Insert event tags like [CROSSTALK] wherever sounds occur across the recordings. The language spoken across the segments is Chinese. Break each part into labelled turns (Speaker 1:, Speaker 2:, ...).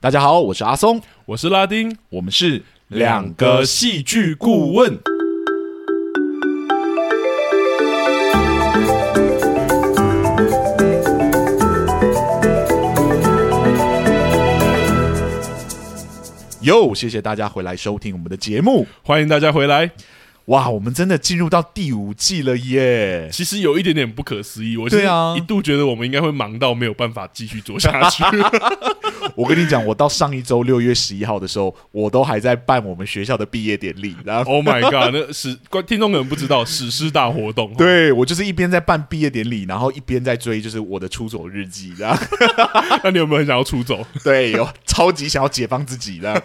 Speaker 1: 大家好，我是阿松，
Speaker 2: 我是拉丁，
Speaker 1: 我们是
Speaker 2: 两个戏剧顾问。
Speaker 1: 哟，谢谢大家回来收听我们的节目。
Speaker 2: 欢迎大家回来。
Speaker 1: 哇，我们真的进入到第五季了耶！
Speaker 2: 其实有一点点不可思议，我
Speaker 1: 对啊
Speaker 2: 是一度觉得我们应该会忙到没有办法继续做下
Speaker 1: [LAUGHS]
Speaker 2: 去。
Speaker 1: 我跟你讲，我到上一周六月十一号的时候，我都还在办我们学校的毕业典礼，然后。
Speaker 2: oh my god！那史观听众可能不知道，史诗大活动。，
Speaker 1: [LAUGHS] 对，我就是一边在办毕业典礼，然后一边在追，就是我的出走日记，这样。
Speaker 2: 那你有没有很想要出走？
Speaker 1: [LAUGHS] 对，有超级想要解放自己 [LAUGHS] 的，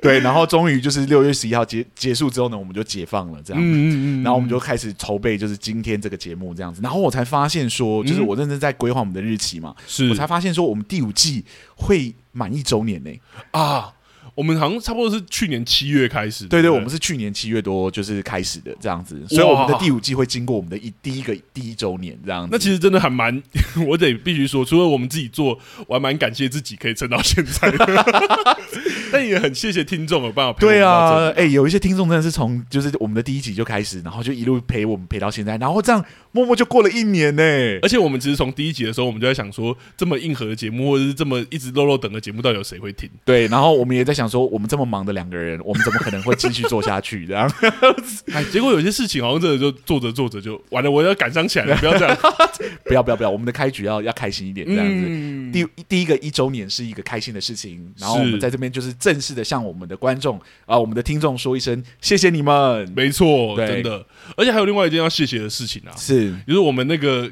Speaker 1: 对，然后终于就是六月十一号结结束之后呢，我们就解放了，这样，
Speaker 2: 嗯嗯嗯。
Speaker 1: 然后我们就开始筹备，就是今天这个节目这样子，然后我才发现说，就是我认真在规划我们的日期嘛，
Speaker 2: 是
Speaker 1: 我才发现说我们第五季会满一周年呢、
Speaker 2: 啊，我们好像差不多是去年七月开始。
Speaker 1: 对对，
Speaker 2: 不
Speaker 1: 我们是去年七月多就是开始的这样子，所以我们的第五季会经过我们的一第一个第一周年这样子。
Speaker 2: 那其实真的还蛮， [LAUGHS] 我得必须说，除了我们自己做，我还蛮感谢自己可以撑到现在的，
Speaker 1: [LAUGHS]
Speaker 2: 但也很谢谢听众有办法陪我
Speaker 1: 对
Speaker 2: 们到这里
Speaker 1: 啊，哎、有一些听众真的是从就是我们的第一集就开始，然后就一路陪我们陪到现在，然后这样默默就过了一年呢、
Speaker 2: 而且我们其实从第一集的时候，我们就在想说，这么硬核的节目，或者是这么一直漏漏等的节目，到底有谁会听？
Speaker 1: 对，然后我们也在想说，我们这么忙的两个人，我们怎么可能会继续做下去？这 [LAUGHS] 样
Speaker 2: 哎，结果有些事情好像真的就做着做着就完了，我要赶上起来了，不要这样。 [LAUGHS]
Speaker 1: 不要不要不要，我们的开局要要开心一点，这样子。
Speaker 2: 嗯，
Speaker 1: 第第一个一周年是一个开心的事情，然后我们在这边就是正式的向我们的观众啊、我们的听众说一声谢谢你们，
Speaker 2: 没错，
Speaker 1: 对
Speaker 2: 真的。而且还有另外一件要谢谢的事情啊，
Speaker 1: 是
Speaker 2: 就是我们那个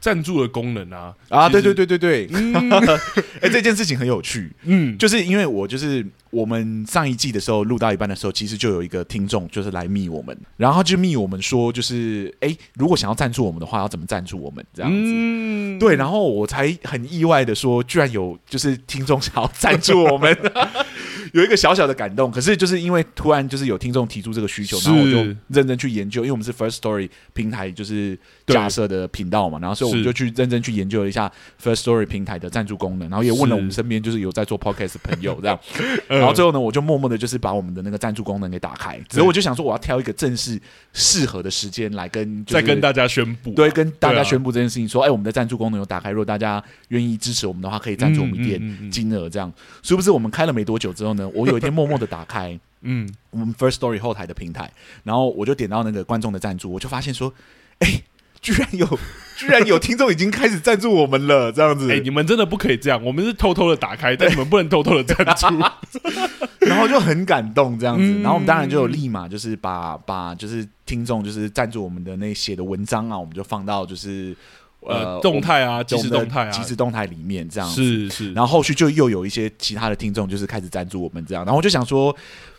Speaker 2: 赞助的功能啊，
Speaker 1: 啊，
Speaker 2: 其
Speaker 1: 对
Speaker 2: 实
Speaker 1: 对，对对对， [LAUGHS] 哎、这件事情很有趣，
Speaker 2: 嗯，
Speaker 1: 就是因为我就是我们上一季的时候录到一半的时候，其实就有一个听众就是来密我们，然后他就密我们说，就是哎、诶如果想要赞助我们的话，要怎么赞助我们这样子。
Speaker 2: 嗯，
Speaker 1: 对，然后我才很意外的说，居然有就是听众想要赞助我们， [LAUGHS] 有一个小小的感动。可是就是因为突然就是有听众提出这个需求，然后我
Speaker 2: 是
Speaker 1: 就认真去研究，因为我们是 First Story 平台就是
Speaker 2: 对
Speaker 1: 架设的频道嘛，然后所以我们
Speaker 2: 是
Speaker 1: 就去认真去研究了一下 First Story 平台的赞助功能，然后也问了我们
Speaker 2: 是
Speaker 1: 身边就是有在做 Podcast 的朋友这样，[LAUGHS]
Speaker 2: 嗯
Speaker 1: 然后最后呢，我就默默的就是把我们的那个赞助功能给打开，只是我就想说我要挑一个正式适合的时间来跟、就是、
Speaker 2: 再跟大家宣布，
Speaker 1: 对，跟大
Speaker 2: 对
Speaker 1: 家
Speaker 2: 啊
Speaker 1: 宣布这件事情，说，哎、我们的赞助功能有打开，如果大家愿意支持我们的话，可以赞助我们一
Speaker 2: 嗯嗯
Speaker 1: 点
Speaker 2: 嗯嗯
Speaker 1: 金额，这样。殊不知我们开了没多久之后呢，我有一天默默的打
Speaker 2: [LAUGHS]
Speaker 1: 开
Speaker 2: 嗯，
Speaker 1: 我们 First Story 后台的平台，然后我就点到那个观众的赞助，我就发现说，哎、居然有， [LAUGHS] 居然有听众已经开始赞助我们了，这样子。
Speaker 2: 哎、你们真的不可以这样，我们是偷偷的打开，但你们不能偷偷的赞助，
Speaker 1: [LAUGHS] 然后就很感动这样子，
Speaker 2: 嗯
Speaker 1: 然后我们当然就有立马就是把把就是听众就是赞助我们的那写的文章啊，我们就放到就是
Speaker 2: 呃，动态啊，即
Speaker 1: 我
Speaker 2: 时
Speaker 1: 们的
Speaker 2: 动态啊，
Speaker 1: 即时动态里面这样子。
Speaker 2: 是是，
Speaker 1: 然后后续就又有一些其他的听众就是开始赞助我们这样，然后我就想说，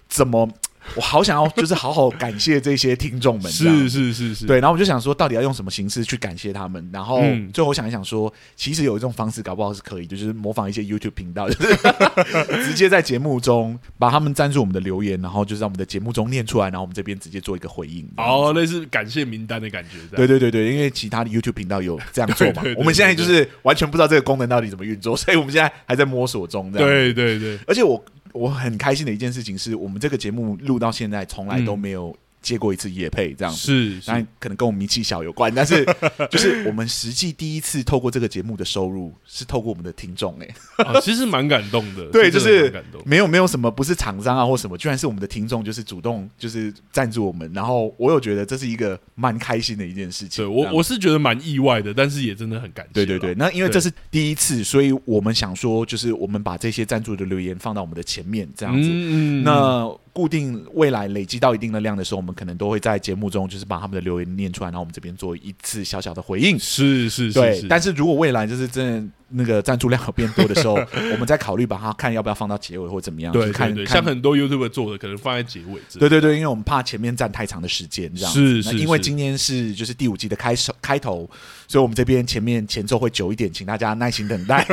Speaker 1: 怎么我好想要就是好好感谢这些听众们，这样
Speaker 2: 是是是是，
Speaker 1: 对，然后我就想说，到底要用什么形式去感谢他们？然后
Speaker 2: 嗯
Speaker 1: 最后想一想说，其实有一种方式搞不好是可以，就是模仿一些 YouTube 频道，就是 [LAUGHS] 直接在节目中把他们赞助我们的留言，然后就在我们的节目中念出来，然后我们这边直接做一个回应。这样
Speaker 2: 哦，类似感谢名单的感觉，这样
Speaker 1: 对对对对，因为其他的 YouTube 频道有这样做嘛，
Speaker 2: [LAUGHS] 对对对
Speaker 1: 我们现在就是完全不知道这个功能到底怎么运作，所以我们现在还在摸索中。这样
Speaker 2: 对对对，
Speaker 1: 而且我我很开心的一件事情是，我们这个节目录到现在，从来都没有接过一次夜配这样子。
Speaker 2: 是
Speaker 1: 当
Speaker 2: 是
Speaker 1: 然，可能跟我们名气小有关，但是 [LAUGHS] 就是我们实际第一次透过这个节目的收入是透过我们的听众哎、
Speaker 2: 啊，其实蛮感动的，
Speaker 1: [LAUGHS] 对，就
Speaker 2: 真的
Speaker 1: 是
Speaker 2: 蛮感动，
Speaker 1: 没有没有什么不是厂商啊或什么，居然是我们的听众就是主动就是赞助我们，然后我有觉得这是一个蛮开心的一件事情。
Speaker 2: 对我
Speaker 1: 这样
Speaker 2: 我是觉得蛮意外的，但是也真的很感谢，
Speaker 1: 对对对，，那因为
Speaker 2: 对
Speaker 1: 这是第一次，所以我们想说就是我们把这些赞助的留言放到我们的前面这样子，
Speaker 2: 嗯嗯，
Speaker 1: 那固定未来累积到一定的量的时候，我们可能都会在节目中就是把他们的留言念出来，然后我们这边做一次小小的回应。
Speaker 2: 嗯是是
Speaker 1: 对，
Speaker 2: 是是，
Speaker 1: 但是如果未来就是真的那个赞助量有变多的时候，我们再考虑把它看要不要放到结尾或怎么样，
Speaker 2: 对
Speaker 1: 就
Speaker 2: 对
Speaker 1: 看
Speaker 2: 对，像
Speaker 1: 看。
Speaker 2: 很多 YouTube 做的，可能放在结尾之类的，
Speaker 1: 对对对，因为我们怕前面占太长的时间，这样子
Speaker 2: 是
Speaker 1: 那
Speaker 2: 是
Speaker 1: 因为
Speaker 2: 是
Speaker 1: 今天是就是第五季的开首开头，所以我们这边前面前奏会久一点，请大家耐心等待。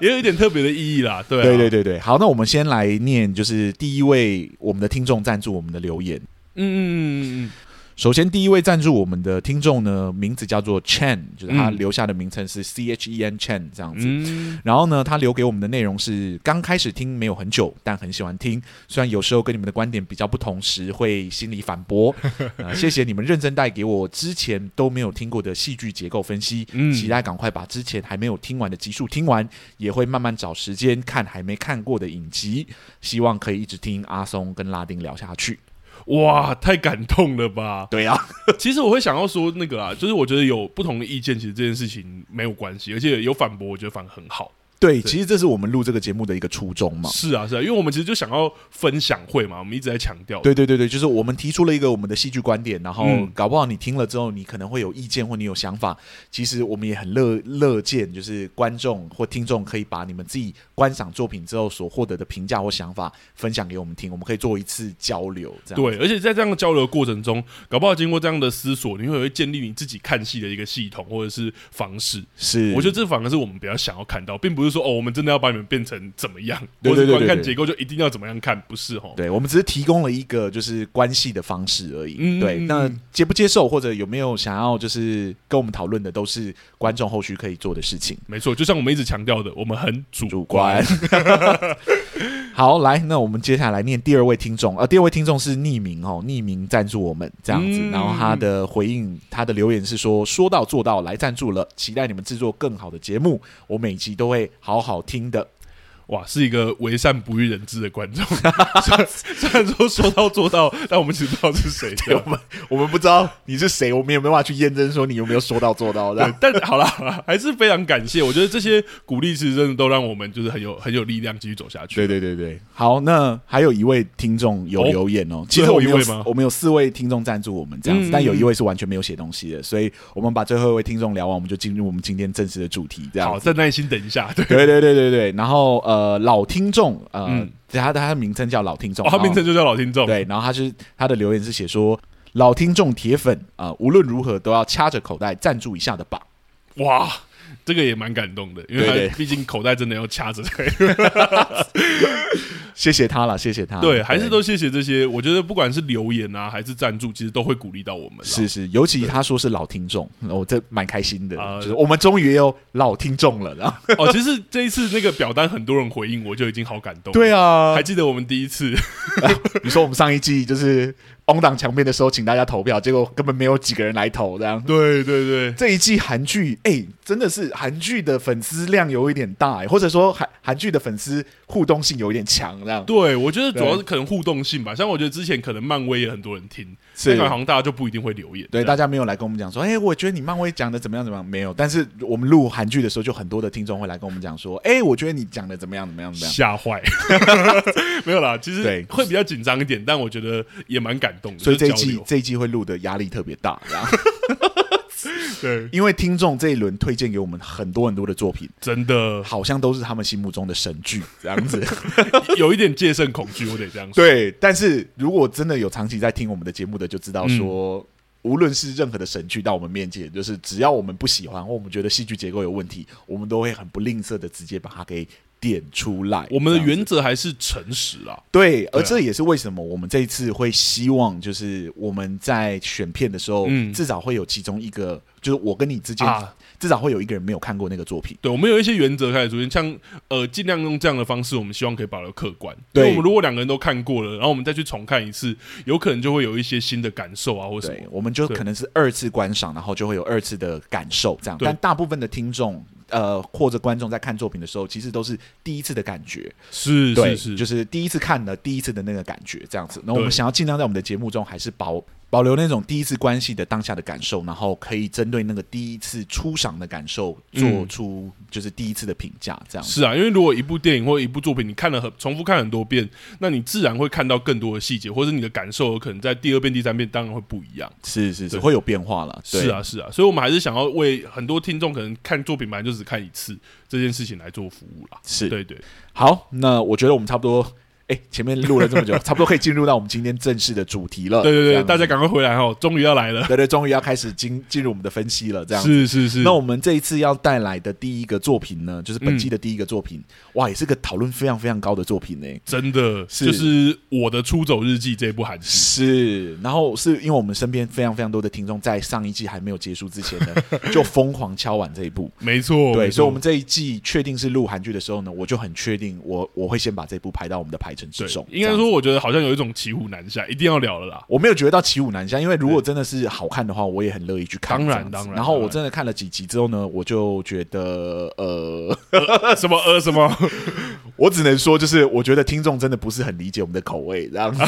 Speaker 2: 也有一点特别的意义啦，对啊
Speaker 1: 对对，
Speaker 2: 对
Speaker 1: 对对，好，那我们先来念，就是第一位我们的听众赞助我们的留言，
Speaker 2: 嗯嗯嗯嗯嗯。
Speaker 1: 首先，第一位赞助我们的听众呢，名字叫做 Chen，就是他
Speaker 2: 嗯
Speaker 1: 留下的名称是 C H E N Chen 这样子。
Speaker 2: 嗯，
Speaker 1: 然后呢，他留给我们的内容是刚开始听没有很久，但很喜欢听。虽然有时候跟你们的观点比较不同时，会心里反驳。 [LAUGHS] 呃谢谢你们认真带给我之前都没有听过的戏剧结构分析。
Speaker 2: 嗯
Speaker 1: 期待赶快把之前还没有听完的集数听完，也会慢慢找时间看还没看过的影集。希望可以一直听阿松跟拉丁聊下去。
Speaker 2: 嗯哇，太感动了吧！ [LAUGHS]
Speaker 1: 对啊，
Speaker 2: 其实我会想要说那个啊，就是我觉得有不同的意见，其实这件事情没有关系，而且有反驳，我觉得反而很好。
Speaker 1: 对，其实这是我们录这个节目的一个初衷嘛。
Speaker 2: 是啊，是啊，因为我们其实就想要分享会嘛，我们一直在强调。，
Speaker 1: 对对对对，就是我们提出了一个我们的戏剧观点，然后
Speaker 2: 嗯
Speaker 1: 搞不好你听了之后，你可能会有意见或你有想法。其实我们也很乐乐见，就是观众或听众可以把你们自己观赏作品之后所获得的评价或想法分享给我们听，我们可以做一次交流。这样
Speaker 2: 对，而且在这样的交流的过程中，搞不好经过这样的思索，你会会建立你自己看戏的一个系统或者是方式。
Speaker 1: 是，
Speaker 2: 我觉得这反而是我们比较想要看到，并不是说哦，我们真的要把你们变成怎么样，
Speaker 1: 对
Speaker 2: 或
Speaker 1: 对
Speaker 2: 者
Speaker 1: 对
Speaker 2: 观看
Speaker 1: 对对
Speaker 2: 结构就一定要怎么样看，不是哦？
Speaker 1: 对，我们只是提供了一个就是关系的方式而已。
Speaker 2: 嗯
Speaker 1: 对，
Speaker 2: 嗯
Speaker 1: 那
Speaker 2: 嗯
Speaker 1: 接不接受或者有没有想要就是跟我们讨论的，都是观众后续可以做的事情。
Speaker 2: 没错，就像我们一直强调的，我们很主
Speaker 1: 主观。 [LAUGHS] 好，来，那我们接下来念第二位听众，呃，第二位听众是匿名哦，匿名赞助我们这样子，
Speaker 2: 嗯
Speaker 1: 然后他的回应，他的留言是说，说到做到，来赞助了，期待你们制作更好的节目，我每集都会好好听的。
Speaker 2: 哇，是一个为善不欲人知的观众。 [LAUGHS] 虽然虽然说说到做到，但我们其实不知道是谁这
Speaker 1: 对
Speaker 2: 样。
Speaker 1: 我们 [LAUGHS] 我们不知道你是谁，我们也没办法去验证说你有没有说到做到
Speaker 2: 对
Speaker 1: 的。，
Speaker 2: 但好啦好啦， [LAUGHS] 还是非常感谢。我觉得这些鼓励其实真的都让我们就是很有很有力量继续走下去。
Speaker 1: 对对对对，好，那还有一位听众有
Speaker 2: 哦
Speaker 1: 留言哦。其实
Speaker 2: 最后
Speaker 1: 我们
Speaker 2: 一
Speaker 1: 有
Speaker 2: 位吗
Speaker 1: 我们有四位听众赞助我们这样子，
Speaker 2: 嗯
Speaker 1: 但有一位是完全没有写东西的，所以我们把最后一位听众聊完，我们就进入我们今天正式的主题。这样
Speaker 2: 好，
Speaker 1: 子，
Speaker 2: 再耐心等一下。对，
Speaker 1: 对对对对对。然后呃，老听众呃，
Speaker 2: 嗯
Speaker 1: 他他的名称叫老听众，
Speaker 2: 哦，他
Speaker 1: 然后
Speaker 2: 名称就叫老听众。
Speaker 1: 对，然后他是他的留言是写说老听众铁粉啊、呃无论如何都要掐着口袋赞助一下的吧。
Speaker 2: 哇，这个也蛮感动的，因
Speaker 1: 对
Speaker 2: 为
Speaker 1: 对啊
Speaker 2: 他毕竟口袋真的要掐着才
Speaker 1: 谢谢他了，谢谢他。
Speaker 2: [LAUGHS] 对，还是都谢谢这些。我觉得不管是留言啊，还是赞助，其实都会鼓励到我们啦。
Speaker 1: 是是，尤其他说是老听众，我、这蛮开心的，
Speaker 2: 啊
Speaker 1: 就是我们终于也有老听众了，然后
Speaker 2: 哦，其实这一次那个表单很多人回应，我就已经好感动。、
Speaker 1: [LAUGHS] 对啊
Speaker 2: 还，记得我们第
Speaker 1: [LAUGHS]
Speaker 2: 一次
Speaker 1: 你说我们上一季就是 on 档强片的时候，请大家投票，结果根本没有几个人来投，这样。
Speaker 2: 对对对，
Speaker 1: 这一季韩剧，哎、真的是韩剧的粉丝量有一点大、哎，或者说韩韩剧的粉丝互动性有一点强，这样。
Speaker 2: 对我觉得主要是可能互动性吧。像我觉得之前可能漫威也很多人听，
Speaker 1: 是
Speaker 2: 那个好像大家就不一定会留言。
Speaker 1: 对，啊
Speaker 2: 这样
Speaker 1: 大家没有来跟我们讲说，哎、我觉得你漫威讲的怎么样怎么样，没有。但是我们录韩剧的时候，就很多的听众会来跟我们讲说，哎、我觉得你讲的怎么样怎么样怎么样。[LAUGHS]
Speaker 2: 吓坏，没有啦，其实
Speaker 1: 对
Speaker 2: 会比较紧张一点，但我觉得也蛮感动的。
Speaker 1: 所以这一
Speaker 2: 就是
Speaker 1: 季
Speaker 2: 交流
Speaker 1: 这一季会录的压力特别大，这样
Speaker 2: 对，
Speaker 1: 因为听众这一轮推荐给我们很多很多的作品，
Speaker 2: 真的
Speaker 1: 好像都是他们心目中的神剧这样
Speaker 2: [LAUGHS]
Speaker 1: 子。
Speaker 2: 有一点戒慎恐惧，我得这样说。
Speaker 1: [LAUGHS] 对，啊但是如果真的有长期在听我们的节目的，就知道
Speaker 2: 嗯
Speaker 1: 说。无论是任何的神剧到我们面前，就是只要我们不喜欢或我们觉得戏剧结构有问题，我们都会很不吝啬的直接把它给点出来。
Speaker 2: 我们
Speaker 1: 这
Speaker 2: 的
Speaker 1: 样子
Speaker 2: 原则还是诚实啦，
Speaker 1: 对，而
Speaker 2: 对啊
Speaker 1: 这也是为什么我们这一次会希望，就是我们在选片的时候，
Speaker 2: 嗯
Speaker 1: 至少会有其中一个，就是我跟你之间，
Speaker 2: 啊
Speaker 1: 至少会有一个人没有看过那个作品。
Speaker 2: 对，我们有一些原则开始出现，像呃，尽量用这样的方式，我们希望可以保留客观。
Speaker 1: 对
Speaker 2: 因为我们如果两个人都看过了，然后我们再去重看一次，有可能就会有一些新的感受啊，或什
Speaker 1: 对
Speaker 2: 么。，
Speaker 1: 我们就
Speaker 2: 对
Speaker 1: 可能是二次观赏，然后就会有二次的感受，这样。
Speaker 2: 对
Speaker 1: 但大部分的听众，呃，或者观众在看作品的时候，其实都是第一次的感觉，
Speaker 2: 是
Speaker 1: 对，
Speaker 2: 是是，
Speaker 1: 就是是第一次看的第一次的那个感觉，这样子。那我们
Speaker 2: 对
Speaker 1: 想要尽量在我们的节目中，还是保保留那种第一次关系的当下的感受，然后可以针对那个第一次出赏的感受，做
Speaker 2: 嗯
Speaker 1: 出就是第一次的评价，这样子。
Speaker 2: 是啊，因为如果一部电影或一部作品，你看了很重复看很多遍，那你自然会看到更多的细节，或者你的感受有可能在第二遍、第三遍当然会不一样。
Speaker 1: 是是是，
Speaker 2: 对
Speaker 1: 会有变化了。对
Speaker 2: 是，啊，是啊，所以我们还是想要为很多听众可能看作品本来就只看一次这件事情来做服务啦。
Speaker 1: 是。
Speaker 2: 对对，
Speaker 1: 好，那我觉得我们差不多哎，前面录了这么久，差不多可以进入到我们今天正式的主题了。
Speaker 2: 对对
Speaker 1: 这
Speaker 2: 对，
Speaker 1: 样子
Speaker 2: 大家赶快回来哦，终于要来了。
Speaker 1: 对对，终于要开始进进入我们的分析了，这样子。
Speaker 2: 是是是，
Speaker 1: 那我们这一次要带来的第一个作品呢，就是本季的第一个作品，
Speaker 2: 嗯
Speaker 1: 哇，也是个讨论非常非常高的作品呢、
Speaker 2: 真的
Speaker 1: 是
Speaker 2: 就是我的《出走日记》这部韩剧，
Speaker 1: 是，然后是因为我们身边非常非常多的听众在上一季还没有结束之前呢，
Speaker 2: [LAUGHS]
Speaker 1: 就疯狂敲完这一部。
Speaker 2: 没错，
Speaker 1: 对，
Speaker 2: 哦没错
Speaker 1: 所以，我们这一季确定是录韩剧的时候呢，我就很确定我我会先把这部排到我们的排程之
Speaker 2: 对
Speaker 1: 中。
Speaker 2: 应该
Speaker 1: 这样子，
Speaker 2: 说，我觉得好像有一种骑虎难下，一定要聊了
Speaker 1: [LAUGHS]
Speaker 2: 啦。
Speaker 1: 我没有觉得到骑虎难下，因为如果真的是好看的话，我也很乐意去看。
Speaker 2: 当然
Speaker 1: 这样子
Speaker 2: 当然
Speaker 1: 然后
Speaker 2: 当
Speaker 1: 我
Speaker 2: 然
Speaker 1: 真的看了几集之后呢，我就觉得，呃，
Speaker 2: 呃，什么呃什么，
Speaker 1: 我只能说，就是我觉得听众真的不是很理解我们的口味，这样
Speaker 2: [LAUGHS]
Speaker 1: 子。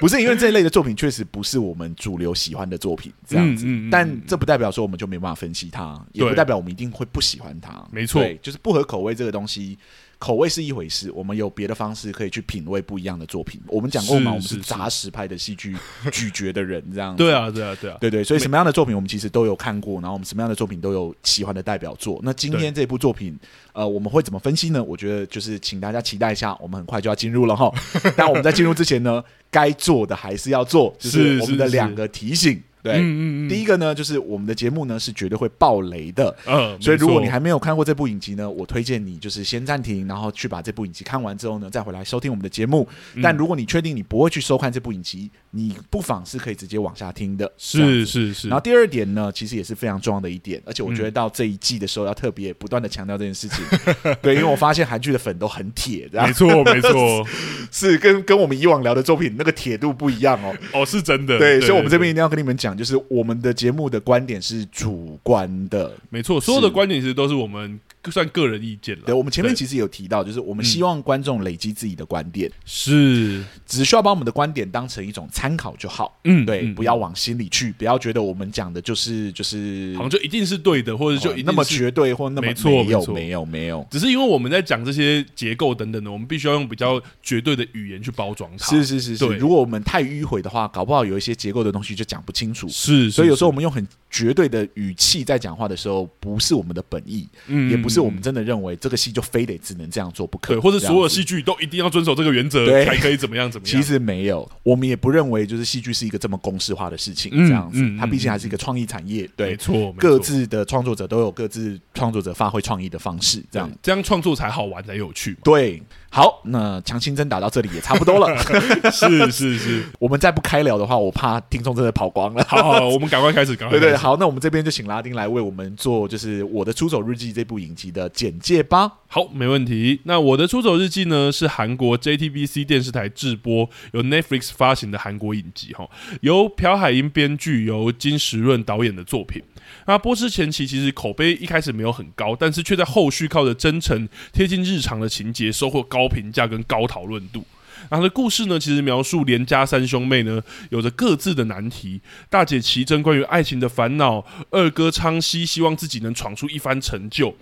Speaker 1: 不是因为这一类的作品确实不是我们主流喜欢的作品，这样子。
Speaker 2: 嗯嗯嗯
Speaker 1: 但这不代表说我们就没办法分析它，也不
Speaker 2: 对
Speaker 1: 代表我们一定会不喜欢它。
Speaker 2: 没错
Speaker 1: 对就是不合口味这个东西。口味是一回事，我们有别的方式可以去品味不一样的作品。我们讲过嘛，
Speaker 2: 是
Speaker 1: 我们是
Speaker 2: 是是
Speaker 1: 杂食派的戏剧咀嚼的人，这样子
Speaker 2: 对啊对啊对啊，
Speaker 1: 对对，所以什么样的作品我们其实都有看过，然后我们什么样的作品都有喜欢的代表作。那今天这部作品，呃，我们会怎么分析呢？我觉得就是请大家期待一下，我们很快就要进入了哈。
Speaker 2: [LAUGHS]
Speaker 1: 但我们在进入之前呢，该做的还是要做，就是
Speaker 2: 是
Speaker 1: 我们的
Speaker 2: 是
Speaker 1: 两个提醒。对，
Speaker 2: 嗯嗯嗯
Speaker 1: 第一个呢，就是我们的节目呢是绝对会爆雷的。
Speaker 2: 呃，
Speaker 1: 所以，如果你
Speaker 2: 没错
Speaker 1: 还没有看过这部影集呢，我推荐你就是先暂停，然后去把这部影集看完之后呢，再回来收听我们的节目。
Speaker 2: 嗯
Speaker 1: 但如果你确定你不会去收看这部影集，你不妨是可以直接往下听的。这样子
Speaker 2: 是是是，
Speaker 1: 然后第二点呢，其实也是非常重要的一点，而且我觉得到这一季的时候要特别不断的强调这件事情，
Speaker 2: [LAUGHS]
Speaker 1: 对，因为我发现韩剧的粉都很铁，这样
Speaker 2: 没错没错，
Speaker 1: [LAUGHS] 是跟跟我们以往聊的作品那个铁度不一样
Speaker 2: [LAUGHS]
Speaker 1: 哦。
Speaker 2: 哦是真的，
Speaker 1: 对，所以我们这边一定要跟你们讲，就是我们的节目的观点是主观的。
Speaker 2: 没错，所有的
Speaker 1: 是
Speaker 2: 观点其实都是我们算个人意见
Speaker 1: 对，
Speaker 2: 了，
Speaker 1: 我们前面
Speaker 2: 对
Speaker 1: 其实有提到，就是我们希望观众累积自己的观点，
Speaker 2: 嗯是
Speaker 1: 只需要把我们的观点当成一种参考就好。
Speaker 2: 嗯
Speaker 1: 对，
Speaker 2: 嗯
Speaker 1: 不要往心里去，不要觉得我们讲的就是就是
Speaker 2: 好像就一定是对的，或者就
Speaker 1: 哦
Speaker 2: 一定
Speaker 1: 那么
Speaker 2: 是
Speaker 1: 绝对或那么
Speaker 2: 没错
Speaker 1: 没有
Speaker 2: 没错
Speaker 1: 没有没有，
Speaker 2: 只是因为我们在讲这些结构等等的，我们必须要用比较绝对的语言去包装它。
Speaker 1: 是是是是，
Speaker 2: 对
Speaker 1: 如果我们太迂回的话，搞不好有一些结构的东西就讲不清楚。
Speaker 2: 是，
Speaker 1: 所以有时
Speaker 2: 候
Speaker 1: 候我们用很绝对的语气在讲话的时候，不是我们的本意，也不是我们真的认为这个戏就非得只能这样做不可。
Speaker 2: 嗯对，或者所有
Speaker 1: 这样子
Speaker 2: 戏剧都一定要遵守这个原则
Speaker 1: 对
Speaker 2: 才可以怎么样怎么样。
Speaker 1: [LAUGHS] 其实没有，我们也不认为就是戏剧是一个这么公式化的事情，
Speaker 2: 嗯
Speaker 1: 这样子
Speaker 2: 嗯，
Speaker 1: 它
Speaker 2: 嗯
Speaker 1: 毕竟还是一个创意产业，
Speaker 2: 没
Speaker 1: 对，
Speaker 2: 错，没错
Speaker 1: 各自的创作者都有各自创作者发挥创意的方式，这样
Speaker 2: 对这样创作才好玩才有趣嘛。
Speaker 1: 对。好，那强心针打到这里也差不多了， [LAUGHS]
Speaker 2: 是是是，
Speaker 1: 我们再不开聊的话，我怕听众真的跑光了。
Speaker 2: 好好，好我们赶快开始，赶
Speaker 1: [LAUGHS]
Speaker 2: 快
Speaker 1: 对
Speaker 2: 开
Speaker 1: 对，
Speaker 2: 始。
Speaker 1: 好，那我们这边就请拉丁来为我们做，就是《我的出走日记》这部影集的简介吧。
Speaker 2: 好，没问题。那我的出走日记呢，是韩国 JTBC 电视台制播，由 Netflix 发行的韩国影集哈，由朴海英编剧，由金时润导演的作品。那播出前期其实口碑一开始没有很高，但是却在后续靠着真诚、贴近日常的情节，收获高评价跟高讨论度。那它的故事呢，其实描述连家三兄妹呢，有着各自的难题。大姐奇珍关于爱情的烦恼，二哥昌熙希望自己能闯出一番成就，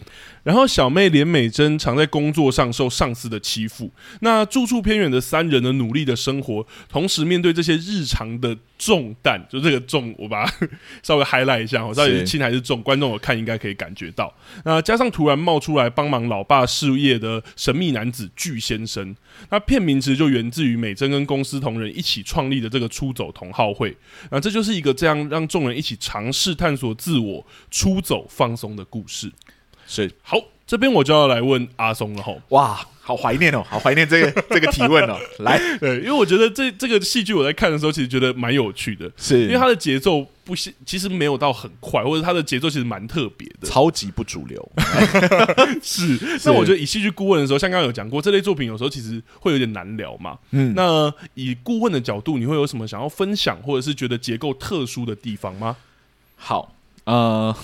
Speaker 2: 然后小妹连美珍常在工作上受上司的欺负，那住处偏远的三人呢，努力的生活，同时面对这些日常的重担，就这个重，我把它 [LAUGHS] 稍微 highlight 一下哦，到底是轻还是重，观众有看应该可以感觉到。那加上突然冒出来帮忙老爸事业的神秘男子巨先生，那片名其实就源自于美珍跟公司同仁一起创立的这个出走同好会，那这就是一个这样让众人一起尝试探索自我、出走、放松的故事。
Speaker 1: 是，
Speaker 2: 好，这边我就要来问阿松了 [LAUGHS] 吼。
Speaker 1: 哇，好怀念哦，好怀念这 [LAUGHS] 个这个提问哦。来，
Speaker 2: 对，因为我觉得这这个戏剧我在看的时候，其实觉得蛮有趣的，
Speaker 1: 是
Speaker 2: 因为它的节奏不是，其实没有到很快，或者它的节奏其实蛮特别的。
Speaker 1: 超级不主 [LAUGHS] 流，
Speaker 2: 是， [LAUGHS] 那我觉得以戏剧顾问的时候，像刚刚有讲过，这类作品有时候其实会有点难聊嘛。
Speaker 1: 嗯，
Speaker 2: 那以顾问的角度，你会有什么想要分享，或者是觉得结构特殊的地方吗？
Speaker 1: 好，呃，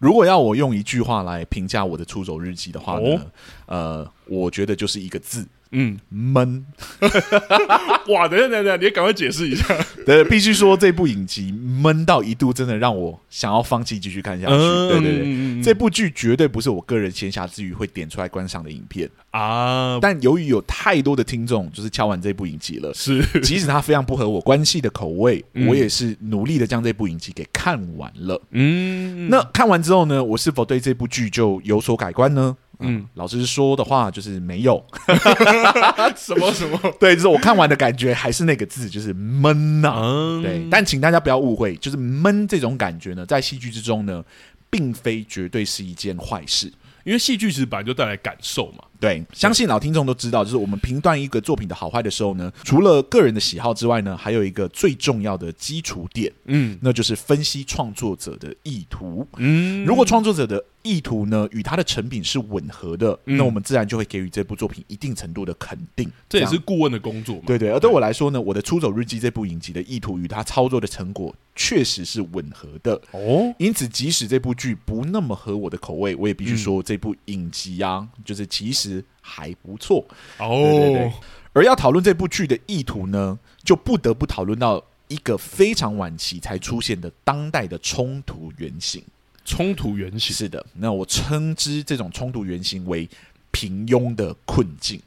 Speaker 1: 如果要我用一句话来评价我的出走日记的话呢，呃，我觉得就是一个字
Speaker 2: 嗯，
Speaker 1: 闷。
Speaker 2: [LAUGHS]
Speaker 1: [LAUGHS]
Speaker 2: 哇，等一下等一下等一下，你也赶快解释 [LAUGHS] 一下。
Speaker 1: 对，必须说这部影集闷到一度真的让我想要放弃继续看下去。对对对。
Speaker 2: 嗯对
Speaker 1: 这部剧绝对不是我个人闲暇之余会点出来观赏的影片，
Speaker 2: [LAUGHS] 啊，，
Speaker 1: 但由于有太多的听众就是敲完这部影集了
Speaker 2: 是
Speaker 1: 即使它非常不合我关系的口味，
Speaker 2: 嗯
Speaker 1: 我也是努力的将这部影集给看完了。
Speaker 2: 嗯
Speaker 1: 那看完之后呢，我是否对这部剧就有所改观呢？嗯，老师说的话就是没有。
Speaker 2: [LAUGHS] 什么 [LAUGHS] 什么？
Speaker 1: [LAUGHS] 对，就是我看完的感觉还是那个字，就是闷呐、
Speaker 2: 嗯
Speaker 1: 对，但请大家不要误会，就是闷这种感觉呢，在戏剧之中呢，并非绝对是一件坏事。
Speaker 2: 因为戏剧其实本来就带来感受嘛。
Speaker 1: 对，相信老听众都知道，就是我们评断一个作品的好坏的时候呢，除了个人的喜好之外呢，还有一个最重要的基础点，
Speaker 2: 嗯
Speaker 1: 那就是分析创作者的意图。
Speaker 2: 嗯
Speaker 1: 如果创作者的意图呢与他的成品是吻合的，
Speaker 2: 嗯
Speaker 1: 那我们自然就会给予这部作品一定程度的肯定。
Speaker 2: 这也
Speaker 1: 样
Speaker 2: 是顾问的工作嘛。
Speaker 1: 对对，而对我来说呢，我的《出走日记》这部影集的意图与他操作的成果确实是吻合的。
Speaker 2: 哦，
Speaker 1: 因此，即使这部剧不那么合我的口味，我也必须
Speaker 2: 嗯
Speaker 1: 说这部影集啊，就是其实还不错。对对对
Speaker 2: 哦，
Speaker 1: 而要讨论这部剧的意图呢，就不得不讨论到一个非常晚期才出现的当代的冲突原型。
Speaker 2: 冲突原型，
Speaker 1: 是的，那我称之这种冲突原型为平庸的困境。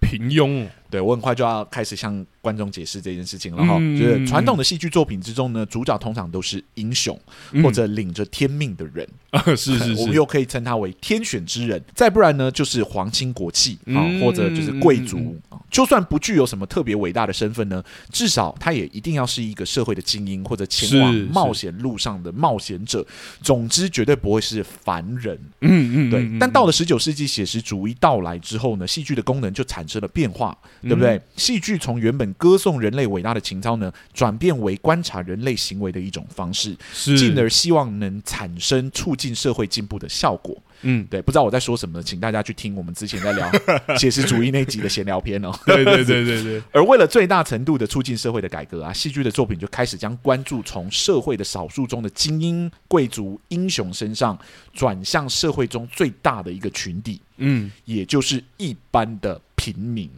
Speaker 2: 平庸哦，
Speaker 1: 对我很快就要开始向观众解释这件事情了哈。
Speaker 2: 嗯
Speaker 1: 就是传统的戏剧作品之中呢，主角通常都是英雄
Speaker 2: 嗯
Speaker 1: 或者领着天命的人，
Speaker 2: 啊 [LAUGHS] 是是
Speaker 1: [LAUGHS] 我们
Speaker 2: 是，
Speaker 1: 又可以称他为天选之人。再不然呢，就是皇亲国戚啊、
Speaker 2: 嗯
Speaker 1: 或者就是贵族、
Speaker 2: 嗯
Speaker 1: 啊就算不具有什么特别伟大的身份呢，至少他也一定要是一个社会的精英，或者前往
Speaker 2: 是是
Speaker 1: 冒险路上的冒险者。总之，绝对不会是凡人。
Speaker 2: 嗯嗯，
Speaker 1: 对，
Speaker 2: 嗯
Speaker 1: 但到了十九世纪写实主义到来之后呢，戏剧的功能就产生了变化，
Speaker 2: 嗯
Speaker 1: 对不对？戏剧从原本歌颂人类伟大的情操呢，转变为观察人类行为的一种方式，
Speaker 2: 是，
Speaker 1: 进而希望能产生促进社会进步的效果。
Speaker 2: 嗯，
Speaker 1: 对，不知道我在说什么，请大家去听我们之前在聊 [LAUGHS] 写实主义那集的闲聊篇哦。
Speaker 2: [LAUGHS] 对对对对对，
Speaker 1: [LAUGHS] 而为了最大程度的促进社会的改革啊，戏剧的作品就开始将关注从社会的少数中的精英、贵族、英雄身上，转向社会中最大的一个群体，
Speaker 2: 嗯
Speaker 1: 也就是一般的平民。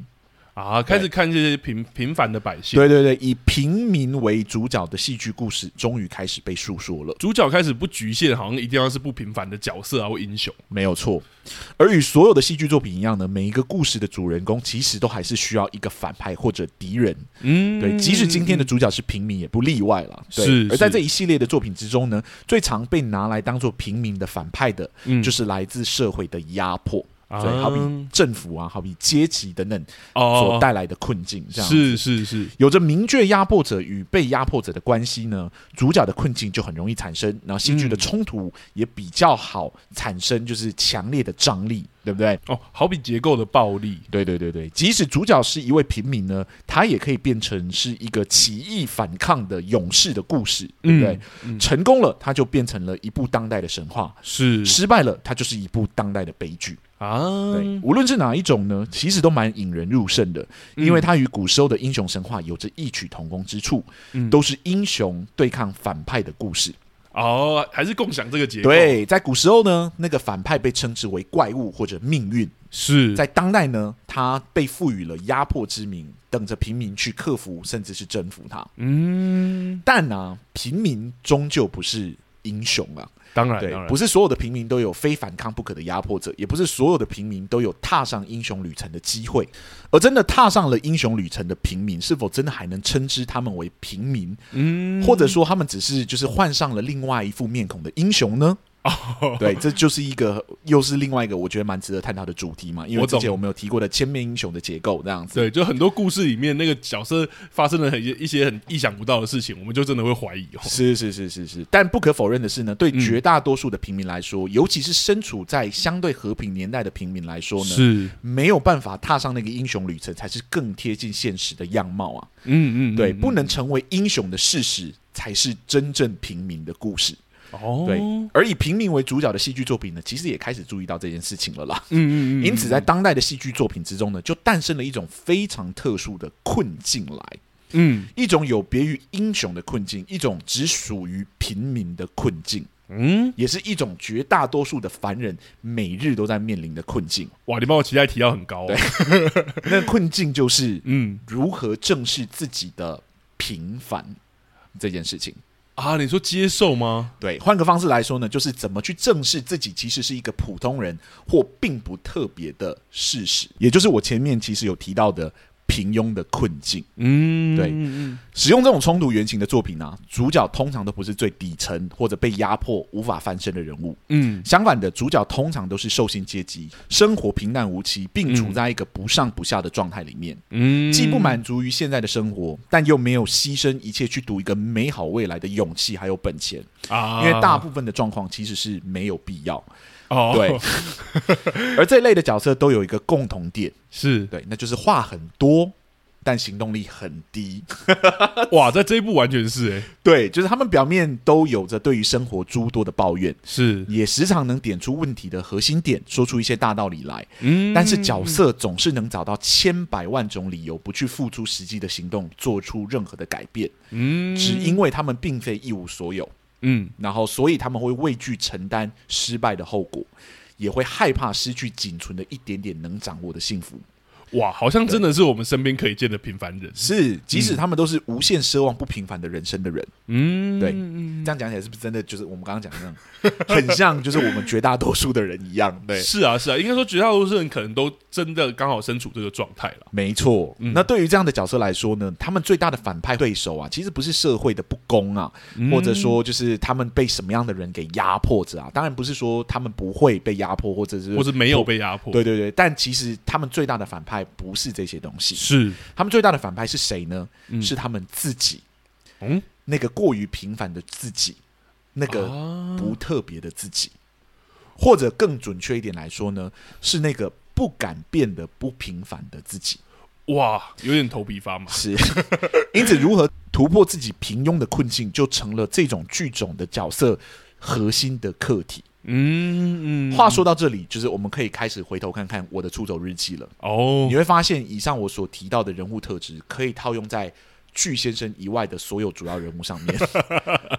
Speaker 2: 啊，开始看这些平平凡的百姓，
Speaker 1: 对对对，以平民为主角的戏剧故事终于开始被诉说了，
Speaker 2: 主角开始不局限，好像一定要是不平凡的角色啊或英雄，
Speaker 1: 没有错。而与所有的戏剧作品一样呢，每一个故事的主人公其实都还是需要一个反派或者敌人
Speaker 2: 嗯
Speaker 1: 对，即使今天的主角是平民，也不例外了。对
Speaker 2: 是
Speaker 1: 而在
Speaker 2: 是
Speaker 1: 这一系列的作品之中呢，最常被拿来当做平民的反派的，
Speaker 2: 嗯
Speaker 1: 就是来自社会的压迫，
Speaker 2: 啊
Speaker 1: 对，好比政府啊，好比阶级等等所
Speaker 2: 哦，
Speaker 1: 带来的困境，这样子
Speaker 2: 是是是，
Speaker 1: 有着明确压迫者与被压迫者的关系呢，主角的困境就很容易产生，然后戏剧的
Speaker 2: 嗯
Speaker 1: 冲突也比较好产生，就是强烈的张力，对不对？
Speaker 2: 哦，好比结构的暴力，
Speaker 1: 对对对对，即使主角是一位平民呢，他也可以变成是一个起义反抗的勇士的故事，对不对？
Speaker 2: 嗯嗯
Speaker 1: 成功了，他就变成了一部当代的神话；
Speaker 2: 是
Speaker 1: 失败了，他就是一部当代的悲剧。
Speaker 2: 啊，
Speaker 1: 对，无论是哪一种呢，其实都蛮引人入胜的，
Speaker 2: 嗯
Speaker 1: 因为它与古时候的英雄神话有着异曲同工之处，
Speaker 2: 嗯
Speaker 1: 都是英雄对抗反派的故事。
Speaker 2: 哦，还是共享这个结构，，
Speaker 1: 对，在古时候呢，那个反派被称之为怪物或者命运。
Speaker 2: 是
Speaker 1: 在当代呢，他被赋予了压迫之名，等着平民去克服，甚至是征服他。
Speaker 2: 嗯，
Speaker 1: 但啊，平民终究不是英雄啊，
Speaker 2: 当然
Speaker 1: 对
Speaker 2: 哎当，然
Speaker 1: 不是所有的平民都有非反抗不可的压迫者，也不是所有的平民都有踏上英雄旅程的机会。而真的踏上了英雄旅程的平民，是否真的还能称之他们为平民，
Speaker 2: 嗯，
Speaker 1: 或者说他们只是就是换上了另外一副面孔的英雄呢？
Speaker 2: 哦，
Speaker 1: 对，这就是一个又是另外一个我觉得蛮值得探讨的主题嘛，因为
Speaker 2: 我
Speaker 1: 之
Speaker 2: 懂
Speaker 1: 前我们有提过的千面英雄的结构这样子。
Speaker 2: 对，就很多故事里面那个角色发生了很一些很意想不到的事情，我们就真的会怀疑哦。
Speaker 1: 是是是是是，但不可否认的是呢，对
Speaker 2: 嗯
Speaker 1: 绝大多数的平民来说，尤其是身处在相对和平年代的平民来说呢，
Speaker 2: 是，
Speaker 1: 没有办法踏上那个英雄旅程，才是更贴近现实的样貌啊。
Speaker 2: 嗯嗯，
Speaker 1: 对，
Speaker 2: 嗯
Speaker 1: 不能成为英雄的事实，才是真正平民的故事。
Speaker 2: 哦，
Speaker 1: 对
Speaker 2: 嗯，
Speaker 1: 而以平民为主角的戏剧作品呢，其实也开始注意到这件事情了啦。
Speaker 2: 嗯嗯，
Speaker 1: 因此，在当代的戏剧作品之中呢，就诞生了一种非常特殊的困境来，
Speaker 2: 嗯
Speaker 1: 一种有别于英雄的困境，一种只属于平民的困境，
Speaker 2: 嗯，
Speaker 1: 也是一种绝大多数的凡人每日都在面临的困
Speaker 2: [LAUGHS]
Speaker 1: 境。
Speaker 2: 哇，你把我期待提到很高，对，哦
Speaker 1: 那困境就是
Speaker 2: 嗯
Speaker 1: 如何正视自己的平凡这件事情。
Speaker 2: 啊，你说接受吗？
Speaker 1: 对，换个方式来说呢，就是怎么去正视自己其实是一个普通人或并不特别的事实，也就是我前面其实有提到的。平庸的困境。
Speaker 2: 嗯，
Speaker 1: 对
Speaker 2: 嗯
Speaker 1: 使用这种冲突原型的作品啊，主角通常都不是最底层或者被压迫无法翻身的人物。
Speaker 2: 嗯
Speaker 1: 相反的，主角通常都是受薪阶级，生活平淡无奇，并处在一个不上不下的状态里面，
Speaker 2: 嗯，
Speaker 1: 既不满足于现在的生活，但又没有牺牲一切去赌一个美好未来的勇气还有本钱，
Speaker 2: 啊，
Speaker 1: 因为大部分的状况其实是没有必要。
Speaker 2: 哦， [LAUGHS]
Speaker 1: 对，而这类的角色都有一个共同点，
Speaker 2: 是
Speaker 1: 对，那就是话很多，但行动力很低。
Speaker 2: 哇，在这一部完全是哎，
Speaker 1: 对，就是他们表面都有着对于生活诸多的抱怨，
Speaker 2: 是
Speaker 1: 也时常能点出问题的核心点，说出一些大道理来。
Speaker 2: 嗯，
Speaker 1: 但是角色总是能找到千百万种理由不去付出实际的行动，做出任何的改变，
Speaker 2: 嗯
Speaker 1: 只因为他们并非一无所有，
Speaker 2: 嗯
Speaker 1: 然后所以他们会畏惧承担失败的后果，也会害怕失去仅存的一点点能掌握的幸福。
Speaker 2: 哇，好像真的是我们身边可以见的平凡人，
Speaker 1: 是，即使他们都是无限奢望不平凡的人生的人，
Speaker 2: 嗯，
Speaker 1: 对
Speaker 2: 嗯
Speaker 1: 这样讲起来是不是真的就是我们刚刚讲的那样， [LAUGHS] 很像就是我们绝大多数的人一样？对，
Speaker 2: 是啊，是啊，应该说绝大多数人可能都真的刚好身处这个状态了。
Speaker 1: 没错。那对于这样的角色来说呢，他们最大的反派对手啊，其实不是社会的不公啊，或者说就是他们被什么样的人给压迫着啊。当然不是说他们不会被压迫，或者是
Speaker 2: 或是没有被压迫，
Speaker 1: 嗯对对对，但其实他们最大的反派不是这些东西，
Speaker 2: 是，
Speaker 1: 他们最大的反派是谁呢？是他们自己，
Speaker 2: 嗯，
Speaker 1: 那个过于平凡的自己，那个
Speaker 2: 啊
Speaker 1: 不特别的自己，或者更准确一点来说呢，是那个不敢变得不平凡的自己。
Speaker 2: 哇，有点头皮发麻，
Speaker 1: 是， [LAUGHS] 因此如何突破自己平庸的困境，就成了这种剧种的角色核心的课题。
Speaker 2: 嗯嗯，
Speaker 1: 话说到这里，就是我们可以开始回头看看我的出走日记了。
Speaker 2: 哦
Speaker 1: 你，会发现，以上我所提到的人物特质，可以套用在巨先生以外的所有主要人物上
Speaker 2: [LAUGHS]
Speaker 1: 面，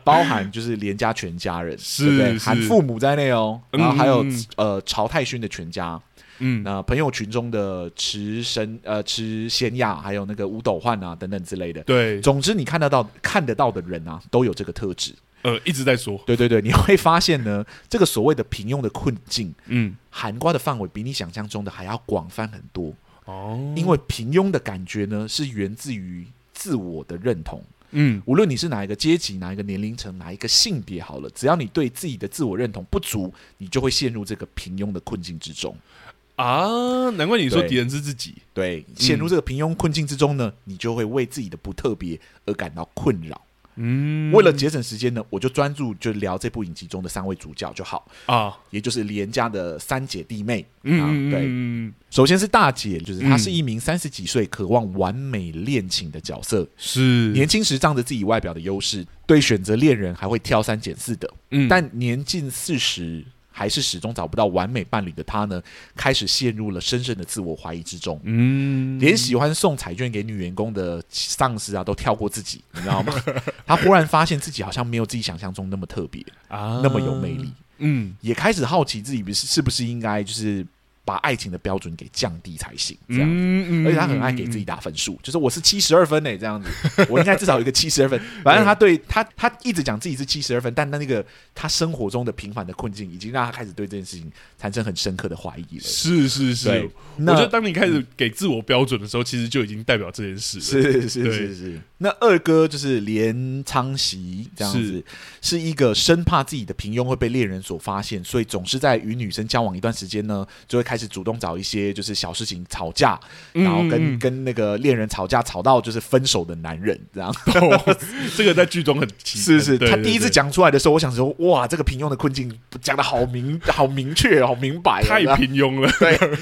Speaker 1: 包含就是连家全家人，
Speaker 2: 是
Speaker 1: 对不对
Speaker 2: 是
Speaker 1: 含父母在内哦，
Speaker 2: 嗯
Speaker 1: 然后还有、
Speaker 2: 嗯嗯
Speaker 1: 呃曹泰勋的全家，
Speaker 2: 嗯，
Speaker 1: 那朋友群中的池神呃池贤雅，还有那个吴斗焕啊等等之类的。
Speaker 2: 对，
Speaker 1: 总之，你看得到看得到的人啊，都有这个特质。
Speaker 2: 呃，一直在说，
Speaker 1: 对对对，你会发现呢，这个所谓的平庸的困境，
Speaker 2: 嗯，
Speaker 1: 涵盖的范围比你想象中的还要广泛很多。
Speaker 2: 哦，
Speaker 1: 因为平庸的感觉呢，是源自于自我的认同。
Speaker 2: 嗯，
Speaker 1: 无论你是哪一个阶级、哪一个年龄层、哪一个性别，好了，只要你对自己的自我认同不足，你就会陷入这个平庸的困境之中。
Speaker 2: 啊，难怪你说
Speaker 1: 对
Speaker 2: 敌人是自己，
Speaker 1: 对，陷
Speaker 2: 嗯
Speaker 1: 入这个平庸困境之中呢，你就会为自己的不特别而感到困扰。
Speaker 2: 嗯，
Speaker 1: 为了节省时间呢，我就专注就聊这部影集中的三位主角就好，
Speaker 2: 啊，
Speaker 1: 也就是连家的三姐弟妹。啊
Speaker 2: 嗯，
Speaker 1: 对，
Speaker 2: 对，
Speaker 1: 首先是大姐，就是她
Speaker 2: 嗯
Speaker 1: 是一名三十几岁、渴望完美恋情的角色，
Speaker 2: 是，
Speaker 1: 年轻时仗着自己外表的优势，对选择恋人还会挑三拣四的。
Speaker 2: 嗯
Speaker 1: 但年近四十，还是始终找不到完美伴侣的他呢，开始陷入了深深的自我怀疑之中。
Speaker 2: 嗯，
Speaker 1: 连喜欢送彩券给女员工的上司啊，都跳过自己，你知道
Speaker 2: [LAUGHS]
Speaker 1: 吗？他忽然发现自己好像没有自己想象中那么特别，
Speaker 2: 啊
Speaker 1: 那么有魅力，
Speaker 2: 嗯
Speaker 1: 也开始好奇自己不是是不是应该就是把爱情的标准给降低才行，这样。
Speaker 2: 嗯
Speaker 1: 而且他很爱给自己，打分数，就是我是七十二分呢、欸这样子，我应该至少有一个七十二分。反正他对他他一直讲自己是七十二分，但那那个他生活中的平凡的困境，已经让他开始对这件事情产生很深刻的怀疑了。
Speaker 2: 嗯是是是
Speaker 1: 对。
Speaker 2: 我
Speaker 1: 那
Speaker 2: 觉得当你开始给自我标准的时候，其实就已经代表这件事了。
Speaker 1: 是是是
Speaker 2: 对
Speaker 1: 是是，那二哥就是连昌熙这样子，是一个生怕自己的平庸会被恋人所发现，所以总是在与女生交往一段时间呢，就会开始主动找一些就是小事情吵架，
Speaker 2: 嗯
Speaker 1: 然后跟、
Speaker 2: 嗯嗯
Speaker 1: 跟那个恋人吵架，吵到就是分手的男人这样。
Speaker 2: 哦 [LAUGHS] 这个在剧中很奇，
Speaker 1: 是是，
Speaker 2: 对
Speaker 1: 他第一次，
Speaker 2: 对对
Speaker 1: 讲出来的时候，我想说，哇，这个平庸的困境讲的好明、好明确、好明白、啊，
Speaker 2: 太平庸
Speaker 1: [LAUGHS]
Speaker 2: 了。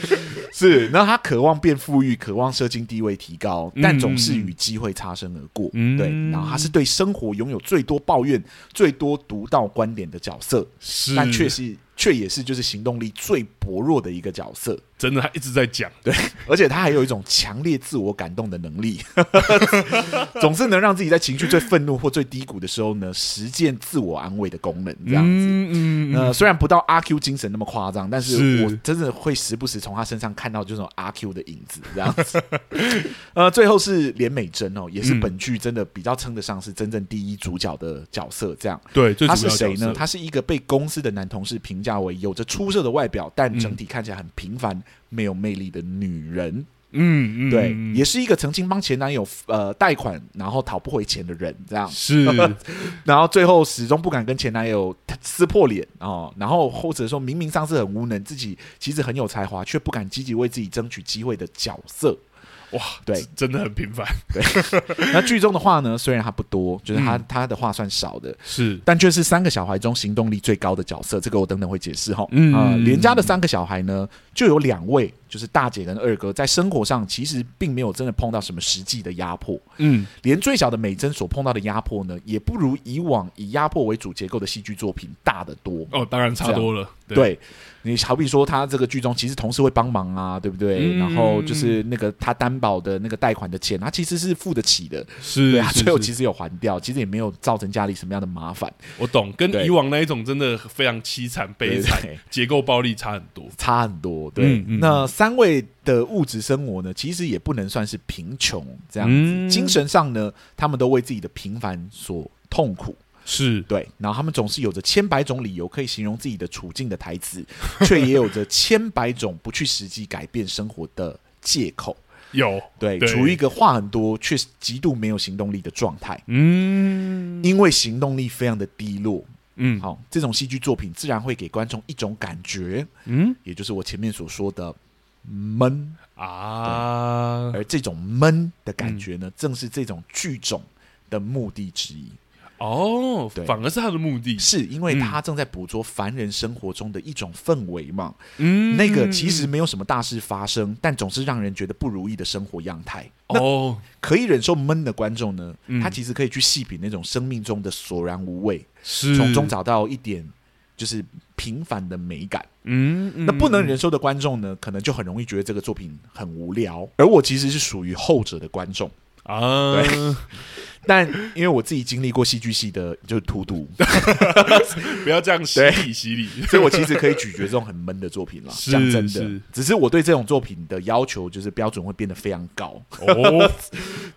Speaker 1: 是。然后他渴望变富裕，渴望社经地位提高，但
Speaker 2: 嗯
Speaker 1: 总是与机会擦身而过。
Speaker 2: 嗯
Speaker 1: 对，然后他是对生活拥有最多抱怨、最多独到观点的角色，
Speaker 2: 是，
Speaker 1: 但却是却也是就是行动力最薄弱的一个角色。
Speaker 2: 真的，他一直在讲，
Speaker 1: 而且他还有一种强烈自我感动的能力， [LAUGHS] 总是能让自己在情绪最愤怒或最低谷的时候呢，实践自我安慰的功能，这样子。
Speaker 2: 嗯
Speaker 1: 呃，虽然不到阿 Q 精神那么夸张，但
Speaker 2: 是
Speaker 1: 是我真的会时不时从他身上看到这种阿 Q 的影子，这样子。 [LAUGHS] 呃，最后是连美珍哦，也是本剧真的比较称得上是真正第一主角的角色。这样，
Speaker 2: 对，最
Speaker 1: 他是
Speaker 2: 主要的角
Speaker 1: 谁呢
Speaker 2: 色？
Speaker 1: 他是一个被公司的男同事评价为有着出色的外表，但整体看起来很平凡、没有魅力的女人。
Speaker 2: 嗯嗯，
Speaker 1: 对， [LAUGHS]
Speaker 2: 嗯
Speaker 1: 也是一个曾经帮前男友呃贷款，然后讨不回钱的人，这样，
Speaker 2: 是
Speaker 1: [LAUGHS] 然后最后始终不敢跟前男友呃撕破脸哦，然后或者说明明上司很无能，自己其实很有才华，却不敢积极为自己争取机会的角色。
Speaker 2: 哇，
Speaker 1: 对，
Speaker 2: [LAUGHS] 真的很频繁，
Speaker 1: 那剧中的话呢，虽然他不多，就是他、他的话算少的，
Speaker 2: 是
Speaker 1: 但却是三个小孩中行动力最高的角色。这个我等等会解释哈。
Speaker 2: 嗯
Speaker 1: 啊连家的三个小孩呢，就有两位就是大姐跟二哥，在生活上其实并没有真的碰到什么实际的压迫，
Speaker 2: 嗯
Speaker 1: 连最小的美珍所碰到的压迫呢，也不如以往以压迫为主结构的戏剧作品大得多。
Speaker 2: 哦，当然差多了，对，
Speaker 1: 啊对你好比说，他这个剧中其实同事会帮忙啊，对不对？
Speaker 2: 嗯
Speaker 1: 然后就是那个他担保的那个贷款的钱，他其实是付得起的，
Speaker 2: 是
Speaker 1: 对啊，
Speaker 2: 是
Speaker 1: 最后
Speaker 2: 是
Speaker 1: 其实有还掉，其实也没有造成家里什么样的麻烦，
Speaker 2: 我懂，跟
Speaker 1: 对
Speaker 2: 以往那一种真的非常凄惨悲惨
Speaker 1: 对对，
Speaker 2: 结构暴力差很多，
Speaker 1: 差很多。对，
Speaker 2: 嗯嗯
Speaker 1: 那三位的物质生活呢，其实也不能算是贫穷这样子，
Speaker 2: 嗯
Speaker 1: 精神上呢，他们都为自己的平凡所痛苦。
Speaker 2: 是
Speaker 1: 对，然后他们总是有着千百种理由可以形容自己的处境的台词，却也有着千百种不去实际改变生活的借口。
Speaker 2: 有，
Speaker 1: 对，
Speaker 2: 对
Speaker 1: 处于一个话很多却极度没有行动力的状态，
Speaker 2: 嗯
Speaker 1: 因为行动力非常的低落。
Speaker 2: 嗯
Speaker 1: 好，这种戏剧作品自然会给观众一种感觉，
Speaker 2: 嗯
Speaker 1: 也就是我前面所说的闷，
Speaker 2: 啊，
Speaker 1: 而这种闷的感觉呢，正是这种剧种的目的之一，
Speaker 2: 哦
Speaker 1: 对，
Speaker 2: 反而是他的目的，
Speaker 1: 是因为
Speaker 2: 嗯
Speaker 1: 它正在捕捉凡人生活中的一种氛围嘛。
Speaker 2: 嗯，
Speaker 1: 那个其实没有什么大事发生，但总是让人觉得不如意的生活样态。那
Speaker 2: 哦，
Speaker 1: 可以忍受闷的观众呢，
Speaker 2: 嗯
Speaker 1: 他其实可以去细品那种生命中的索然无味，
Speaker 2: 是
Speaker 1: 从中找到一点就是平凡的美感。
Speaker 2: 嗯，嗯
Speaker 1: 那不能忍受的观众呢，可能就很容易觉得这个作品很无聊。而我其实是属于后者的观众，
Speaker 2: 啊，
Speaker 1: 但因为我自己经历过戏剧系的就是荼
Speaker 2: [LAUGHS]
Speaker 1: 毒，
Speaker 2: [LAUGHS] 不要这样洗礼
Speaker 1: [LAUGHS]
Speaker 2: 洗礼，
Speaker 1: 所以我其实可以咀嚼这种很闷的作品了。
Speaker 2: 是
Speaker 1: 讲真的
Speaker 2: 是，
Speaker 1: 只是我对这种作品的要求就是标准会变得非常高。
Speaker 2: 哦，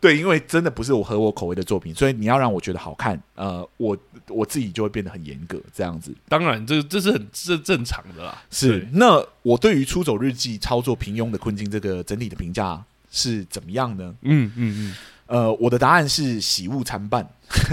Speaker 1: 对，因为真的不是我合我口味的作品，所以你要让我觉得好看，呃，我我自己就会变得很严格，这样子
Speaker 2: 当然这这是很这正常的啦，对
Speaker 1: 那我对于《出走日记》操作平庸的困境这个整体的评价是怎么样呢？
Speaker 2: 嗯嗯
Speaker 1: 呃，我的答案是喜恶参半。 [LAUGHS]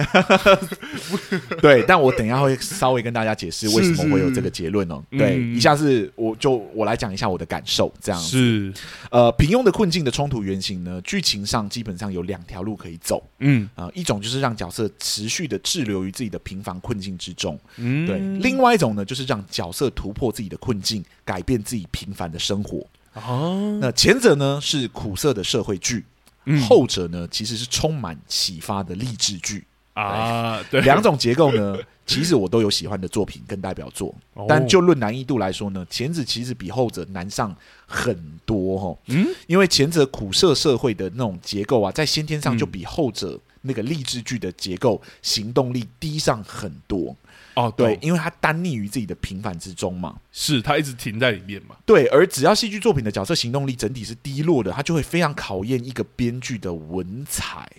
Speaker 1: 对，但我等一下会稍微跟大家解释为什么会有这个结论哦。
Speaker 2: 是是
Speaker 1: 对，
Speaker 2: 嗯
Speaker 1: 以下是我就我来讲一下我的感受，这
Speaker 2: 嗯，
Speaker 1: 样子。
Speaker 2: 是，
Speaker 1: 呃，平庸的困境的冲突原型呢，剧情上基本上有两条路可以走。
Speaker 2: 嗯
Speaker 1: 啊、一种就是让角色持续的滞留于自己的平凡困境之中，
Speaker 2: 嗯，
Speaker 1: 对；另外一种呢，就是让角色突破自己的困境，改变自己平凡的生活。
Speaker 2: 啊，
Speaker 1: 那前者呢是苦涩的社会剧，
Speaker 2: 嗯
Speaker 1: 后者呢其实是充满启发的励志剧。
Speaker 2: 啊，对，
Speaker 1: 两种结构
Speaker 2: [LAUGHS]
Speaker 1: 呢，其实我都有喜欢的作品跟代表作，
Speaker 2: 哦
Speaker 1: 但就论难易度来说呢，前者其实比后者难上很多哦。
Speaker 2: 嗯，
Speaker 1: 因为前者苦涩社会的那种结构啊，在先天上
Speaker 2: 嗯
Speaker 1: 就比后者那个励志剧的结构行动力低上很多。
Speaker 2: 哦，
Speaker 1: 对，
Speaker 2: 对，
Speaker 1: 因为它单溺于自己的平凡之中嘛。
Speaker 2: 是他一直停在里面嘛，
Speaker 1: 对，而只要戏剧作品的角色行动力整体是低落的，它就会非常考验一个编剧的文
Speaker 2: [LAUGHS]
Speaker 1: 采。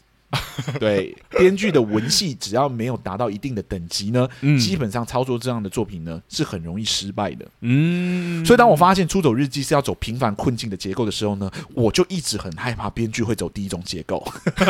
Speaker 1: 对，编剧的文戏只要没有达到一定的等级呢，
Speaker 2: 嗯
Speaker 1: 基本上操作这样的作品呢是很容易失败的。
Speaker 2: 嗯，
Speaker 1: 所以当我发现《出走日记》是要走平凡困境的结构的时候呢，我就一直很害怕编剧会走第一种结构。 [LAUGHS]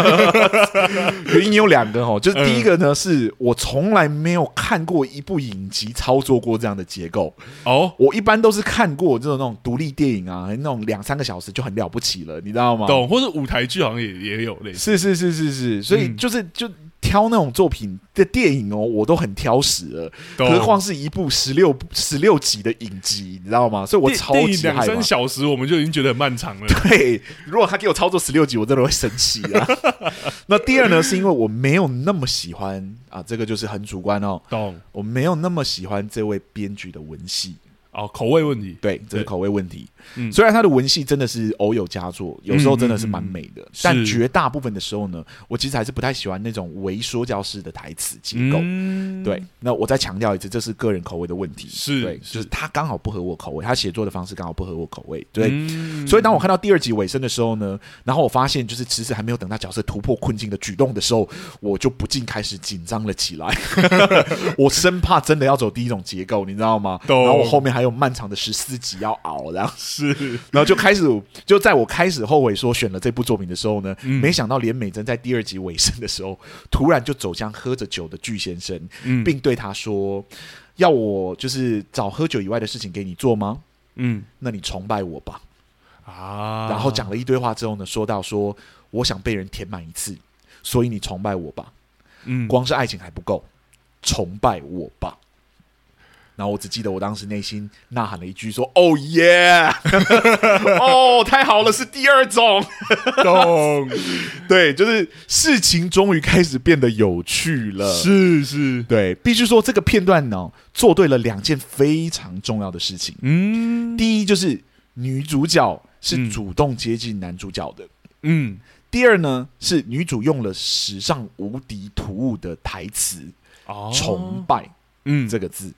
Speaker 1: 原因有两个哦，就是第一个呢，是我从来没有看过一部影集操作过这样的结构。
Speaker 2: 哦，
Speaker 1: 我一般都是看过这种那种独立电影啊，那种两三个小时就很了不起了，你知道吗？
Speaker 2: 懂，或者舞台剧好像也也有类似，
Speaker 1: 是是是是是，所以
Speaker 2: 嗯
Speaker 1: 就是、就挑那种作品的电影哦，我都很挑食了，何况是一部十六十六集的影集，你知道吗？所以我
Speaker 2: 电
Speaker 1: 超
Speaker 2: 电影
Speaker 1: 级
Speaker 2: 两
Speaker 1: 害怕
Speaker 2: 三。小时，我们就已经觉得很漫长
Speaker 1: [LAUGHS]
Speaker 2: 了。
Speaker 1: 对，如果他给我操作十六集，我真的会生气
Speaker 2: [LAUGHS]
Speaker 1: 啊。那第二呢，是因为我没有那么喜欢啊，这个就是很主观哦，
Speaker 2: 懂
Speaker 1: 我没有那么喜欢这位编剧的文戏。
Speaker 2: 哦，口味问题。
Speaker 1: 对，这是口味问题。
Speaker 2: 嗯
Speaker 1: 虽然他的文戏真的是偶有佳作，有时候真的是蛮美的，但
Speaker 2: 嗯是
Speaker 1: 绝大部分的时候呢，我其实还是不太喜欢那种唯说教式的台词结构。
Speaker 2: 嗯，
Speaker 1: 对，那我再强调一次，这是个人口味的问题。
Speaker 2: 是
Speaker 1: 对，
Speaker 2: 是
Speaker 1: 就是他刚好不合我口味，他写作的方式刚好不合我口味。对，
Speaker 2: 嗯
Speaker 1: 所以当我看到第二集尾声的时候呢，然后我发现就是迟迟还没有等到角色突破困境的举动的时候，我就不禁开始 [LAUGHS] 紧张了起来。我生怕真的要走第一种结构，你知道吗？然
Speaker 2: 懂
Speaker 1: 后我后面还还有漫长的十四集要熬，然后
Speaker 2: 是
Speaker 1: 然后就开始，就在我开始后悔说选了这部作品的时候呢，
Speaker 2: 嗯
Speaker 1: 没想到连美珍在第二集尾声的时候，突然就走向喝着酒的巨先生，
Speaker 2: 嗯
Speaker 1: 并对他说：“要我就是找喝酒以外的事情给你做吗？
Speaker 2: 嗯
Speaker 1: 那你崇拜我吧。
Speaker 2: 啊，
Speaker 1: 然后讲了一堆话之后呢，说到说我想被人填满一次，所以你崇拜我吧。
Speaker 2: 嗯
Speaker 1: 光是爱情还不够，崇拜我吧。然后我只记得我当时内心呐喊了一句说：“哦耶！ [LAUGHS] 哦，太好了，是第二种。” [LAUGHS]
Speaker 2: 懂
Speaker 1: 对，就是事情终于开始变得有趣了。
Speaker 2: [LAUGHS] 是是，
Speaker 1: 对，必须说这个片段呢、做对了两件非常重要的事情。
Speaker 2: 嗯
Speaker 1: 第一就是女主角
Speaker 2: 嗯
Speaker 1: 是主动接近男主角的；
Speaker 2: 嗯
Speaker 1: 第二呢是女主用了史上无敌突兀的台词“
Speaker 2: 哦
Speaker 1: 崇拜”
Speaker 2: 嗯
Speaker 1: 这个字。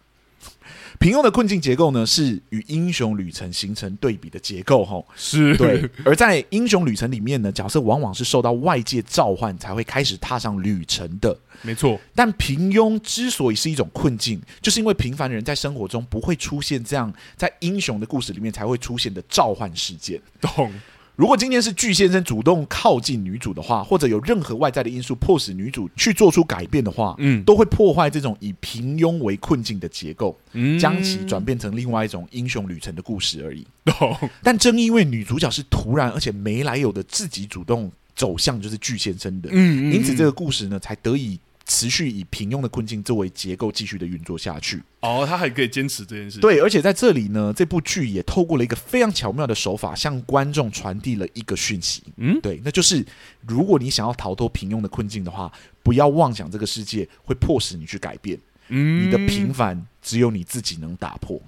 Speaker 1: 平庸的困境结构呢，是与英雄旅程形成对比的结构，吼，
Speaker 2: 是
Speaker 1: 对，而在英雄旅程里面呢，角色往往是受到外界召唤才会开始踏上旅程的。
Speaker 2: [LAUGHS] 没错，
Speaker 1: 但平庸之所以是一种困境，就是因为平凡人在生活中不会出现这样在英雄的故事里面才会出现的召唤事件。
Speaker 2: 懂
Speaker 1: 如果今天是巨先生主动靠近女主的话，或者有任何外在的因素迫使女主去做出改变的话，
Speaker 2: 嗯
Speaker 1: 都会破坏这种以平庸为困境的结构，
Speaker 2: 嗯
Speaker 1: 将其转变成另外一种英雄旅程的故事而已。
Speaker 2: 懂
Speaker 1: 但正因为女主角是突然而且没来由的自己主动走向就是巨先生的，
Speaker 2: 嗯
Speaker 1: 因此这个
Speaker 2: 个
Speaker 1: 故事呢才得以持续以平庸的困境作为结构继续的运作下去。
Speaker 2: 哦，他还可以坚持这件事，，
Speaker 1: 对，而且在这里呢，这部剧也透过了一个非常巧妙的手法，向观众传递了一个讯息。
Speaker 2: 嗯
Speaker 1: 对，那就是如果你想要逃脱平庸的困境的话，不要妄想这个世界会迫使你去改变，
Speaker 2: 嗯
Speaker 1: 你的平凡只有你自己能打破。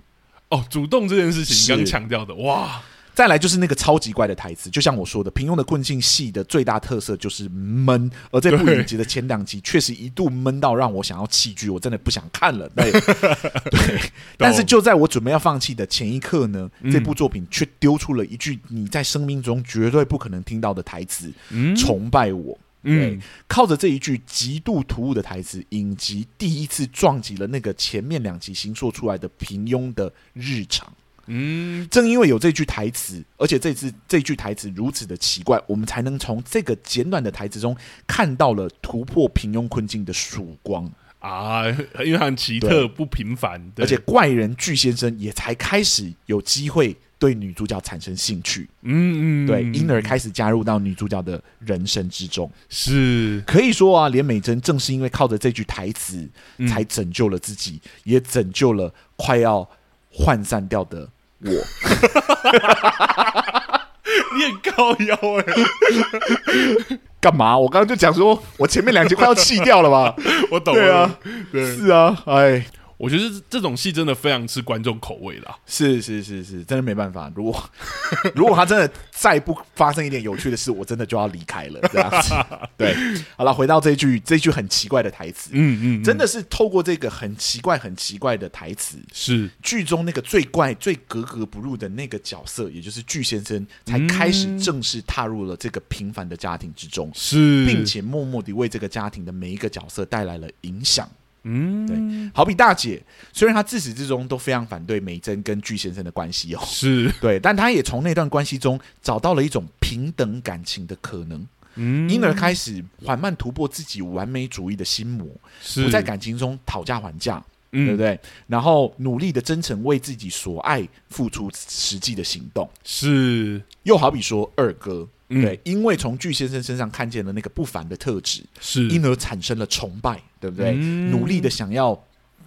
Speaker 2: 哦，主动这件事
Speaker 1: 是
Speaker 2: 情刚强调的，哇，
Speaker 1: 再来就是那个超级怪的台词，就像我说的，平庸的困境戏的最大特色就是闷，而这部
Speaker 2: 对
Speaker 1: 影集的前两集确实一度闷到让我想要弃剧，我真的不想看了。对，对。但是就在我准备要放弃的前一刻呢，
Speaker 2: 嗯
Speaker 1: 这部作品却丢出了一句你在生命中绝对不可能听到的台词：
Speaker 2: 嗯
Speaker 1: 崇拜我。对
Speaker 2: 嗯，
Speaker 1: 靠着这一句极度突兀的台词，影集第一次撞击了那个前面两集形塑出来的平庸的日常。
Speaker 2: 嗯
Speaker 1: 正因为有这句台词，而且这次这句台词如此的奇怪，我们才能从这个简短的台词中看到了突破平庸困境的曙光。
Speaker 2: 啊，因为他很奇特不平凡，对
Speaker 1: 而且怪人巨先生也才开始有机会对女主角产生兴趣，
Speaker 2: 嗯嗯，
Speaker 1: 对，
Speaker 2: 嗯
Speaker 1: 因而开始加入到女主角的人生之中。
Speaker 2: 是 [LAUGHS]
Speaker 1: 可以说啊，连美珍正是因为靠着这句台词，
Speaker 2: 嗯
Speaker 1: 才拯救了自己，也拯救了快要涣散掉的我。
Speaker 2: 你很高腰哎，
Speaker 1: 干嘛？我刚刚就讲说，我前面两集快要气掉了吧？
Speaker 2: 我 [LAUGHS] 懂
Speaker 1: 对啊
Speaker 2: 了，对，
Speaker 1: 是啊，哎，
Speaker 2: 我觉得这这种戏真的非常吃观众口味啦，
Speaker 1: 是是是是，真的没办法。如果如果他真的再不发生一点有趣的事，我真的就要离开了。这样子，对，好了，回到这一句这一句很奇怪的台词，
Speaker 2: 嗯嗯，
Speaker 1: 真的是透过这个很奇怪很奇怪的台词，
Speaker 2: 是
Speaker 1: 剧中那个最怪、最格格不入的那个角色，也就是巨先生，才开始正式踏入了这个平凡的家庭之中，
Speaker 2: 嗯是，
Speaker 1: 并且默默地为这个家庭的每一个角色带来了影响。
Speaker 2: 嗯
Speaker 1: 对，好比大姐，虽然她自始至终都非常反对美珍跟巨先生的关系哦，
Speaker 2: 是，
Speaker 1: 对，但她也从那段关系中找到了一种平等感情的可能，
Speaker 2: 嗯
Speaker 1: 因而开始缓慢突破自己完美主义的心魔，
Speaker 2: 是
Speaker 1: 不在感情中讨价还价，
Speaker 2: 嗯
Speaker 1: 对不对？然后努力的真诚为自己所爱付出实际的行动。
Speaker 2: 是，
Speaker 1: 又好比说二哥，
Speaker 2: 嗯
Speaker 1: 对，因为从巨先生身上看见了那个不凡的特质，
Speaker 2: 是
Speaker 1: 因而产生了崇拜，对不对？
Speaker 2: 嗯
Speaker 1: 努力的想要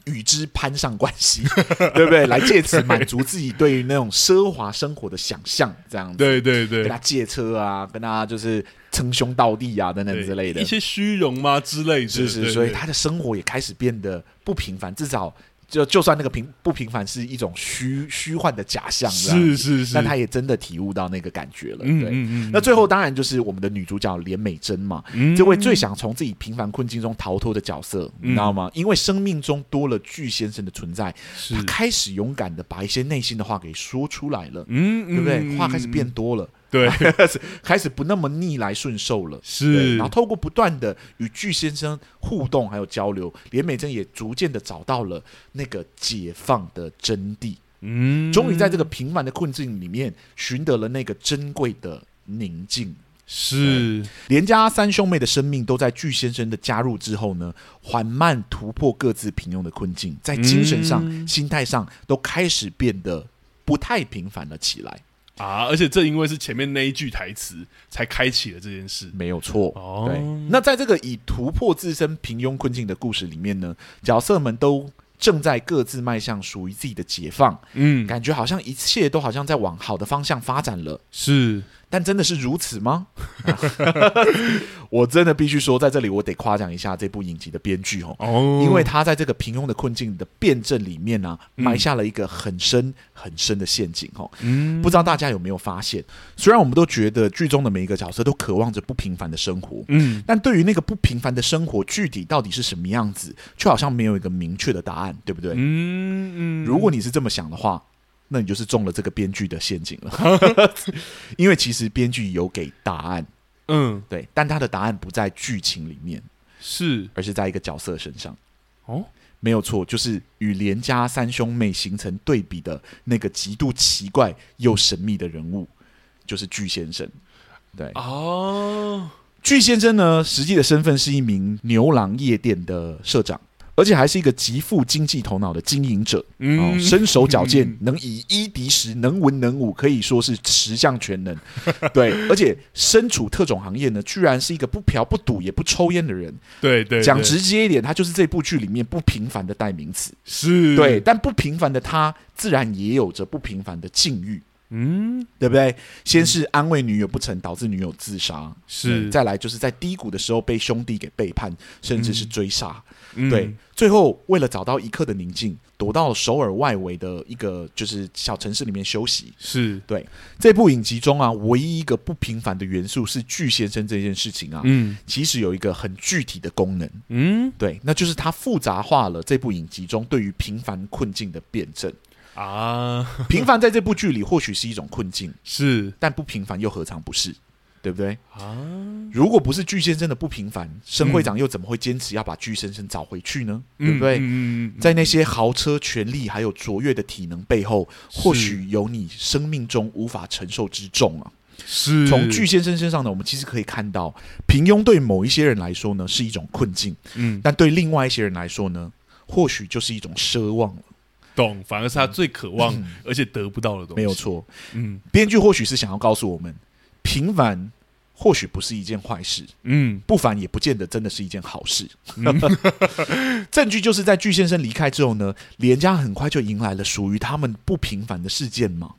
Speaker 1: 与之攀上关系， [LAUGHS] 对不对？来借此满足自己对于那种奢华生活的想象，这样子。
Speaker 2: 对对
Speaker 1: 跟
Speaker 2: 对
Speaker 1: 他。借车啊，跟他就是称兄道弟啊，等等
Speaker 2: 对
Speaker 1: 之类的
Speaker 2: 一，些虚荣嘛之类的，
Speaker 1: 是是，
Speaker 2: 对
Speaker 1: 所以
Speaker 2: 对
Speaker 1: 他的生活也开始变得不平凡，至少就就算那个平不平凡是一种虚虚幻的假象，这样
Speaker 2: 是是是，
Speaker 1: 但他也真的体悟到那个感觉了，
Speaker 2: 嗯
Speaker 1: 对。
Speaker 2: 嗯嗯，
Speaker 1: 那最后当然就是我们的女主角连美珍嘛，
Speaker 2: 嗯嗯
Speaker 1: 这位最想从自己平凡困境中逃脱的角色，你知道吗？因为生命中多了巨先生的存在，
Speaker 2: 是
Speaker 1: 她开始勇敢的把一些内心的话给说出来了，
Speaker 2: 嗯，
Speaker 1: 对不对？
Speaker 2: 嗯
Speaker 1: 话开始变多了，
Speaker 2: 对，
Speaker 1: [LAUGHS] 开始不那么逆来顺受了。对，
Speaker 2: 是
Speaker 1: 然后透过不断的与巨先生互动还有交流，连美珍也逐渐的找到了那个解放的真谛。
Speaker 2: 嗯，
Speaker 1: 终于在这个平凡的困境里面寻得了那个珍贵的宁静。
Speaker 2: 是
Speaker 1: 连家三兄妹的生命都在巨先生的加入之后呢，缓慢突破各自平庸的困境，在精神上、
Speaker 2: 嗯
Speaker 1: 心态上都开始变得不太平凡了起来。
Speaker 2: 啊，而且这因为是前面那一句台词才开启了这件事。
Speaker 1: 没有错，
Speaker 2: 哦
Speaker 1: 对。那在这个以突破自身平庸困境的故事里面呢，角色们都正在各自迈向属于自己的解放，
Speaker 2: 嗯，
Speaker 1: 感觉好像一切都好像在往好的方向发展了。
Speaker 2: 是
Speaker 1: 但真的是如此吗？ [LAUGHS] 我真的必须说，在这里我得夸奖一下这部影集的编剧哦，
Speaker 2: 哦，
Speaker 1: 因为他在这个平庸的困境的辩证里面呢、埋下了一个很深很深的陷阱哦。
Speaker 2: 嗯
Speaker 1: 不知道大家有没有发现？虽然我们都觉得剧中的每一个角色都渴望着不平凡的生活，
Speaker 2: 嗯
Speaker 1: 但对于那个不平凡的生活具体到底是什么样子，却好像没有一个明确的答案，对不对？
Speaker 2: 嗯嗯，
Speaker 1: 如果你是这么想的话，那你就是中了这个编剧的陷阱了，
Speaker 2: [LAUGHS]
Speaker 1: 因为其实编剧有给答案，
Speaker 2: 嗯
Speaker 1: 对，但他的答案不在剧情里面，
Speaker 2: 是
Speaker 1: 而是在一个角色身上。
Speaker 2: 哦，
Speaker 1: 没有错，就是与连家三兄妹形成对比的那个极度奇怪又神秘的人物，就是巨先生。对，
Speaker 2: 啊哦，
Speaker 1: 巨先生呢，实际的身份是一名牛郎夜店的社长，而且还是一个极富经济头脑的经营者。哦，
Speaker 2: 嗯，
Speaker 1: 身手矫健
Speaker 2: [LAUGHS] 嗯，
Speaker 1: 能以一敌十，能文能武，可以说是十项全能。 [LAUGHS] 对，而且身处特种行业呢，居然是一个不嫖、不赌、也不抽烟的人。
Speaker 2: 对对，
Speaker 1: 讲
Speaker 2: 对
Speaker 1: 直接一点，他就是这部剧里面不平凡的代名词。
Speaker 2: 是，
Speaker 1: 对，，但不平凡的他，自然也有着不平凡的境遇。
Speaker 2: 嗯
Speaker 1: 对不对？先是安慰女友不成，导致女友自杀；
Speaker 2: 是
Speaker 1: 对再来就是嗯在低谷的时候被兄弟给背叛，甚至是追杀。
Speaker 2: 嗯
Speaker 1: 对，最后为了找到一刻的宁静，躲到首尔外围的一个就是小城市里面休息。
Speaker 2: 是，
Speaker 1: 这部影集中啊，唯一一个不平凡的元素是巨先生这件事情啊，
Speaker 2: 嗯
Speaker 1: 其实有一个很具体的功能，
Speaker 2: 嗯
Speaker 1: 对，那就是它复杂化了这部影集中对于平凡困境的辩证。
Speaker 2: 啊，
Speaker 1: 平凡在这部剧里或许是一种困境，
Speaker 2: 是
Speaker 1: 但不平凡又何尝不是？对不对？
Speaker 2: 啊，
Speaker 1: 如果不是巨先生的不平凡，申会长又怎么会坚持要把巨先生找回去呢？对不对？
Speaker 2: 嗯，嗯
Speaker 1: 在那些豪车、权力还有卓越的体能背后，或许有你生命中无法承受之重啊。
Speaker 2: 是
Speaker 1: 从巨，先生身上呢，我们其实可以看到，平庸对某一些人来说呢是一种困境，
Speaker 2: 嗯，
Speaker 1: 但对另外一些人来说呢，或许就是一种奢望了。
Speaker 2: 懂，反而是他最渴望而且得不到的东西，
Speaker 1: 嗯没有，错，
Speaker 2: 嗯
Speaker 1: 编剧或许是想要告诉我们，平凡或许不是一件坏事，
Speaker 2: 嗯
Speaker 1: 不凡也不见得真的是一件好事。 [LAUGHS] 证据就是在巨先生离开之后呢，连家很快就迎来了属于他们不平凡的事件嘛，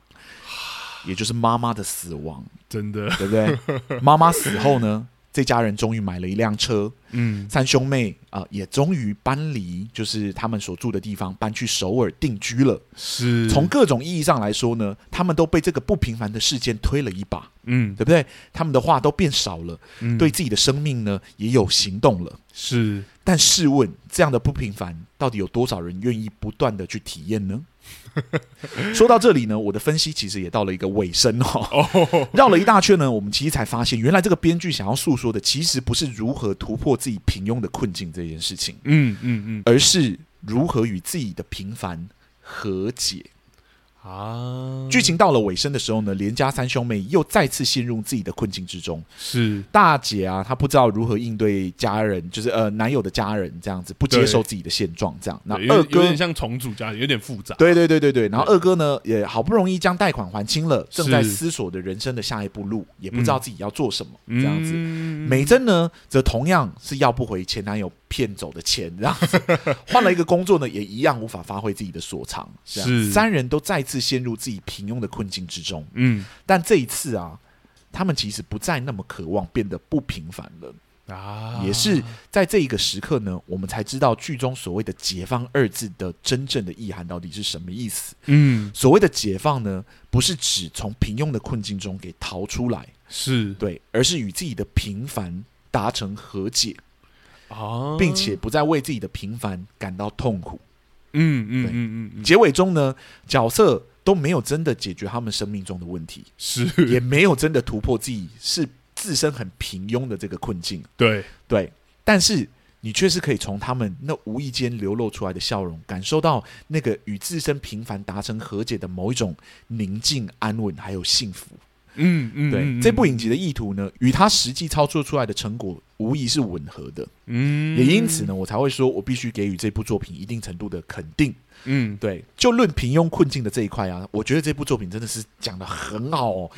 Speaker 1: 也就是妈妈的死亡，
Speaker 2: 真的，
Speaker 1: 对不对？妈妈死后呢，这家人终于买了一辆车，
Speaker 2: 嗯
Speaker 1: 三兄妹啊、呃也终于搬离，就是他们所住的地方，搬去首尔定居了。
Speaker 2: 是
Speaker 1: 从各种意义上来说呢，他们都被这个不平凡的事件推了一把，
Speaker 2: 嗯
Speaker 1: 对不对？他们的话都变少了，
Speaker 2: 嗯
Speaker 1: 对自己的生命呢也有行动了。
Speaker 2: 是
Speaker 1: 但试问，这样的不平凡，到底有多少人愿意不断的去体验
Speaker 2: [LAUGHS]
Speaker 1: 呢？说到这里呢，我的分析其实也到了一个尾声哦。
Speaker 2: [LAUGHS]
Speaker 1: 绕了一大圈呢，我们其实才发现，原来这个编剧想要诉说的，其实不是如何突破自己平庸的困境这件事情，
Speaker 2: 嗯嗯
Speaker 1: 而是如何与自己的平凡和解。
Speaker 2: 嗯啊，
Speaker 1: 剧情到了尾声的时候呢，连家三兄妹又再次陷入自己的困境之中。
Speaker 2: 是
Speaker 1: 大姐啊，她不知道如何应对家人，就是呃男友的家人这样子，不接受自己的现状这样。那
Speaker 2: 对有
Speaker 1: 二
Speaker 2: 点有
Speaker 1: 哥
Speaker 2: 点，像重组家，有点复杂，
Speaker 1: 对对对对对，然后二哥呢也好不容易将贷款还清了，正在
Speaker 2: 是
Speaker 1: 思索的人生的下一步路，也不知道自己要做什么、这样子。
Speaker 2: 嗯
Speaker 1: 美珍呢，则同样是要不回前男友骗走的钱，这样子
Speaker 2: [LAUGHS]
Speaker 1: 换了一个工作呢，也一样无法发挥自己的所长。这样子
Speaker 2: 是
Speaker 1: 三人都再次陷入自己平庸的困境之中，
Speaker 2: 嗯
Speaker 1: 但这一次啊，他们其实不再那么渴望变得不平凡了。
Speaker 2: 啊，
Speaker 1: 也是在这一个时刻呢，我们才知道剧中所谓的“解放”二字的真正的意涵到底是什么意思。
Speaker 2: 嗯
Speaker 1: 所谓的解放呢，不是指从平庸的困境中给逃出来，
Speaker 2: 是
Speaker 1: 对，而是与自己的平凡达成和解，
Speaker 2: 啊，
Speaker 1: 并且不再为自己的平凡感到痛苦。
Speaker 2: 嗯嗯
Speaker 1: 对
Speaker 2: 嗯嗯嗯
Speaker 1: 结尾中呢，角色都没有真的解决他们生命中的问题，
Speaker 2: 是，
Speaker 1: 也没有真的突破自己是自身很平庸的这个困境。
Speaker 2: 对
Speaker 1: 对，但是你却是可以从他们那无意间流露出来的笑容，感受到那个与自身平凡达成和解的某一种宁静、安稳，还有幸福。
Speaker 2: 嗯嗯，
Speaker 1: 对、
Speaker 2: 嗯
Speaker 1: 这部影集的意图呢，与他实际操作出来的成果无疑是吻合的，
Speaker 2: 嗯
Speaker 1: 也因此，呢，我才会说我必须给予这部作品一定程度的肯定。
Speaker 2: 嗯，
Speaker 1: 对，就论平庸困境的这一块啊，我觉得这部作品真的是讲的很好
Speaker 2: [LAUGHS]
Speaker 1: 哦，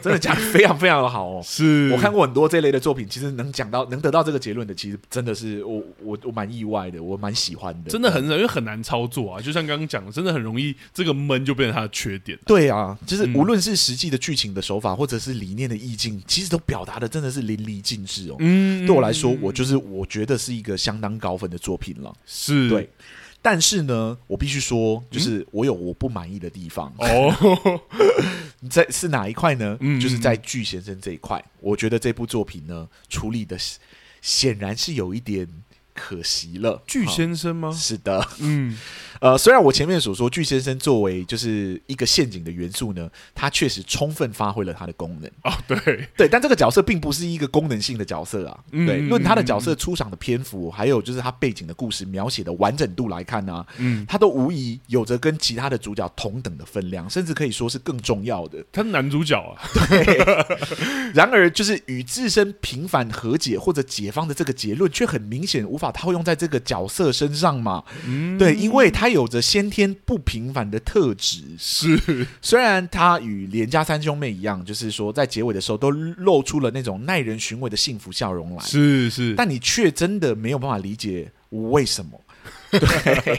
Speaker 1: 真的讲的非常非常的好哦。
Speaker 2: 是
Speaker 1: 我看过很多这类的作品，其实能讲到能得到这个结论的，其实真的是我我我蛮意外的，我蛮喜欢的，
Speaker 2: 真的很因为很难操作啊，就像刚刚讲，的，真的很容易这个闷就变成他的缺点。
Speaker 1: 对啊，就是
Speaker 2: 嗯
Speaker 1: 无论是实际的剧情的手法，或者是理念的意境，其实都表达的真的是淋漓尽致哦。
Speaker 2: 嗯
Speaker 1: 对我来说，我就是我觉得是一个相当高分的作品了。
Speaker 2: 是嗯
Speaker 1: 对，但是呢，我必须说，就是我有我不满意的地方。
Speaker 2: 哦，
Speaker 1: 在是哪一块呢？
Speaker 2: 嗯
Speaker 1: 就是在巨先生这一块，我觉得这部作品呢处理的显然是有一点可惜了。
Speaker 2: 巨
Speaker 1: 好
Speaker 2: 先生吗？
Speaker 1: 是的，
Speaker 2: [LAUGHS] 嗯
Speaker 1: 呃，虽然我前面所说，巨先生作为就是一个陷阱的元素呢，它确实充分发挥了它的功能。
Speaker 2: 哦，对，
Speaker 1: 对，但这个角色并不是一个功能性的角色啊。
Speaker 2: 嗯
Speaker 1: 对，
Speaker 2: 嗯
Speaker 1: 论他的角色出场的篇幅，还有就是他背景的故事描写的完整度来看呢、啊，
Speaker 2: 嗯，
Speaker 1: 他都无疑有着跟其他的主角同等的分量，甚至可以说是更重要的。
Speaker 2: 他是男主角啊，
Speaker 1: 然而，就是与自身平凡和解或者解放的这个结论，却很明显无法套用在这个角色身上嘛？
Speaker 2: [LAUGHS] 嗯，
Speaker 1: 对，因为他有着先天不平凡的特质。
Speaker 2: 是，
Speaker 1: 虽然他与连家三兄妹一样，就是说在结尾的时候都露出了那种耐人寻味的幸福笑容来，
Speaker 2: 是是，
Speaker 1: 但你却真的没有办法理解为什
Speaker 2: [LAUGHS]
Speaker 1: 么。对，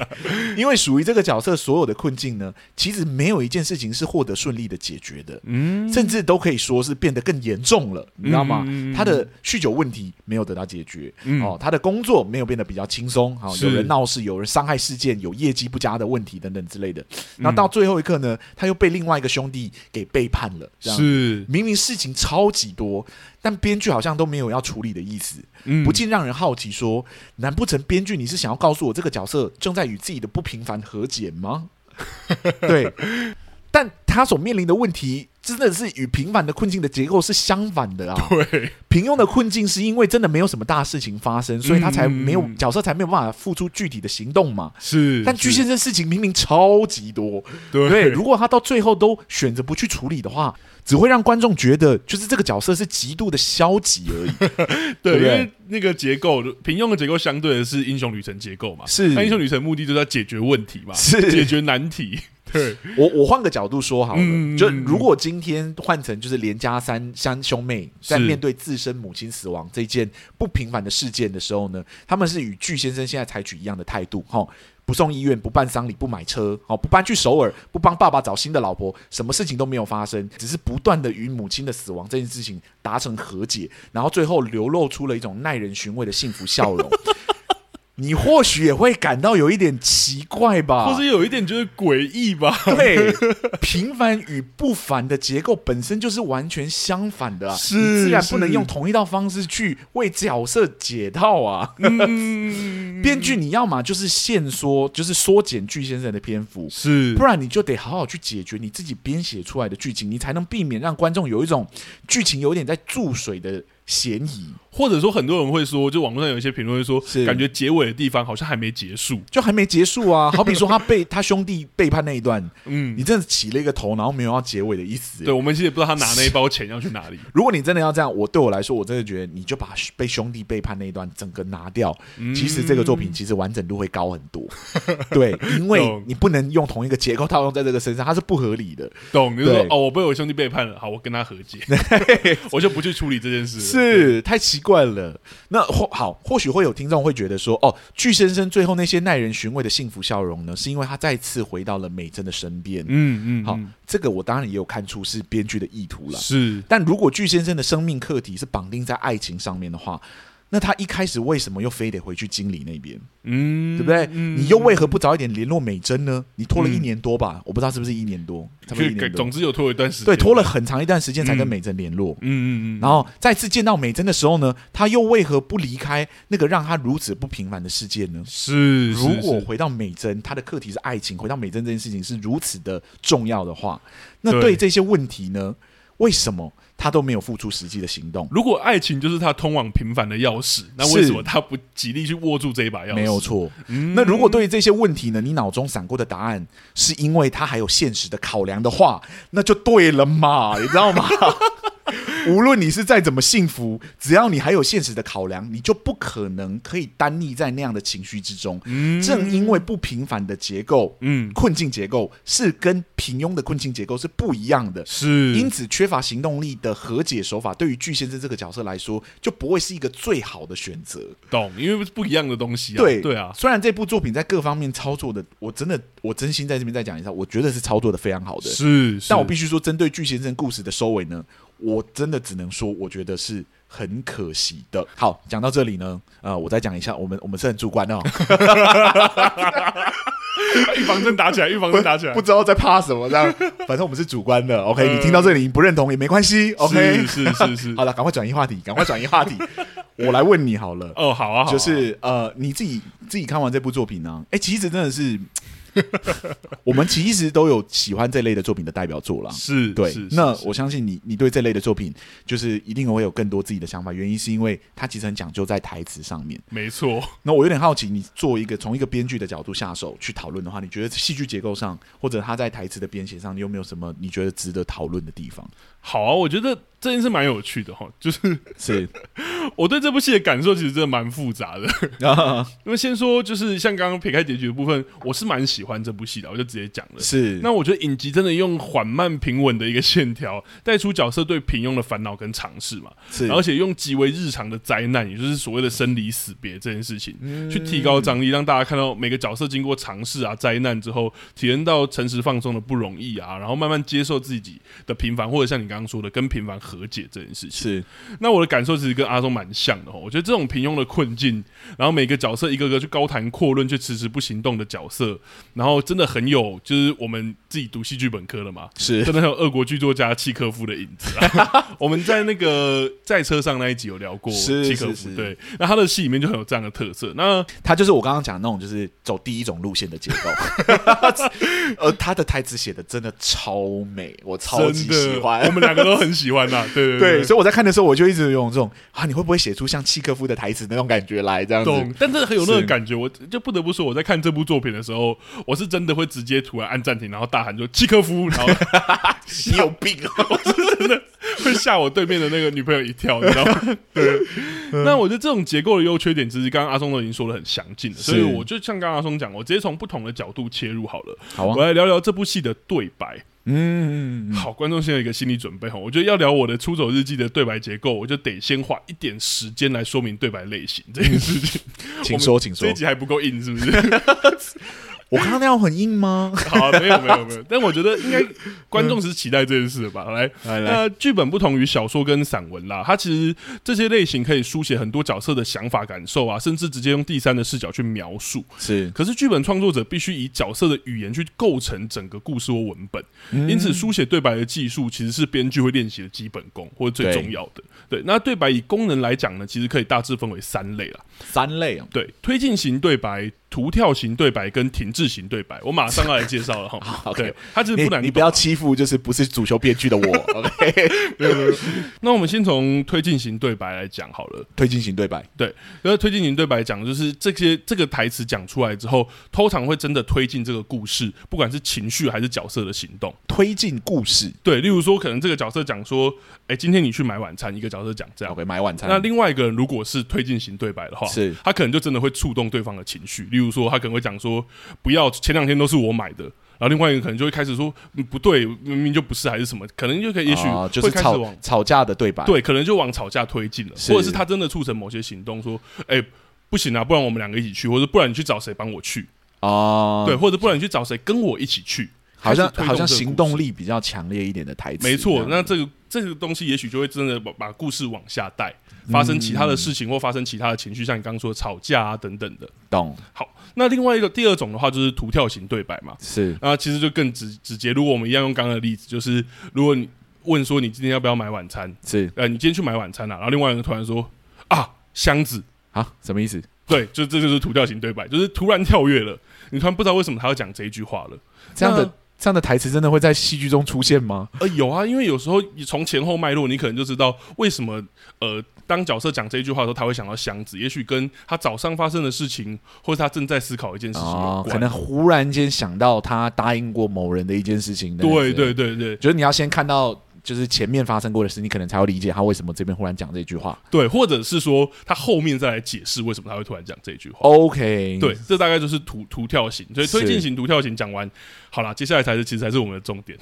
Speaker 1: 因为属于这个角色所有的困境呢，其实没有一件事情是获得顺利的解决的。
Speaker 2: 嗯，
Speaker 1: 甚至都可以说是变得更严重了，你知道吗？
Speaker 2: 嗯嗯嗯
Speaker 1: 他的酗酒问题没有得到解决，
Speaker 2: 嗯
Speaker 1: 哦，他的工作没有变得比较轻松，哦，
Speaker 2: 是
Speaker 1: 有人闹事，有人伤害事件，有业绩不佳的问题等等之类的。那
Speaker 2: 嗯
Speaker 1: 到最后一刻呢，他又被另外一个兄弟给背叛了，这样。
Speaker 2: 是，
Speaker 1: 明明事情超级多，但编剧好像都没有要处理的意思，
Speaker 2: 嗯
Speaker 1: 不禁让人好奇说：难不成编剧你是想要告诉我这个角色正在与自己的不平凡和解吗？ [LAUGHS] 对，但他所面临的问题真的是与平凡的困境的结构是相反的啊！
Speaker 2: 对，
Speaker 1: 平庸的困境是因为真的没有什么大事情发生，所以他才没有、
Speaker 2: 嗯
Speaker 1: 角色才没有办法付出具体的行动嘛。
Speaker 2: 是，
Speaker 1: 但巨
Speaker 2: 是
Speaker 1: 先生事情明明超级多，对，
Speaker 2: 对
Speaker 1: 如果他到最后都选择不去处理的话，只会让观众觉得就是这个角色是极度的消极而已。对
Speaker 2: 对，
Speaker 1: 不
Speaker 2: 因
Speaker 1: 对
Speaker 2: 为那个结构，平庸的结构相对的是英雄旅程结构嘛，
Speaker 1: 是
Speaker 2: 那英雄旅程目的就是要解决问题嘛，
Speaker 1: 是
Speaker 2: 解决
Speaker 1: [LAUGHS]
Speaker 2: 难题，对，
Speaker 1: 我我换个角度说好了，
Speaker 2: 嗯
Speaker 1: 就如果今天换成就是连家三三兄妹在
Speaker 2: 是
Speaker 1: 面对自身母亲死亡这件不平凡的事件的时候呢，他们是与巨先生现在采取一样的态度，哈。不送医院，不办丧礼，不买车，哦，不搬去首尔，不帮爸爸找新的老婆，什么事情都没有发生，只是不断的与母亲的死亡这件事情达成和解，然后最后流露出了一种耐人寻味的幸福笑容。 [LAUGHS] 你或许也会感到有一点奇怪吧，
Speaker 2: [LAUGHS] 或是有一点就是诡异吧， [LAUGHS]
Speaker 1: 对，平凡与不凡的结构本身就是完全相反的、啊，
Speaker 2: 是
Speaker 1: 你自然不能
Speaker 2: 是
Speaker 1: 用同一套方式去为角色解套啊。
Speaker 2: [LAUGHS] 嗯，
Speaker 1: 编剧，你要嘛就是限缩，就是缩减巨先生的篇幅，
Speaker 2: 是
Speaker 1: 不然你就得好好去解决你自己编写出来的剧情，你才能避免让观众有一种剧情有点在注水的嫌疑。
Speaker 2: 或者说很多人会说，就网络上有一些评论会说
Speaker 1: 是，
Speaker 2: 感觉结尾的地方好像还没结束。
Speaker 1: 就还没结束啊！好比说他被 [LAUGHS] 他兄弟背叛那一段，
Speaker 2: 嗯，
Speaker 1: 你真的起了一个头，然后没有要结尾的意思、欸
Speaker 2: 对，我们其实也不知道他拿那一包钱要去哪里。
Speaker 1: 如果你真的要这样，我对我来说，我真的觉得你就把被兄弟背叛那一段整个拿掉，
Speaker 2: 嗯
Speaker 1: 其实这个作品其实完整度会高很
Speaker 2: [LAUGHS]
Speaker 1: 多。对，因为
Speaker 2: 懂
Speaker 1: 你不能用同一个结构套用在这个身上，它是不合理的。
Speaker 2: 懂？就是
Speaker 1: 对
Speaker 2: 说，哦，我被我兄弟背叛了，好，我跟他和
Speaker 1: [LAUGHS]
Speaker 2: 解， [LAUGHS] 我就不去处理这件事了。
Speaker 1: 是太奇怪了。那或好，或许会有听众会觉得说，哦，巨先生最后那些耐人寻味的幸福笑容呢，是因为他再次回到了美珍的身边。
Speaker 2: 嗯，嗯嗯，
Speaker 1: 好，这个我当然也有看出是编剧的意图了。
Speaker 2: 是
Speaker 1: 但如果巨先生的生命课题是绑定在爱情上面的话，那他一开始为什么又非得回去经理那边，
Speaker 2: 嗯，
Speaker 1: 对不对？
Speaker 2: 嗯
Speaker 1: 你又为何不早一点联络美珍呢？你拖了一年多吧，我不知道是不是一年多，差不多一
Speaker 2: 就
Speaker 1: 年多
Speaker 2: 总，之有拖一段时间，
Speaker 1: 对，拖了。很长一段时间才跟美珍联络。
Speaker 2: 嗯嗯嗯，
Speaker 1: 然后再次见到美珍的时候呢，他又为何不离开那个让他如此不平凡的世界呢？
Speaker 2: 是是
Speaker 1: 如果
Speaker 2: 是
Speaker 1: 回到美珍，他的课题是爱情，回到美珍这件事情是如此的重要的话，那
Speaker 2: 对
Speaker 1: 对这些问题呢，为什么他都没有付出实际的行动，
Speaker 2: 如果爱情就是他通往平凡的钥匙，那为
Speaker 1: 是
Speaker 2: 什么他不极力去握住这一把钥匙？
Speaker 1: 没有错。
Speaker 2: 嗯
Speaker 1: 那如果对于这些问题呢，你脑中闪过的答案是因为他还有现实的考量的话，那就对了
Speaker 2: [LAUGHS]
Speaker 1: 嘛，你知道吗？无论你是再怎么幸福，只要你还有现实的考量，你就不可能可以单立在那样的情绪之中。正因为不平凡的结构，
Speaker 2: 嗯
Speaker 1: 困境结构是跟平庸的困境结构是不一样的。
Speaker 2: 是
Speaker 1: 因此，缺乏行动力的和解手法，对于巨先生这个角色来说，就不会是一个最好的选择。
Speaker 2: 懂，因为不一样的东西啊。
Speaker 1: 对
Speaker 2: 对啊，
Speaker 1: 虽然这部作品在各方面操作的，我真的我真心在这边再讲一下，我觉得是操作的非常好的。
Speaker 2: 是，是
Speaker 1: 但我必须说，针对巨先生故事的收尾呢，我真的只能说，我觉得是很可惜
Speaker 2: [LAUGHS]
Speaker 1: 的。好，讲到这里呢，呃，我再讲一下，我们我们是很主
Speaker 2: [LAUGHS]
Speaker 1: 观的、哦，
Speaker 2: 预防针打起来，预防针打起来
Speaker 1: 不。知道在怕什么这样， [LAUGHS] 反正我们是主观的。OK，、
Speaker 2: 嗯
Speaker 1: 你听到这里你不认同也没关系。OK，，
Speaker 2: 是是是是 [LAUGHS]
Speaker 1: 好了，赶快转移话题，赶快转移话题，我来问你好了。
Speaker 2: 哦，好啊，好啊
Speaker 1: 就是呃，你自己自己看完这部作品呢、哎、其实真的是， [LAUGHS] 我们其实都有喜欢这类的作品的代表作啦。
Speaker 2: 啊是，
Speaker 1: 对
Speaker 2: 是，是
Speaker 1: 那
Speaker 2: 是
Speaker 1: 我相信你，你对这类的作品，就是一定会有更多自己的想法。原因是因为它其实很讲究在台词上面。
Speaker 2: 没错，
Speaker 1: 那我有点好奇，你作为一个从一个编剧的角度下手去讨论的话，你觉得戏剧结构上，或者他在台词的编写上，你有没有什么你觉得值得讨论的地方？
Speaker 2: 好啊，我觉得这件事蛮有趣的哈，就是 [LAUGHS]
Speaker 1: 是
Speaker 2: 我对这部戏的感受其实真的蛮复杂的。
Speaker 1: 啊，
Speaker 2: 因为先说就是像刚刚撇开结局的部分，我是蛮喜欢这部戏的，我就直接讲了。
Speaker 1: 是
Speaker 2: 那我觉得影集真的用缓慢平稳的一个线条，带出角色对平庸的烦恼跟尝试嘛，
Speaker 1: 是，
Speaker 2: 而且用极为日常的灾难，也就是所谓的生离死别这件事情，去提高张力，让大家看到每个角色经过尝试啊、灾难之后，体验到诚实放松的不容易啊，然后慢慢接受自己的平凡，或者像你刚刚说的跟平凡和解这件事情。
Speaker 1: 是
Speaker 2: 那我的感受其实跟阿忠蛮像的哦。我觉得这种平庸的困境，然后每个角色一个个去高谈阔论，却迟迟不行动的角色，然后真的很有，就是我们自己读戏剧本科的嘛，
Speaker 1: 是
Speaker 2: 真的很有俄国剧作家契科夫的影子
Speaker 1: [LAUGHS]
Speaker 2: 啊。我们在那个在车上那一集有聊过
Speaker 1: 是
Speaker 2: 契科夫，
Speaker 1: 是是
Speaker 2: 对，那他的戏里面就很有这样的特色。那
Speaker 1: 他就是我刚刚讲的那种，就是走第一种路线的结 [LAUGHS] 构，而他的台词写的真的超美，我超级
Speaker 2: 真的
Speaker 1: 喜欢
Speaker 2: 我。们两个都很喜欢呐、对对
Speaker 1: 对，所以我在看的时候，我就一直有这种啊，你会不会写出像契诃夫的台词那种感觉来？这样子，
Speaker 2: 懂，但是很有那个
Speaker 1: 是
Speaker 2: 感觉。我就不得不说，我在看这部作品的时候，我是真的会直接突然按暂停，然后大喊说“契科夫”，然后
Speaker 1: 你有病哦！
Speaker 2: [LAUGHS] 会吓我对面的那个女朋友一跳，你知
Speaker 1: [LAUGHS]
Speaker 2: 道吗？对。
Speaker 1: 嗯
Speaker 2: 那我觉得这种结构的优缺点，其实刚刚阿松都已经说的很详尽了，所以
Speaker 1: 是
Speaker 2: 我就像刚刚阿松讲，我直接从不同的角度切入好了。
Speaker 1: 好啊
Speaker 2: 我来聊聊这部戏的对白。
Speaker 1: 嗯，
Speaker 2: 好，观众先有一个心理准备哈，我觉得要聊我的《出走日记》的对白结构，我就得先花一点时间来说明对白类型这件事情。
Speaker 1: [LAUGHS] 嗯请说，请
Speaker 2: 这
Speaker 1: 说
Speaker 2: 一。集还不够硬，是不是？ [LAUGHS]
Speaker 1: 我刚刚那样很硬吗？
Speaker 2: 好，没有没有没有，但我觉得应该观众是期待这件事的吧。来，
Speaker 1: 来来，
Speaker 2: 那呃剧本不同于小说跟散文啦，它其实这些类型可以书写很多角色的想法、感受啊，甚至直接用第三的视角去描述。
Speaker 1: 是
Speaker 2: 可是剧本创作者必须以角色的语言去构成整个故事或文本，
Speaker 1: 嗯
Speaker 2: 因此书写对白的技术其实是编剧会练习的基本功或者最
Speaker 1: 对
Speaker 2: 重要的。对，那对白以功能来讲呢，其实可以大致分为三类啦。
Speaker 1: 三类哦。
Speaker 2: 对，推进型对白、图跳型对白跟停滞型对白，我马上要来介
Speaker 1: [LAUGHS]
Speaker 2: 绍了哈。
Speaker 1: OK
Speaker 2: 对，它其实
Speaker 1: 你
Speaker 2: 不难
Speaker 1: 你不
Speaker 2: 懂。
Speaker 1: 要欺负，就是不是足球编剧的我。OK，
Speaker 2: 那我们先从推进型对白来讲好了。
Speaker 1: 推进型对白
Speaker 2: 然后推进型对白讲的就是这些这个台词讲出来之后，通常会真的推进这个故事，不管是情绪还是角色的行动。
Speaker 1: 推进故事。
Speaker 2: 对，例如说，可能这个角色讲说：“哎，今天你去买晚餐。”一个角色讲这样。
Speaker 1: OK，买晚
Speaker 2: 那
Speaker 1: 餐
Speaker 2: 另外一个人如果是推进型对白的话，
Speaker 1: 是
Speaker 2: 他可能就真的会触动对方的情绪。例如说，他可能会讲说：“不要，前两天都是我买的。”然后另外一个可能就会开始说：“嗯不对，明明就不是，还是什么？”可能就可以，也许
Speaker 1: 哦就
Speaker 2: 会
Speaker 1: 是
Speaker 2: 开始往
Speaker 1: 吵吵架的对白。
Speaker 2: 对，可能就往吵架推进了，
Speaker 1: 是
Speaker 2: 或者是他真的促成某些行动，说：“哎、不行啊，不然我们两个一起去，或者不然你去找谁帮我去，
Speaker 1: 哦，
Speaker 2: 对，或者不然你去找谁跟我一起去。”
Speaker 1: 好像
Speaker 2: 开始推动
Speaker 1: 好像
Speaker 2: 这个
Speaker 1: 行
Speaker 2: 故事
Speaker 1: 动力比较强烈一点的台词。
Speaker 2: 没
Speaker 1: 这
Speaker 2: 错
Speaker 1: 样，
Speaker 2: 那这个这个东西也许就会真的把把故事往下带，发生其他
Speaker 1: 嗯
Speaker 2: 的事情、或发生其他的情绪，像你刚刚说的吵架啊等等的。
Speaker 1: 懂
Speaker 2: 好，那另外一个第二种的话就是图跳型对白嘛，
Speaker 1: 是
Speaker 2: 那其实就更直直接。如果我们一样用刚刚的例子，就是如果你问说你今天要不要买晚餐，
Speaker 1: 是
Speaker 2: 呃，你今天去买晚餐了、啊，然后另外一个人突然说啊箱子，
Speaker 1: 啊，什么意思？
Speaker 2: 对，就这就是图跳型对白，就是突然跳跃了，你突然不知道为什么他要讲这一句话了。
Speaker 1: 这样
Speaker 2: 那
Speaker 1: 的这样的台词真的会在戏剧中出现吗？
Speaker 2: 呃，有啊，因为有时候你从前后脉络，你可能就知道为什么呃，当角色讲这一句话的时候，他会想到箱子，也许跟他早上发生的事情，或是他正在思考一件事情有
Speaker 1: 哦，可
Speaker 2: 关。
Speaker 1: 能忽然间想到他答应过某人的一件事情。
Speaker 2: 对
Speaker 1: 对
Speaker 2: 对对对
Speaker 1: 就是你要先看到就是前面发生过的事，你可能才会理解他为什么这边忽然讲这句话。
Speaker 2: 对，或者是说他后面再来解释为什么他会突然讲这一句
Speaker 1: 哦
Speaker 2: 话。
Speaker 1: OK，
Speaker 2: 对，，这大概就是图图跳型，所以推进型、图跳型讲完，好啦，接下来才是其实才是我们的重点，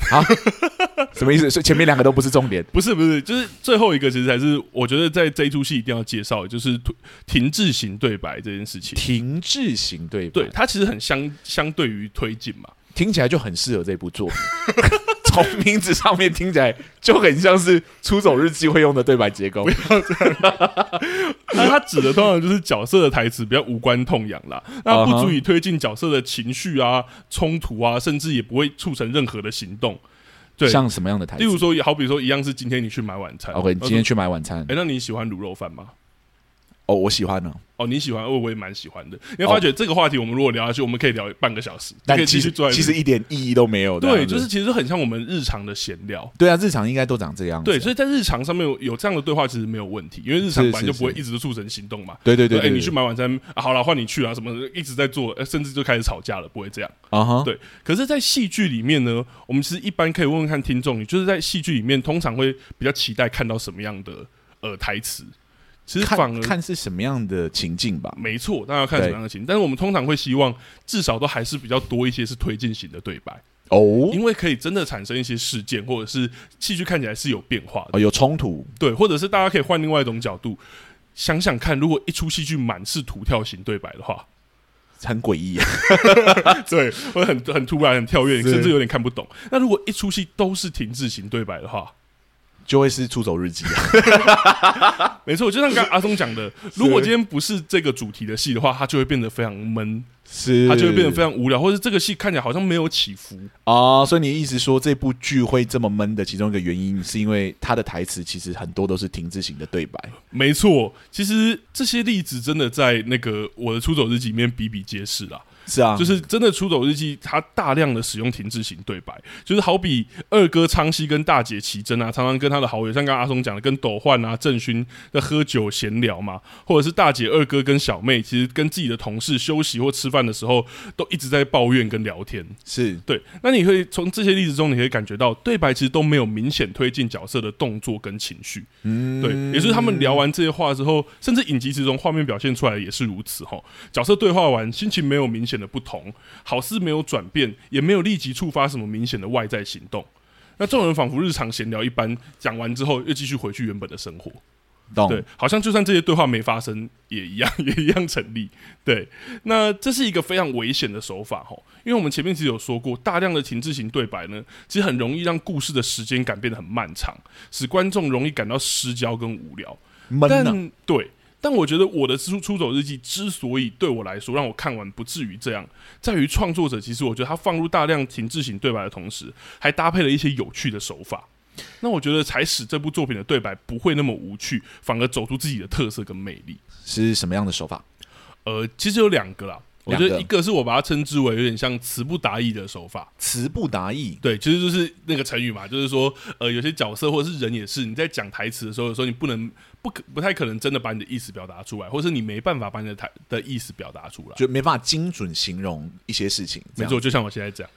Speaker 1: 什么意思？所以前面两个都不是重点。
Speaker 2: 不是不是，就是最后一个其实才是我觉得在这一出戏一定要介绍的，就是图停滞型对白这件事情。
Speaker 1: 停滞型对白，
Speaker 2: 对，它其实很相相对于推进
Speaker 1: [LAUGHS]
Speaker 2: 嘛，
Speaker 1: 听起来就很适合这部作品。 [LAUGHS] 从名字上面听起来就很像是《出走日记》会用的对白结构。
Speaker 2: 那它指的通常就是角色的台词比较无关痛痒啦，那不足以推进角色的情绪啊、冲突啊，甚至也不会促成任何的行动。对
Speaker 1: 像什么样的台
Speaker 2: 例
Speaker 1: 词哦
Speaker 2: 如说，好比说，一样是今天你去买晚餐
Speaker 1: ？OK，你今天
Speaker 2: 去，
Speaker 1: 去买晚餐
Speaker 2: 哎、。那你喜欢卤肉饭吗？
Speaker 1: 哦，我喜欢呢、
Speaker 2: 哦，你喜欢，我我也蛮喜欢的。你会发觉这个话题，我们如果聊下去，我们可以聊半个小时，就可
Speaker 1: 但
Speaker 2: 以继
Speaker 1: 其
Speaker 2: 续
Speaker 1: 实
Speaker 2: 做下去。
Speaker 1: 其实一点意义都没有。这
Speaker 2: 对，
Speaker 1: 样子
Speaker 2: 就是其实很像我们日常的闲聊。
Speaker 1: 对啊，日常应该都长这样子。啊
Speaker 2: 对，所以在日常上面有有这样的对话，其实没有问题，因为日常
Speaker 1: 是
Speaker 2: 本来就是不会一直促成行动嘛。
Speaker 1: 对对对
Speaker 2: 哎、
Speaker 1: 对，
Speaker 2: 你去买晚餐，啊、好了，换你去啊，什么的一直在做、呃甚至就开始吵架了，不会这样。
Speaker 1: 啊哈，
Speaker 2: 对，可是，在戏剧里面呢，我们其实一般可以问问看听众，你就是在戏剧里面通常会比较期待看到什么样的呃台词？其实反
Speaker 1: 看
Speaker 2: 而
Speaker 1: 看是什么样的情境吧。
Speaker 2: 没错，当然要看什么样的情，但是我们通常会希望至少都还是比较多一些是推进型的对白，
Speaker 1: 哦
Speaker 2: 因为可以真的产生一些事件，或者是戏剧看起来是有变化的，
Speaker 1: 哦，有冲突
Speaker 2: 对，或者是大家可以换另外一种角度。想想看，如果一出戏剧满是图跳型对白的话，
Speaker 1: 很诡异啊。
Speaker 2: 对，会很很突然、很跳跃，
Speaker 1: 是
Speaker 2: 甚至有点看不懂。那如果一出戏都是停滞型对白的话，
Speaker 1: 就会是出走日记啊。
Speaker 2: 没错，就像刚刚阿松讲的，如果今天不是这个主题的戏的话，它就会变得非常闷，
Speaker 1: 是
Speaker 2: 它就会变得非常无聊，或者这个戏看起来好像没有起伏。
Speaker 1: 啊、所以你意思说这部剧会这么闷的其中一个原因，是因为它的台词其实很多都是停滞型的对白。
Speaker 2: 没错，其实这些例子真的在那个我的出走日记里面比比皆是啦，
Speaker 1: 是啊，
Speaker 2: 就是真的出走日记，它大量的使用停滞型对白，就是好比二哥昌熙跟大姐奇珍啊，常常跟他的好友，像刚刚阿松讲的，跟斗焕啊、郑勋在喝酒闲聊嘛，或者是大姐二哥跟小妹，其实跟自己的同事休息或吃饭的时候，都一直在抱怨跟聊天。
Speaker 1: 是
Speaker 2: 对，那你可以从这些例子中，你可以感觉到对白其实都没有明显推进角色的动作跟情绪。嗯，对，也就是他们聊完这些话之后，甚至影集之中画面表现出来也是如此哈。角色对话完，心情没有明显的不同，好似没有转变，也没有立即触发什么明显的外在行动。那众人仿佛日常闲聊一般，讲完之后又继续回去原本的生活。对
Speaker 1: 懂，
Speaker 2: 好像就算这些对话没发生，也一样，也一样成立。对，那这是一个非常危险的手法吼，因为我们前面其实有说过，大量的停滞型对白呢，其实很容易让故事的时间感变得很漫长，使观众容易感到失焦跟无聊。
Speaker 1: 闷啊，
Speaker 2: 但对，但我觉得我的出出走日记之所以对我来说让我看完不至于这样，在于创作者其实我觉得他放入大量停滞型对白的同时，还搭配了一些有趣的手法。那我觉得才使这部作品的对白不会那么无趣，反而走出自己的特色跟魅力。
Speaker 1: 是什么样的手法？
Speaker 2: 呃，其实有两个啦，我觉
Speaker 1: 两
Speaker 2: 得
Speaker 1: 个
Speaker 2: 一个是我把它称之为有点像词不达意的手法，
Speaker 1: 词不达意，
Speaker 2: 对，其实就是那个成语嘛，就是说，呃，有些角色或者是人也是，你在讲台词的时候，有时候你不能不可不太可能真的把你的意思表达出来，或是你没办法把你的台的意思表达出来。
Speaker 1: 就没办法精准形容一些事情。这
Speaker 2: 没
Speaker 1: 样
Speaker 2: 错，，就像我现在这样，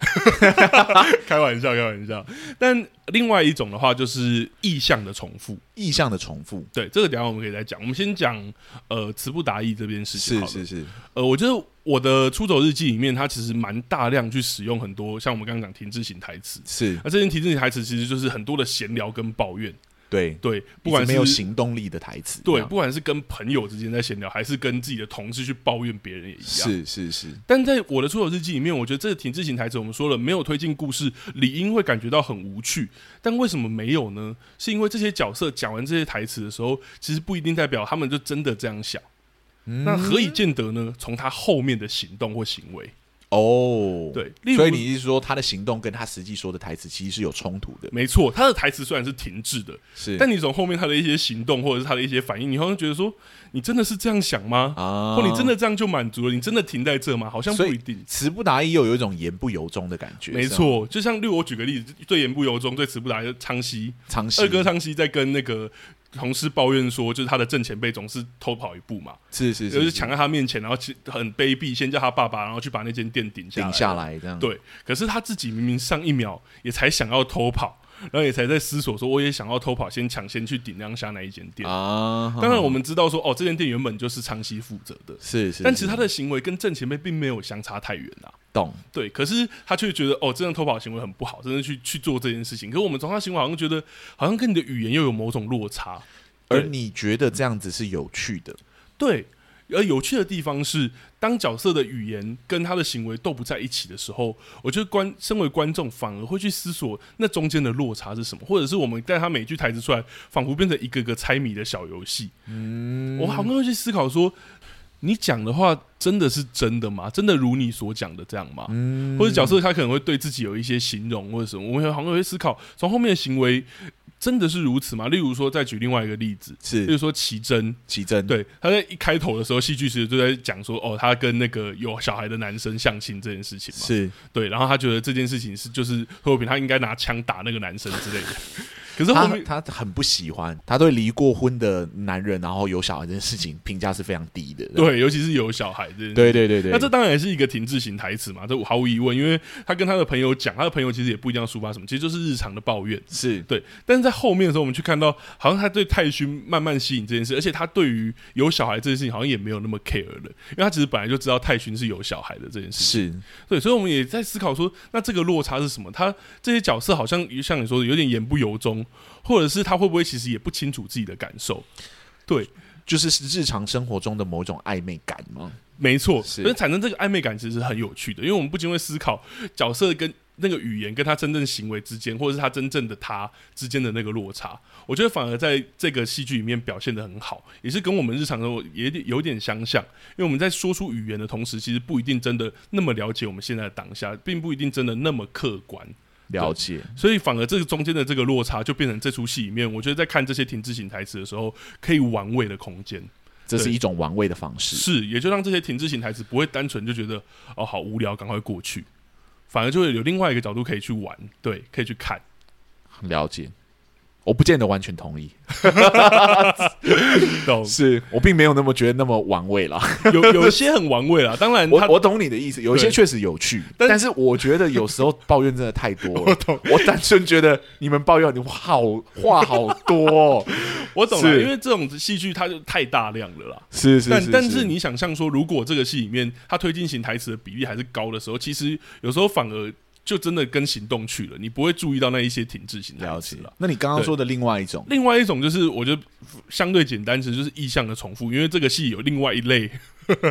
Speaker 2: [LAUGHS] 开玩笑，开玩笑。但另外一种的话，就是意象的重复。
Speaker 1: 意象的重复
Speaker 2: 对，这个等一下我们可以再讲。我们先讲呃词不达意这件事情好
Speaker 1: 是
Speaker 2: 了。
Speaker 1: 是是，
Speaker 2: 呃，我觉得我的《出走日记》里面，它其实蛮大量去使用很多像我们刚刚讲停滞型台词。
Speaker 1: 是
Speaker 2: 那这些停滞型台词其实就是很多的闲聊跟抱怨。
Speaker 1: 对，
Speaker 2: 对，不
Speaker 1: 不
Speaker 2: 管
Speaker 1: 管
Speaker 2: 是
Speaker 1: 没有行动力的台词，这
Speaker 2: 对，
Speaker 1: 样
Speaker 2: 不管是跟朋友之间在闲聊，还是跟自己的同事去抱怨别人也一样。
Speaker 1: 是是是，
Speaker 2: 但在我的出走日记里面，我觉得这个停滞型台词，我们说了没有推进故事，理应会感觉到很无趣。但为什么没有呢？是因为这些角色讲完这些台词的时候，其实不一定代表他们就
Speaker 1: 嗯
Speaker 2: 真的这样想。那何以见得呢？从他后面的行动或行为，
Speaker 1: 哦，
Speaker 2: 对例如
Speaker 1: 所以你是说他的行动跟他实际说的台词其实是有冲突的，
Speaker 2: 没错，他的台词虽然是停滞的，
Speaker 1: 是，
Speaker 2: 但你从后面他的一些行动或者是他的一些反应，你好像觉得说，你真的是这样想吗？
Speaker 1: 啊，
Speaker 2: 或哦你真的这样就满足了？你真的停在这吗？好像不
Speaker 1: 所以
Speaker 2: 一定。
Speaker 1: 词不达意，又有一种言不由衷的感觉，
Speaker 2: 没错，就像例如我举个例子，最言不由衷、最词不达意的昌熙，
Speaker 1: 是吗，长
Speaker 2: 二哥昌熙在跟那个同事抱怨说，就是他的正前辈总是偷跑一步嘛，
Speaker 1: 是是
Speaker 2: 就是是抢在他面前，然后其很卑鄙，先叫他爸爸，然后去把那间店顶下来
Speaker 1: 顶下来这样，
Speaker 2: 对，可是他自己明明上一秒也才想要偷跑，然后也才在思索说，我也想要偷跑，先抢先去顶亮下那一间店。
Speaker 1: 啊，
Speaker 2: 当然，我们知道说，哦，这间店原本就是昌熙负责的，
Speaker 1: 是是，
Speaker 2: 但其实
Speaker 1: 是
Speaker 2: 他的行为跟正前辈并没有相差太远啊。
Speaker 1: 懂
Speaker 2: 对，可是他却觉得哦，这样偷跑行为很不好，真的去去做这件事情。可是我们从他行为好像觉得，好像跟你的语言又有某种落差。
Speaker 1: 而
Speaker 2: 对
Speaker 1: 你觉得这样子是有趣的，
Speaker 2: 对，而有趣的地方是，当角色的语言跟他的行为都不在一起的时候，我觉得观身为观众反而会去思索那中间的落差是什么，或者是我们带他每句台词出来，仿佛变成一个个猜谜的小游戏。嗯，我好像会去思考说。你讲的话真的是真的吗？真的如你所讲的这样吗？或者角色他可能会对自己有一些形容或者什么，我们好像会思考从后面的行为真的是如此吗？例如说，再举另外一个例子，例
Speaker 1: 是
Speaker 2: 如说奇珍，
Speaker 1: 奇珍，
Speaker 2: 对，他在一开头的时候，戏剧师就在讲说，哦，他跟那个有小孩的男生相亲这件事情嘛，
Speaker 1: 是，
Speaker 2: 对，然后他觉得这件事情是就是托品他应该拿枪打那个男生之类的，可是后面
Speaker 1: 他他很不喜欢，他对离过婚的男人然后有小孩这件事情评价是非常低的，
Speaker 2: 对，尤其是有小孩这件事
Speaker 1: 对对对对，
Speaker 2: 那这当然也是一个停滞型台词嘛，这毫无疑问，因为他跟他的朋友讲，他的朋友其实也不一定要抒发什么，其实就是日常的抱怨。
Speaker 1: 是
Speaker 2: 对，但是在后面的时候，我们去看到，好像他对泰勋慢慢吸引这件事，而且他对于有小孩这件事情好像也没有那么 care 了，因为他其实本来就知道泰勋是有小孩的这件事情。
Speaker 1: 是
Speaker 2: 对，所以我们也在思考说，那这个落差是什么？他这些角色好像像你说的，有点言不由衷，或者是他会不会其实也不清楚自己的感受？
Speaker 1: 就是日常生活中的某种暧昧感吗？
Speaker 2: 没错，
Speaker 1: 是
Speaker 2: 所以产生这个暧昧感其实是很有趣的，因为我们不禁会思考角色跟那个语言跟他真正行为之间，或者是他真正的他之间的那个落差。我觉得反而在这个戏剧里面表现的很好，也是跟我们日常生活也有点相像，因为我们在说出语言的同时，其实不一定真的那么了解我们现在的当下，并不一定真的那么客观。
Speaker 1: 了解，
Speaker 2: 所以反而这个中间的这个落差，就变成这出戏里面，我觉得在看这些停滞型台词的时候，可以玩味的空间
Speaker 1: 这是
Speaker 2: 对
Speaker 1: 一种玩味的方式。
Speaker 2: 是，也就让这些停滞型台词不会单纯就觉得哦好无聊，赶快过去，反而就会有另外一个角度可以去玩，对，可以
Speaker 1: [LAUGHS]
Speaker 2: 去看。
Speaker 1: 了解，我不见得完全同意，
Speaker 2: 懂
Speaker 1: 是我并没有那么觉得那么玩味啦。
Speaker 2: 有有一些很玩味啦，当然他
Speaker 1: 我我懂你的意思，有一些确实有趣，
Speaker 2: 但
Speaker 1: 但是我觉得有时候抱怨真的太
Speaker 2: [LAUGHS]
Speaker 1: 多了。我单纯觉得你们抱怨你好话好多、哦，
Speaker 2: 我懂了，
Speaker 1: 是
Speaker 2: 因为这种戏剧它就太大量了啦。
Speaker 1: 是是
Speaker 2: 但
Speaker 1: 是，
Speaker 2: 但 [LAUGHS] 是你想象说，如果这个戏里面它推进型台词的比例还是高的时候，其实有时候反而就真的跟行动去了，你不会注意到那一些停滞型台
Speaker 1: 了
Speaker 2: 词啊
Speaker 1: 解
Speaker 2: 了。。
Speaker 1: 那你刚刚
Speaker 2: 对
Speaker 1: 说的另外一种，
Speaker 2: 另外一种就是，我觉得相对简单，其实就是意象的重复，因为这个戏有另外一类 [LAUGHS]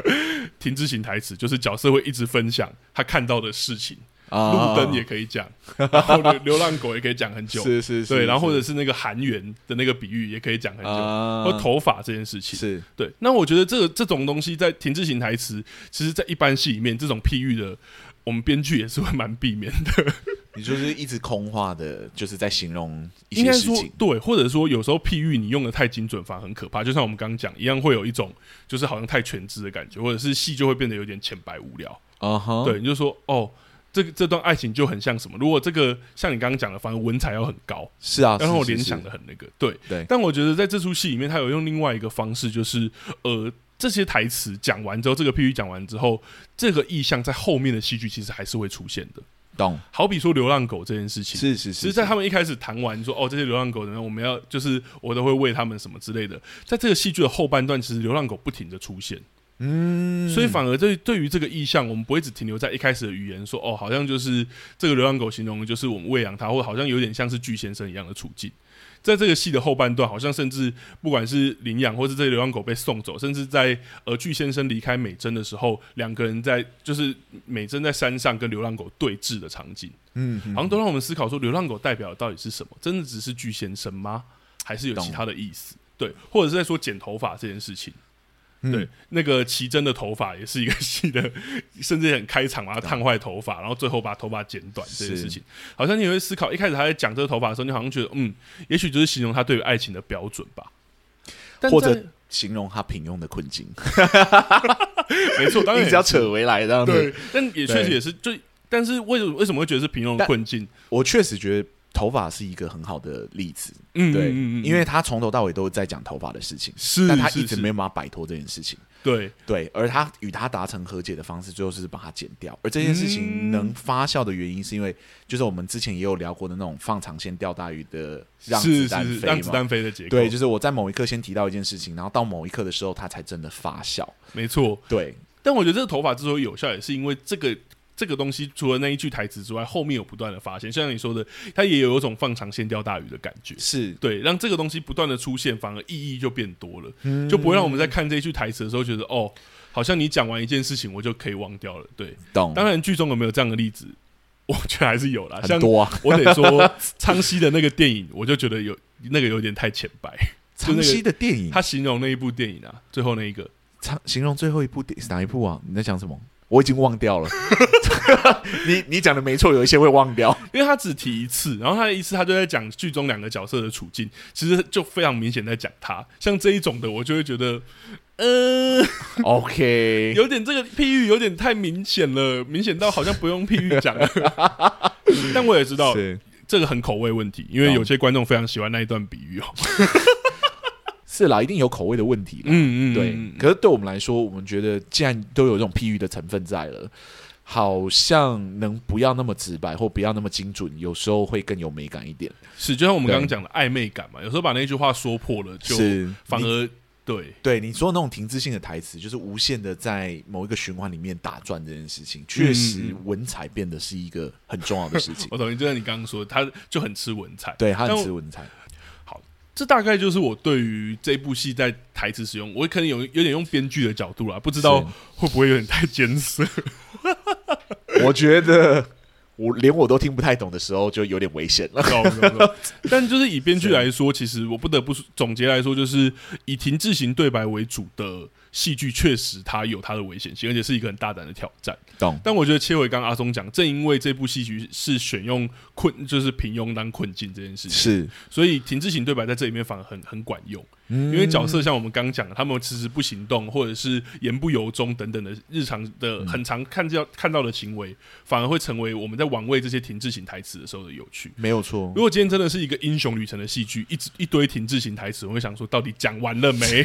Speaker 2: 停滞型台词，就是角色会一直分享他看到的事情，路
Speaker 1: 啊
Speaker 2: 灯也可以讲，然后流流浪狗也可以讲很久，
Speaker 1: [LAUGHS] 是是是，
Speaker 2: 对，然后或者
Speaker 1: 是
Speaker 2: 是那个韩元的那个比喻也可以讲很久，
Speaker 1: 啊
Speaker 2: 或头发这件事情，
Speaker 1: 是
Speaker 2: 对，那我觉得这个这种东西在停滞型台词，其实在一般戏里面，这种譬喻的，我们编剧也是会蛮避免的。
Speaker 1: 你就是一直空话的，就是在形容一
Speaker 2: 应
Speaker 1: 些
Speaker 2: 该
Speaker 1: 事
Speaker 2: 说
Speaker 1: 情，
Speaker 2: 对，或者说有时候譬喻你用的太精准，反而很可怕。就像我们刚刚讲一样，会有一种就是好像太全知的感觉，或者是戏就会变得有点浅白无聊。
Speaker 1: 啊哈，
Speaker 2: 对，你就说哦。这个这段爱情就很像什么？如果这个像你刚刚讲的，反而文采要很高，
Speaker 1: 是啊，
Speaker 2: 然后我
Speaker 1: 是
Speaker 2: 联
Speaker 1: 是是
Speaker 2: 想的很那个，对
Speaker 1: 对
Speaker 2: 但我觉得在这出戏里面，他有用另外一个方式，就是呃，这些台词讲完之后，这个譬喻讲完之后，这个意象在后面的戏剧其实还是会出现的。
Speaker 1: 懂，
Speaker 2: 好比说流浪狗这件事情。
Speaker 1: 是是
Speaker 2: 其
Speaker 1: 是，
Speaker 2: 实，在他们一开始谈完说哦，这些流浪狗怎么样，我们要就是我都会喂他们什么之类的。在这个戏剧的后半段，其实流浪狗不停的出现，
Speaker 1: 嗯，
Speaker 2: 所以反而对对于这个意象，我们不会只停留在一开始的语言说哦，好像就是这个流浪狗形容的就是我们喂养它，或好像有点像是巨先生一样的处境。在这个戏的后半段，好像甚至不管是领养，或是这些流浪狗被送走，甚至在呃巨先生离开美珍的时呃候，两个人在就是美珍在山上跟流浪狗对峙的场景，
Speaker 1: 嗯嗯
Speaker 2: 好像都让我们思考说，流浪狗代表的到底是什么？真的只是巨先生吗？还是有其他的意思？对，或者是在说剪头发这件事情。
Speaker 1: 嗯
Speaker 2: 对，那个奇珍的头发也是一个戏的， [LAUGHS] 甚至很开场把它啊烫坏头发，然后最后把头发剪短这件事情，好像你会思考，一开始他在讲这个头发的时候，你好像觉得，嗯，也许就是形容他对于爱情的标准吧。但
Speaker 1: 或
Speaker 2: 在
Speaker 1: 者形容他平庸的困境，
Speaker 2: 没错，当
Speaker 1: [LAUGHS]
Speaker 2: 然
Speaker 1: 一
Speaker 2: 也
Speaker 1: 直要
Speaker 2: 是
Speaker 1: 扯回来这样子。
Speaker 2: 对，但也确实也是就。但是为什么为什么会觉得是平庸的
Speaker 1: 但
Speaker 2: 困境？
Speaker 1: 我确实觉得头发是一个很好的例子，
Speaker 2: 嗯，
Speaker 1: 对，
Speaker 2: 嗯嗯嗯
Speaker 1: 因为他从头到尾都在讲头发的事情，
Speaker 2: 是
Speaker 1: 但他
Speaker 2: 是
Speaker 1: 一直
Speaker 2: 是
Speaker 1: 没有办法摆脱这件事情。
Speaker 2: 对，
Speaker 1: 对，而他与他达成和解的方式，最后是把它剪掉。而这件事情能发酵的原因，是因为就是我们之前也有聊过的那种放长线钓大鱼的让
Speaker 2: 是
Speaker 1: 子
Speaker 2: 是
Speaker 1: 弹
Speaker 2: 是
Speaker 1: 飞
Speaker 2: 让子
Speaker 1: 嘛。
Speaker 2: 弹飞的结构，
Speaker 1: 对，就是我在某一刻先提到一件事情，然后到某一刻的时候，它才真的发酵。
Speaker 2: 没错。
Speaker 1: 对，
Speaker 2: 但我觉得这个头发之所以有效，也是因为这个这个东西，除了那一句台词之外，后面有不断的发现，像你说的，它也有一种放长线钓大鱼的感觉。
Speaker 1: 是
Speaker 2: 对，让这个东西不断的出现，反而意义就变多了，
Speaker 1: 嗯
Speaker 2: 就不会让我们在看这一句台词的时候觉得，哦，好像你讲完一件事情，我就可以忘掉了。对，
Speaker 1: 懂，
Speaker 2: 当然剧中有没有这样的例子，我觉得还是有啦。像
Speaker 1: 很多啊。
Speaker 2: 我得说，昌熙的那个电影，我就觉得有那个有点太浅白。就那
Speaker 1: 长
Speaker 2: 个
Speaker 1: 期的电影，
Speaker 2: 他形容那一部电影啊，最后那一个，
Speaker 1: 长形容最后一部电是哪一部啊？你在讲什么？我已经忘掉了。 [LAUGHS] 你你讲的没错，有一些会忘
Speaker 2: [LAUGHS]
Speaker 1: 掉。
Speaker 2: 因为他只提一次，然后他一次他就在讲剧中两个角色的处境，其实就非常明显在讲他。像这一种的，我就会觉得，呃，
Speaker 1: OK，
Speaker 2: 有点这个譬喻有点太明显了，明显到好像不用譬喻讲了。
Speaker 1: [LAUGHS]
Speaker 2: 但我也知道
Speaker 1: 是
Speaker 2: 这个很口味问题，因为
Speaker 1: 懂
Speaker 2: 有些观众非常喜欢那一段比喻哦。
Speaker 1: 是啦，一定有口味的问题啦。
Speaker 2: 嗯嗯，
Speaker 1: 对，
Speaker 2: 嗯
Speaker 1: 可是对我们来说，我们觉得既然都有这种譬喻的成分在了，好像能不要那么直白或不要那么精准，有时候会更有美感一点。
Speaker 2: 是就像我们刚刚讲的暧昧感嘛，有时候把那句话说破了，就是反
Speaker 1: 你
Speaker 2: 而对。
Speaker 1: 对你说的那种停滞性的台词，就是无限的在某一个循环里面打转这件事情，确
Speaker 2: 嗯
Speaker 1: 实文采变得是一个很重要的事情。
Speaker 2: 我同意，就像你刚刚说的，他就很吃文采。
Speaker 1: 对，他
Speaker 2: 但
Speaker 1: 很
Speaker 2: 我
Speaker 1: 吃文采。
Speaker 2: 这大概就是我对于这部戏在台词使用，我可能有有点用编剧的角度啦，不知道
Speaker 1: 是
Speaker 2: 会不会有点太艰涩。
Speaker 1: 我觉得我连我都听不太懂的时候，就有点危险了。
Speaker 2: 懂懂懂但就是以编剧来说，其实我不得不说总结来说，就是以停滞型对白为主的戏剧，确实它有它的危险性，而且是一个很大胆的挑战。
Speaker 1: 懂
Speaker 2: 但我觉得切回刚刚阿松讲，正因为这部戏剧是选用困，就是平庸当困境这件事情，
Speaker 1: 是，
Speaker 2: 所以停滞型对白在这里面反而很很管用，
Speaker 1: 因
Speaker 2: 因为角色像我们刚刚讲的，他们迟迟不行动，或者是言不由衷等等的日常的很常看到看到的行为，反而会成为我们在玩味这些停滞型台词的时候的有趣。
Speaker 1: 没有错
Speaker 2: 如。果今天真的是一个英雄旅程的戏剧，一直一堆停滞型台词，我会想说，到底讲完
Speaker 1: [LAUGHS]
Speaker 2: 了没？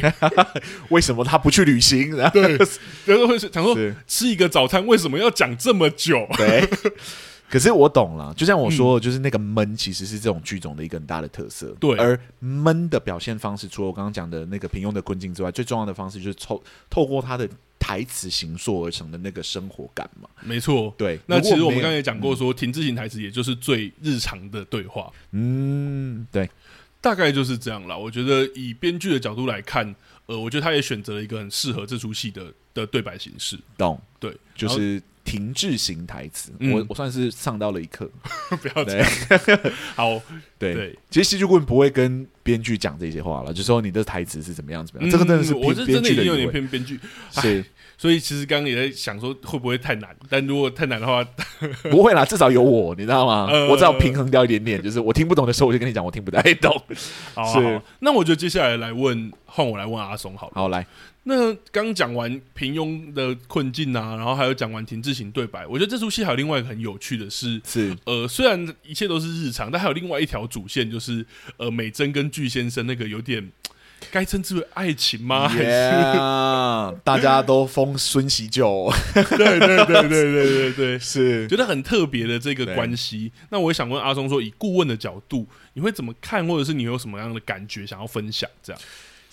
Speaker 1: 为什么他不去旅行？对
Speaker 2: 然后会想说，
Speaker 1: 是
Speaker 2: 吃一个早餐为什么要讲这么久？
Speaker 1: 对。嗯可是我懂了，就像我说的，就是那个闷其实是这种剧种的一个很大的特色。
Speaker 2: 对
Speaker 1: 而闷的表现方式，除了我刚刚讲的那个平庸的困境之外，最重要的方式就是透透过他的台词形塑而成的那个生活感嘛。
Speaker 2: 没错。
Speaker 1: 对，
Speaker 2: 那
Speaker 1: 如果
Speaker 2: 其实我们
Speaker 1: 没有
Speaker 2: 刚才也讲过说停滞型台词也就是最日常的对话，
Speaker 1: 嗯，对，
Speaker 2: 大概就是这样啦。我觉得以编剧的角度来看，呃，我觉得他也选择了一个很适合这出戏的的对白形式。 [LAUGHS]
Speaker 1: 懂，
Speaker 2: 对，
Speaker 1: 就
Speaker 2: 然后
Speaker 1: 是停滞型台词。
Speaker 2: 嗯
Speaker 1: 我我算是上到了一课。
Speaker 2: 不要这
Speaker 1: 对
Speaker 2: 样。好，
Speaker 1: [LAUGHS] 对，
Speaker 2: 对，
Speaker 1: 其实戏剧棍不会跟编剧讲这些话了，就说你的台词是怎么样怎么样，这个真的是
Speaker 2: 嗯我
Speaker 1: 编
Speaker 2: 这
Speaker 1: 编
Speaker 2: 真的已
Speaker 1: 剧的
Speaker 2: 经有
Speaker 1: 语
Speaker 2: 点
Speaker 1: 味。
Speaker 2: 偏编剧，
Speaker 1: 是 [LAUGHS]
Speaker 2: 所以其实刚刚也在想说会不会太难，但如果太难的话，
Speaker 1: 不会啦，至少有我，你知道吗？
Speaker 2: 呃哎
Speaker 1: 我只要平衡掉一点点，就是我听不懂的时候，我就跟你讲我听不
Speaker 2: [LAUGHS]
Speaker 1: 太懂。
Speaker 2: 好啊
Speaker 1: 是
Speaker 2: 好啊那我就接下来来问，换我来问阿松好了。
Speaker 1: 好，来，
Speaker 2: 那刚讲完平庸的困境啊，然后还有讲完停滞型对白，我觉得这出戏还有另外一个很有趣的是。
Speaker 1: 是
Speaker 2: 呃，虽然一切都是日常，但还有另外一条主线，就是呃，美珍跟巨先生那个有点，该称之为爱情吗？
Speaker 1: [LAUGHS]
Speaker 2: 还是
Speaker 1: Yeah，大家都封孙喜九，
Speaker 2: [LAUGHS] 对对对对对对
Speaker 1: [LAUGHS]
Speaker 2: 对，
Speaker 1: 是
Speaker 2: 觉得很特别的这个
Speaker 1: 对
Speaker 2: 关系。那我也想问阿松说，以顾问的角度，你会怎么看，或者是你有什么样的感觉想要分享？这样，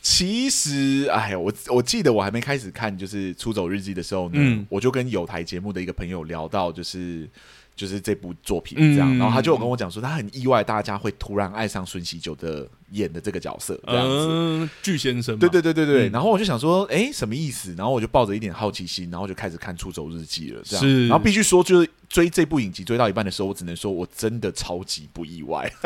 Speaker 1: 其实，哎，我我记得我还没开始看就是《出走日记》的时候呢，
Speaker 2: 嗯
Speaker 1: 我就跟有台节目的一个朋友聊到，就是就是这部作品
Speaker 2: 嗯
Speaker 1: 这样，然后他就有跟我讲说，他很意外大家会突然爱上孙喜九的演的这个角色这样子。
Speaker 2: 嗯，巨先生嘛，
Speaker 1: 对对对对对，
Speaker 2: 嗯
Speaker 1: 然后我就想说，哎，什么意思？然后我就抱着一点好奇心，然后就开始看《出走日记》了。这样，
Speaker 2: 是
Speaker 1: 然后必须说，就是追这部影集追到一半的时候，我只能说我真的超级不意外。 [LAUGHS]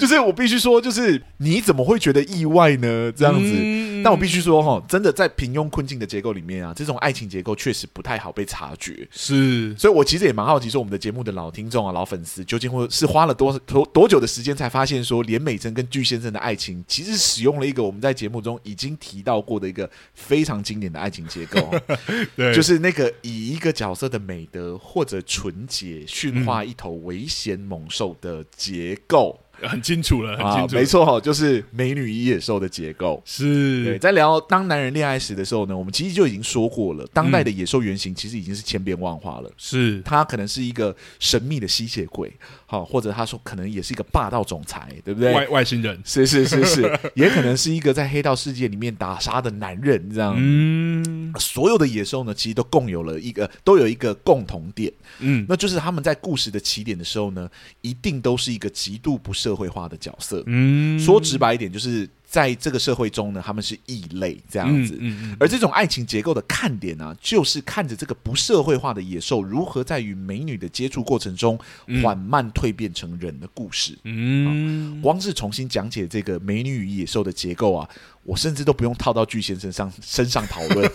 Speaker 1: 就是我必须说，就是你怎么会觉得意外呢？这样子，
Speaker 2: 嗯
Speaker 1: 但我必须说哈，真的在平庸困境的结构里面啊，这种爱情结构确实不太好被察觉。
Speaker 2: 是
Speaker 1: 所以我其实也蛮好奇，说我们的节目的老听众啊、老粉丝，究竟会是花了多多多久的时间才发现，说连美珍跟具先生的爱情，其实使用了一个我们在节目中已经提到过的一个非常经典的爱情结
Speaker 2: [LAUGHS]
Speaker 1: 构哦，
Speaker 2: 对，
Speaker 1: 就是那个以一个角色的美德或者纯洁驯化一头危险猛兽的结构、
Speaker 2: 很清楚了，很
Speaker 1: 啊
Speaker 2: 清，楚，
Speaker 1: 没，错哦，就是美女与野兽的结构。对，
Speaker 2: 是
Speaker 1: 在聊当男人恋爱时的时候呢，我们其实就已经说过了，当代的野兽原型其实已经是千变万化了。
Speaker 2: 是，
Speaker 1: 他可能是一个神秘的吸血鬼，好，或者他说可能也是一个霸道总裁，对不对？
Speaker 2: 外外星人，
Speaker 1: 是是是是， [LAUGHS] 也可能是一个在黑道世界里面打杀的男人，这样。
Speaker 2: 嗯
Speaker 1: 所有的野兽呢，其实都共有了一个，都有一个共同点，
Speaker 2: 嗯
Speaker 1: 那就是他们在故事的起点的时候呢，一定都是一个极度不社会化的角色。
Speaker 2: 嗯，
Speaker 1: 说直白一点，就是在这个社会中呢，他们是异类这
Speaker 2: 这
Speaker 1: 样子。
Speaker 2: 嗯嗯
Speaker 1: 而这种爱情结构的看点呢、就是看着这个不社会化的野兽如何在与美女的接触过程中
Speaker 2: 嗯
Speaker 1: 缓慢蜕变成人的故事。
Speaker 2: 嗯，
Speaker 1: 光是重新讲解这个美女与野兽的结构啊，我甚至都不用套到巨先生上身上讨
Speaker 2: [LAUGHS]
Speaker 1: 论，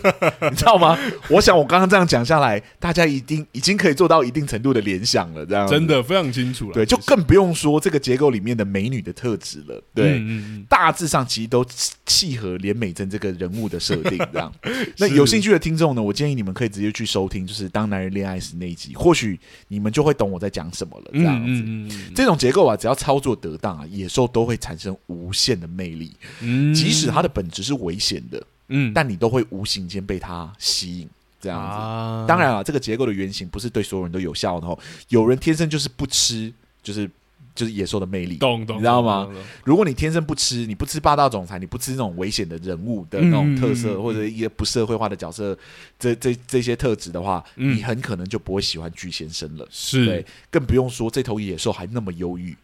Speaker 1: 你知道吗？我想我刚刚这样讲下来，大家一定已经可以做到一定程度的联想了，这样子
Speaker 2: 真的非常清楚了，
Speaker 1: 对，就
Speaker 2: 其实
Speaker 1: 更不用说这个结构里面的美女的特质了，对。
Speaker 2: 嗯嗯
Speaker 1: 大致上其实都契合连美珍这个人物的设定，这
Speaker 2: [LAUGHS]
Speaker 1: 样。那有兴趣的听众呢，我建议你们可以直接去收听，就是《当男人恋爱时》那一集，或许你们就会懂我在讲什么了。这
Speaker 2: 嗯
Speaker 1: 样子，
Speaker 2: 嗯嗯嗯
Speaker 1: 这种结构啊，只要操作得当啊，野兽都会产生无限的魅力，
Speaker 2: 嗯，
Speaker 1: 即使它的本质是危险的，
Speaker 2: 嗯
Speaker 1: 但你都会无形间被它吸引，这样子。
Speaker 2: 啊
Speaker 1: 当然啊，这个结构的原型不是对所有人都有效的哦，有人天生就是不吃，就是就是野兽的魅力。
Speaker 2: 懂懂，
Speaker 1: 你知道吗
Speaker 2: 懂？懂懂
Speaker 1: 如果你天生不吃，你不吃霸道总裁，你不吃那种危险的人物的那种特色，
Speaker 2: 嗯嗯嗯
Speaker 1: 或者一些不社会化的角色，这这这些特质的话，
Speaker 2: 嗯
Speaker 1: 你很可能就不会喜欢巨先生了。对
Speaker 2: 是，
Speaker 1: 更不用说这头野兽还那么忧
Speaker 2: [LAUGHS]
Speaker 1: 郁。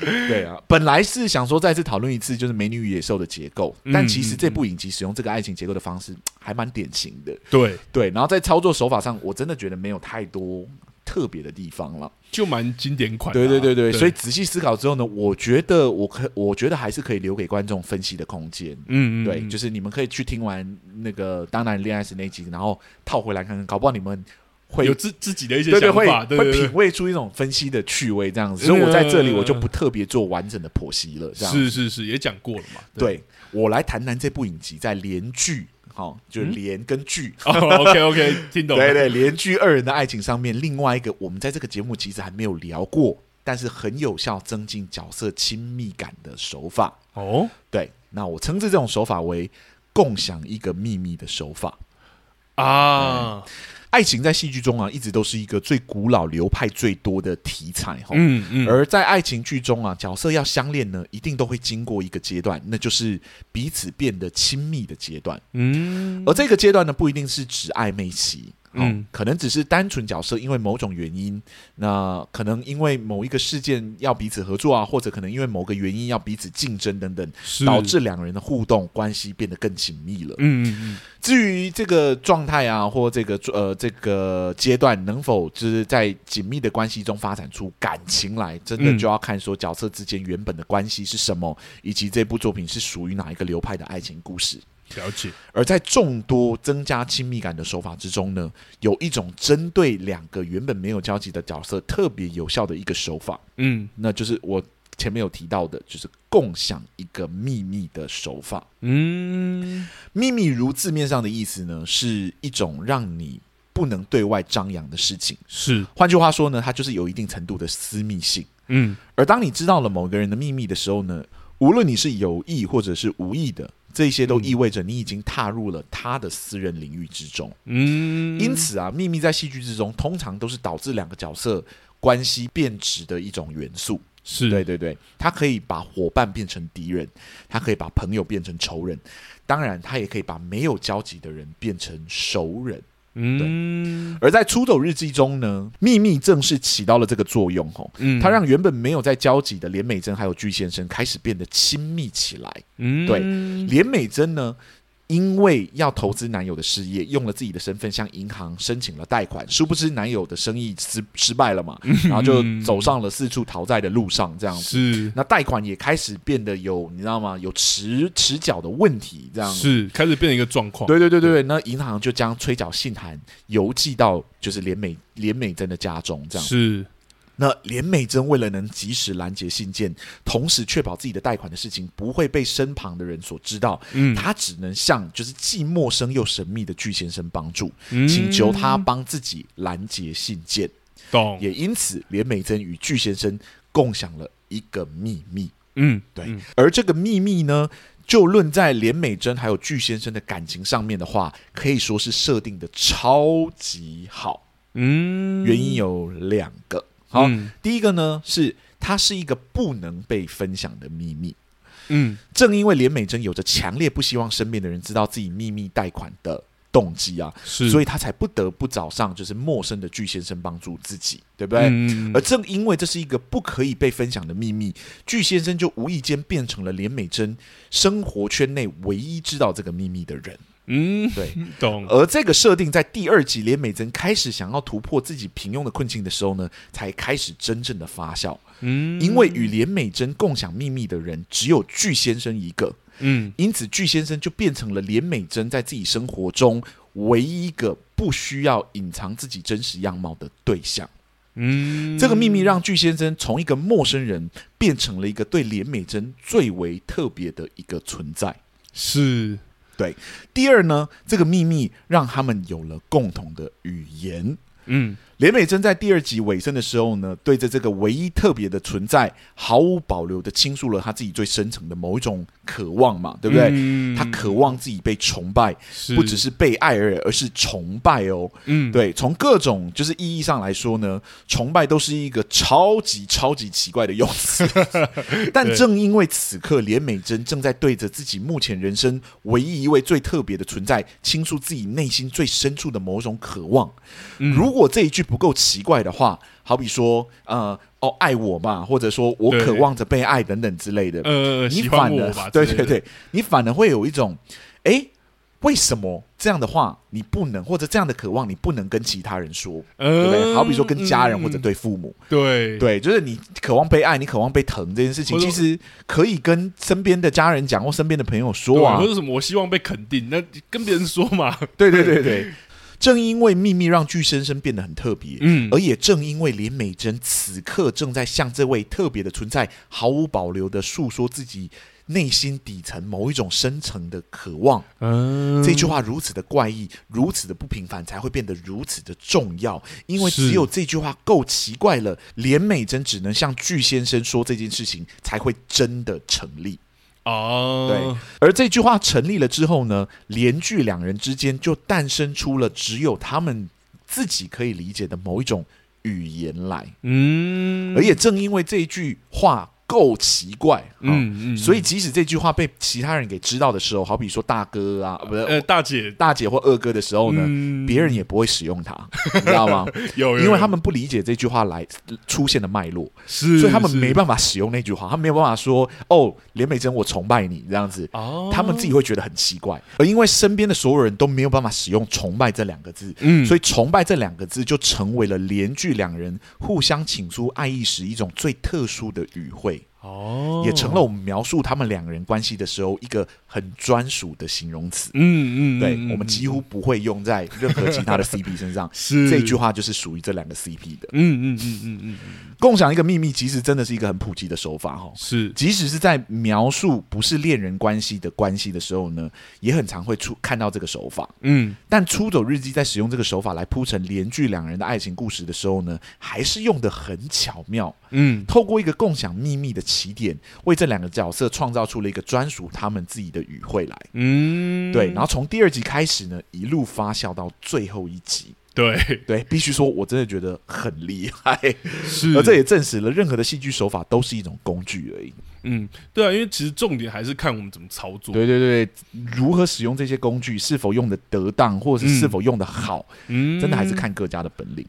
Speaker 1: 对啊，本来是想说再次讨论一次就是《美女与野兽》的结构，
Speaker 2: 嗯
Speaker 1: 但其实这部影集使用这个爱情结构的方式还蛮典型的。
Speaker 2: 对，
Speaker 1: 对，然后在操作手法上，我真的觉得没有太多特别的地方了。
Speaker 2: 就蛮经典款的啊。
Speaker 1: 对对对对，所以仔细思考之后呢，我觉得我可，我觉得还是可以留给观众分析的空间。
Speaker 2: 嗯嗯，
Speaker 1: 对，就是是你们可以去听完那个《当男人恋爱时》那一集，然后套回来看看，搞不好你们会
Speaker 2: 有自自己的一些
Speaker 1: 对对
Speaker 2: 想
Speaker 1: 会
Speaker 2: 法，对
Speaker 1: 会
Speaker 2: 对
Speaker 1: 品
Speaker 2: 对，
Speaker 1: 味出一种分析的趣味这样子。所以我在这里
Speaker 2: 嗯
Speaker 1: 我就不特别做完整的剖析了，这样
Speaker 2: 是是是，也讲过了嘛。
Speaker 1: 对我来谈谈这部影集在连剧，好、就是
Speaker 2: 嗯
Speaker 1: 连跟剧。
Speaker 2: ，OK OK，听懂了。
Speaker 1: 对对，连剧二人的爱情上面，另外一个我们在这个节目其实还没有聊过，但是很有效增进角色亲密感的手法。
Speaker 2: 哦，
Speaker 1: 对，那我称之这种手法为共享一个秘密的手法。
Speaker 2: 啊，
Speaker 1: 爱情在戏剧中啊，一直都是一个最古老流派最多的题材哈。
Speaker 2: 嗯嗯，
Speaker 1: 而在爱情剧中啊，角色要相恋呢，一定都会经过一个阶段，那就是彼此变得亲密的阶段。
Speaker 2: 嗯
Speaker 1: 而这个阶段呢，不一定是指暧昧期。嗯
Speaker 2: 嗯，
Speaker 1: 可能只是单纯角色因为某种原因，那可能因为某一个事件要彼此合作啊，或者可能因为某个原因要彼此竞争等等，
Speaker 2: 是
Speaker 1: 导致两人的互动关系变得更紧密了。
Speaker 2: 嗯嗯嗯
Speaker 1: 至于这个状态啊，或这个呃这个阶段能否就是在紧密的关系中发展出感情来，真的
Speaker 2: 嗯
Speaker 1: 就要看说角色之间原本的关系是什么，以及这部作品是属于哪一个流派的爱情故事。
Speaker 2: 了解，
Speaker 1: 而在众多增加亲密感的手法之中呢，有一种针对两个原本没有交集的角色特别有效的一个手法，
Speaker 2: 嗯
Speaker 1: 那就是我前面有提到的，就是共享一个秘密的手法。
Speaker 2: 嗯
Speaker 1: 秘密如字面上的意思呢，是一种让你不能对外张扬的事情。
Speaker 2: 是，
Speaker 1: 换句话说呢，它就是有一定程度的私密性。
Speaker 2: 嗯
Speaker 1: 而当你知道了某个人的秘密的时候呢，无论你是有意或者是无意的，这些都意味着你已经踏入了他的私人领域之中。
Speaker 2: 嗯，
Speaker 1: 因此啊，秘密在戏剧之中通常都是导致两个角色关系变质的一种元素。
Speaker 2: 是
Speaker 1: 对对对，它可以把伙伴变成敌人，它可以把朋友变成仇人，当然，它也可以把没有交集的人变成熟人。
Speaker 2: 嗯
Speaker 1: 而在《出走日记》中呢，秘密正是起到了这个作用哦，
Speaker 2: 嗯，
Speaker 1: 它让原本没有在交集的连美珍还有具先生开始变得亲密起来。
Speaker 2: 嗯
Speaker 1: 对连美珍呢，因为要投资男友的事业，用了自己的身份向银行申请了贷款，殊不知男友的生意失失败了嘛，然后就走上了四处逃债的路上，这样子。
Speaker 2: 嗯是
Speaker 1: 那贷款也开始变得有，你知道吗？有迟迟缴的问题，这样。
Speaker 2: 是开始变成一个状况，
Speaker 1: 对对对对对，那银行就将催缴信函邮寄到就是连美连美珍的家中，这样。
Speaker 2: 是
Speaker 1: 那连美珍为了能及时拦截信件，同时确保自己的贷款的事情不会被身旁的人所知道，
Speaker 2: 嗯，
Speaker 1: 她只能向就是既陌生又神秘的巨先生帮助，
Speaker 2: 嗯
Speaker 1: 请求他帮自己拦截信件。
Speaker 2: 懂，
Speaker 1: 也因此，连美珍与巨先生共享了一个秘密。
Speaker 2: 嗯，
Speaker 1: 对，
Speaker 2: 嗯
Speaker 1: 而这个秘密呢，就论在连美珍还有巨先生的感情上面的话，可以说是设定的超级好。
Speaker 2: 嗯，
Speaker 1: 原因有两个，好，
Speaker 2: 嗯
Speaker 1: 第一个呢是它是一个不能被分享的秘密。
Speaker 2: 嗯
Speaker 1: 正因为连美珍有着强烈不希望身边的人知道自己秘密贷款的动机啊，
Speaker 2: 是，
Speaker 1: 所
Speaker 2: 以
Speaker 1: 以她才不得不找上就是陌生的巨先生帮助自己，对不对？
Speaker 2: 嗯
Speaker 1: 而正因为这是一个不可以被分享的秘密，巨先生就无意间变成了连美珍生活圈内唯一知道这个秘密的人。
Speaker 2: 嗯
Speaker 1: 对，
Speaker 2: 懂，
Speaker 1: [LAUGHS] 而呃这个设定在第二集连美珍开始想要突破自己平庸的困境的时候呢，才开始真正的发酵。
Speaker 2: 嗯，
Speaker 1: 因为与连美珍共享秘密的人只有巨先生一个，
Speaker 2: 嗯
Speaker 1: 因此巨先生就变成了连美珍在自己生活中唯一一个不需要隐藏自己真实样貌的对象。
Speaker 2: 嗯，
Speaker 1: 这个秘密让巨先生从一个陌生人变成了一个对连美珍最为特别的一个存在。
Speaker 2: 是
Speaker 1: 第二呢，这个秘密让他们有了共同的语言。
Speaker 2: 嗯
Speaker 1: 连美珍在第二集尾声的时候呢，对着这个唯一特别的存在毫无保留的倾诉了她自己最深层的某一种渴望嘛，对不对？
Speaker 2: 嗯
Speaker 1: 她渴望自己被崇拜，
Speaker 2: 是
Speaker 1: 不只是被爱而已，而是崇拜哦。
Speaker 2: 嗯
Speaker 1: 对，从各种就是意义上来说呢，崇拜都是一个超级超级奇怪的用
Speaker 2: [LAUGHS]
Speaker 1: 词。但正因为此刻连美珍正在对着自己目前人生唯一一位最特别的存在倾诉自己内心最深处的某种渴望，
Speaker 2: 嗯
Speaker 1: 如果这一句不够奇怪的话，好比说呃哦爱我嘛，或者说我
Speaker 2: 对
Speaker 1: 渴望着被爱等等之类的，
Speaker 2: [LAUGHS] 呃
Speaker 1: 你
Speaker 2: 喜
Speaker 1: 反
Speaker 2: 欢我
Speaker 1: 而
Speaker 2: 吧，
Speaker 1: 对
Speaker 2: 之
Speaker 1: 对
Speaker 2: 类的，
Speaker 1: 对，你反而会有一种，诶，为什么这样的话你不能，或者这样的渴望你不能跟其他人说，对不对？
Speaker 2: 呃，
Speaker 1: 好比说跟家人或者
Speaker 2: 嗯
Speaker 1: 对父母，
Speaker 2: 对
Speaker 1: 对，就是你渴望被爱，你渴望被疼这件事情，
Speaker 2: 或者
Speaker 1: 其实可以跟身边的家人讲或身边的朋友说啊
Speaker 2: 或，者什么我希望被肯定，那跟别人说嘛，
Speaker 1: 对对对对。正因为秘密让巨先生变得很特别，
Speaker 2: 嗯
Speaker 1: 而也正因为连美珍此刻正在向这位特别的存在毫无保留的诉说自己内心底层某一种深层的渴望，
Speaker 2: 嗯
Speaker 1: 这句话如此的怪异，如此的不平凡，才会变得如此的重要。因为
Speaker 2: 是
Speaker 1: 只有这句话够奇怪了，连美珍只能向巨先生说这件事情，才会真的成立。
Speaker 2: 哦，
Speaker 1: 而这句话成立了之后呢，连剧两人之间就诞生出了只有他们自己可以理解的某一种语言来。
Speaker 2: 嗯，
Speaker 1: 而也正因为这一句话够奇怪，嗯，
Speaker 2: 嗯嗯，
Speaker 1: 所以即使这句话被其他人给知道的时候，好比说大哥啊，不是、
Speaker 2: 呃大姐
Speaker 1: 大姐或二哥的时候呢，
Speaker 2: 嗯
Speaker 1: 哦别人也不会使用
Speaker 2: [LAUGHS]
Speaker 1: 它，你知道吗？
Speaker 2: 有，有
Speaker 1: 因为他
Speaker 2: 有
Speaker 1: 们不理解这句话来出现的脉络，
Speaker 2: 是，
Speaker 1: 所以他们
Speaker 2: 是
Speaker 1: 没办法使用那句话，他们没有办法说哦，连美珍我崇拜你这样子，
Speaker 2: 哦，
Speaker 1: 他们自己会觉得很奇怪。而因为身边的所有人都没有办法使用“崇拜”这两个字，
Speaker 2: 嗯，
Speaker 1: 所以“崇拜”这两个字就成为了连剧两人互相倾诉爱意时一种最特殊的语汇，
Speaker 2: 哦，
Speaker 1: 也成了我们描述他们两人关系的时候一个很专属的形容词。
Speaker 2: 嗯，嗯嗯，
Speaker 1: 对
Speaker 2: 嗯
Speaker 1: 我们几乎不会用在任何其他的
Speaker 2: [LAUGHS]
Speaker 1: CP 身上。
Speaker 2: 是
Speaker 1: 这句，话就是属于这两个 CP 的。
Speaker 2: 嗯嗯嗯嗯嗯，嗯
Speaker 1: 共享一个秘密，其实真的是一个很普及的手法哈、
Speaker 2: 是
Speaker 1: 即使是在描述不是恋人关系的关系的时候呢，也很常会出看到这个手法。
Speaker 2: 嗯
Speaker 1: 但《出走日记》在使用这个手法来铺陈连剧两人的爱情故事的时候呢，还是用的很巧妙，
Speaker 2: 嗯
Speaker 1: 透过一个共享秘密的起点，为这两个角色创造出了一个专属他们自己的语汇来。
Speaker 2: 嗯，
Speaker 1: 对，然后从第二集开始呢，一路发酵到最后一集。
Speaker 2: 对
Speaker 1: 对，必须说，我真的觉得很厉害，
Speaker 2: 是，
Speaker 1: 嗯而这也证实了任何的戏剧手法都是一种工具而已。
Speaker 2: 嗯，对啊，因为其实重点还是看我们怎么操作。
Speaker 1: 对对对，如何使用这些工具，是否用的得当，或者是是
Speaker 2: 嗯
Speaker 1: 否用的好，
Speaker 2: 嗯，
Speaker 1: 真的还是看各家的本
Speaker 2: [LAUGHS]
Speaker 1: 领。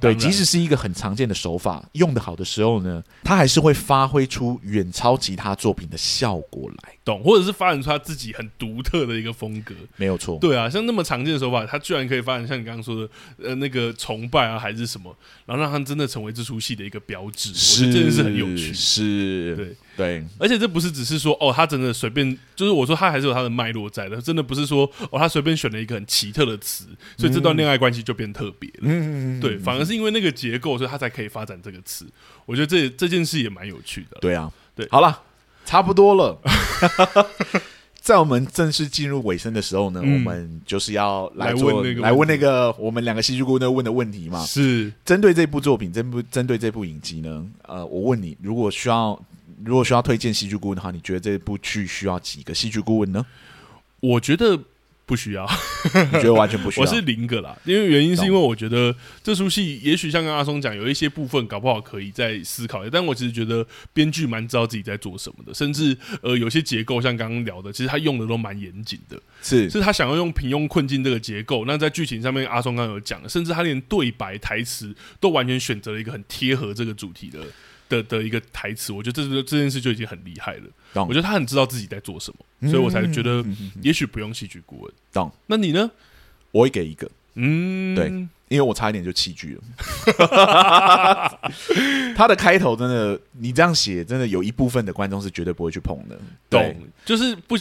Speaker 1: 对，即使是一个很常见的手法，用的好的时候呢，它还是会发挥出远超其他作品的效果来，
Speaker 2: 懂，或者是发展出他自己很独特的一个风格。
Speaker 1: 没有错。
Speaker 2: 对啊，像那么常见的手法，他居然可以发展像你刚刚说的，呃，那个崇拜啊，还是什么，然后让他真的成为这出戏的一个标志，我觉
Speaker 1: 是，
Speaker 2: 得真的是很有趣。
Speaker 1: 是，
Speaker 2: 对，
Speaker 1: 对，
Speaker 2: 而且这不是只是说哦，他真的随便，就是我说他还是有他的脉络在的，真的不是说哦，他随便选了一个很奇特的词，所以这段恋爱关系就变特别了。
Speaker 1: 嗯，
Speaker 2: 对，反而是因为那个结构，所以他才可以发展这个词。我觉得这这件事也蛮有趣的。
Speaker 1: 对啊，
Speaker 2: 对
Speaker 1: 好了，差不多
Speaker 2: [LAUGHS]
Speaker 1: 了。在我们正式进入尾声的时候呢，
Speaker 2: 嗯
Speaker 1: 我们就是要来
Speaker 2: 来
Speaker 1: 做
Speaker 2: 问那个
Speaker 1: 来问
Speaker 2: 问题
Speaker 1: 那个我们两个戏剧顾问问的问题嘛。
Speaker 2: 是，
Speaker 1: 针对这部作品，针部针对这部影集呢，呃，我问你，如果需要如果需要推荐戏剧顾问的话，你觉得这部剧需要几个戏剧顾
Speaker 2: [LAUGHS]
Speaker 1: 问呢？
Speaker 2: 我觉得不需要。
Speaker 1: 你觉得完全不需要？
Speaker 2: 我是零个啦，因为原因是
Speaker 1: 懂
Speaker 2: 因为我觉得这出戏，也许像跟阿松讲，有一些部分搞不好可以再思考一下，但我其实觉得编剧蛮知道自己在做什么的，甚至呃有些结构像刚刚聊的，其实他用的都蛮严谨的，
Speaker 1: 是
Speaker 2: 是他想要用平庸困境这个结构。那在剧情上面，阿松刚刚有讲，甚至他连对白台词都完全选择了一个很贴合这个主题的。的的一个台词，我觉得这这件事就已经很厉害了。
Speaker 1: 懂
Speaker 2: 我觉得他很知道自己在做什么，所以我才觉得也许不用戏剧顾问。
Speaker 1: 懂，
Speaker 2: 那你呢？
Speaker 1: 我会给一个，
Speaker 2: 嗯，
Speaker 1: 对因为我差一点就弃剧
Speaker 2: [LAUGHS]
Speaker 1: 了。他的开头真的，你这样写，真的有一部分的观众是绝对不会去碰的。对，
Speaker 2: 懂，就是不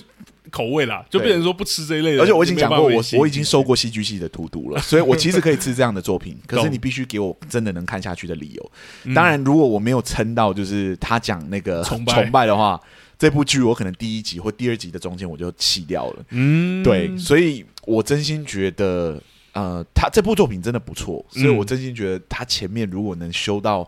Speaker 2: 口味啦，就
Speaker 1: 对
Speaker 2: 变成说不吃这一类的。
Speaker 1: 而且我已经讲过，
Speaker 2: 就没
Speaker 1: 我
Speaker 2: 有办法维系
Speaker 1: 我已经受过戏剧系的荼毒了，所以我其实可以吃这样的作
Speaker 2: [LAUGHS]
Speaker 1: 品。可是
Speaker 2: 懂
Speaker 1: 你必须给我真的能看下去的理由。
Speaker 2: 嗯
Speaker 1: 当然，如果我没有撑到，就是他讲那个
Speaker 2: [LAUGHS] 崇
Speaker 1: 崇
Speaker 2: 拜
Speaker 1: 拜的话，这部剧我可能第一集或第二集的中间我就弃掉了。
Speaker 2: 嗯，
Speaker 1: 对，所以我真心觉得，呃，他这部作品真的不错，所以我
Speaker 2: 嗯
Speaker 1: 真心觉得他前面如果能修到。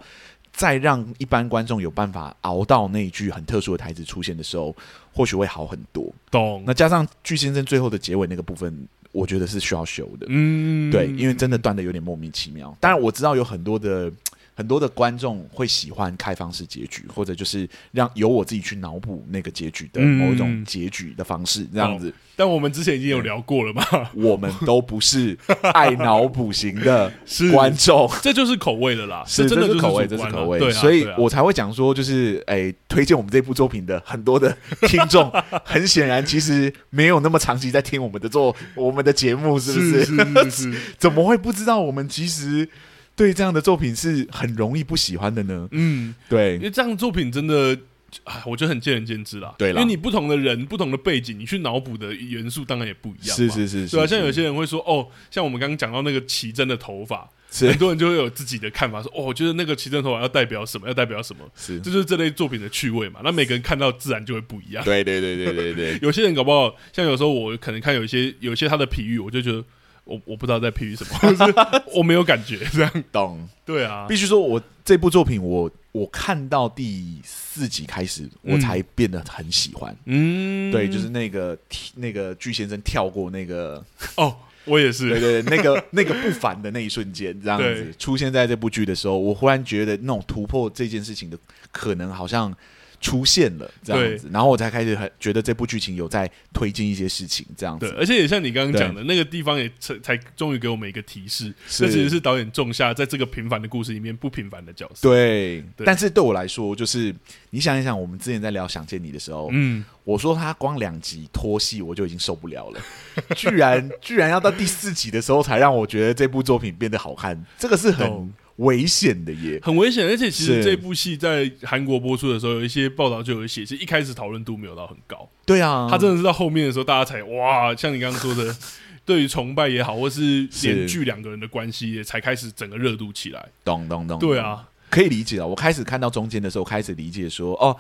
Speaker 1: 再让一般观众有办法熬到那一句很特殊的台词出现的时候，或许会好很多。
Speaker 2: 懂，
Speaker 1: 那加上巨先生最后的结尾那个部分，我觉得是需要修的。
Speaker 2: 嗯，
Speaker 1: 对，因为真的断的有点莫名其妙。当然我知道有很多的很多的观众会喜欢开放式结局，或者就是让由我自己去脑补那个结局的
Speaker 2: 嗯
Speaker 1: 某一种结局的方式，这样子。
Speaker 2: 但我们之前已经有聊
Speaker 1: [LAUGHS]
Speaker 2: 过了嘛，
Speaker 1: 我们都不是爱脑补型的
Speaker 2: [LAUGHS] 是
Speaker 1: 观众，
Speaker 2: 这就是口味了啦，
Speaker 1: 是
Speaker 2: 真的
Speaker 1: 这
Speaker 2: 就是
Speaker 1: 口味，
Speaker 2: 主
Speaker 1: 这是
Speaker 2: 观啊
Speaker 1: 口味，
Speaker 2: 对啊，
Speaker 1: 所以
Speaker 2: 对啊
Speaker 1: 我才会讲说，就是诶，推荐我们这部作品的很多的听众，很显然其实没有那么长期在听我们的做我们的节目，是不是？
Speaker 2: 是是是是，
Speaker 1: 怎么会不知道我们其实对这样的作品是很容易不喜欢的呢？
Speaker 2: 嗯，因
Speaker 1: 对，
Speaker 2: 为这样的作品真的。啊，我觉得很见仁见智啦。
Speaker 1: 对
Speaker 2: 因
Speaker 1: 啦
Speaker 2: 为你不同的人、不同的背景，你去脑补的元素当然也不一样嘛。
Speaker 1: 是是是，
Speaker 2: 对啊，
Speaker 1: 是
Speaker 2: 像有些人会说，哦，像我们刚刚讲到那个奇珍的头发，
Speaker 1: 是
Speaker 2: 很多人就会有自己的看法，说，哦，我觉得那个奇珍头发要代表什么，要代表什么，
Speaker 1: 是，
Speaker 2: 这就是这类作品的趣味嘛。那每个人看到自然就会不一样。
Speaker 1: 对对对对对对，
Speaker 2: 有些人搞不好，像有时候我可能看有一些有一些他的比喻，我就觉得我我不知道在比喻什么， [LAUGHS] 或者是我没有感觉这样。
Speaker 1: 懂。
Speaker 2: 对啊，
Speaker 1: 必须说，我这部作品我，我看到第四集开始，
Speaker 2: 嗯
Speaker 1: 我才变得很喜欢。
Speaker 2: 嗯，
Speaker 1: 对，就是那个那个巨先生跳过那个，
Speaker 2: 哦，我也
Speaker 1: 对
Speaker 2: 是，
Speaker 1: 对对，那个那个不凡的那一瞬间，这样
Speaker 2: 对
Speaker 1: 子出现在这部剧的时候，我忽然觉得那种突破这件事情的可能好像出现了，这样子，然后我才开始很觉得这部剧情有在推进一些事情，这样
Speaker 2: 对，
Speaker 1: 子
Speaker 2: 而且也像你刚刚讲的那个地方也才才终于给我们一个提示，
Speaker 1: 是
Speaker 2: 这其实是导演种下在这个平凡的故事里面不平凡的角色。
Speaker 1: 对，
Speaker 2: 对
Speaker 1: 但是对我来说，就是你想一想，我们之前在聊《想见你》的时候，
Speaker 2: 嗯，
Speaker 1: 我说他光两集拖戏我就已经受不了了， [LAUGHS] 居然居然要到第四集的时候才让我觉得这部作品变得好看，这个是
Speaker 2: 懂
Speaker 1: 很危险的耶。
Speaker 2: 很危险，而且其实
Speaker 1: 是
Speaker 2: 这部戏在韩国播出的时候，有一些报道就有写，其实一开始讨论度没有到很高，
Speaker 1: 对啊，
Speaker 2: 他真的是到后面的时候，大家才哇，像你刚刚
Speaker 1: [LAUGHS]
Speaker 2: 说的，对于崇拜也好，或是连剧两个人的关系，也才开始整个热度起来。
Speaker 1: 懂懂懂，
Speaker 2: 对，啊，
Speaker 1: 可以理解了。我开始看到中间的时候，开始理解说哦。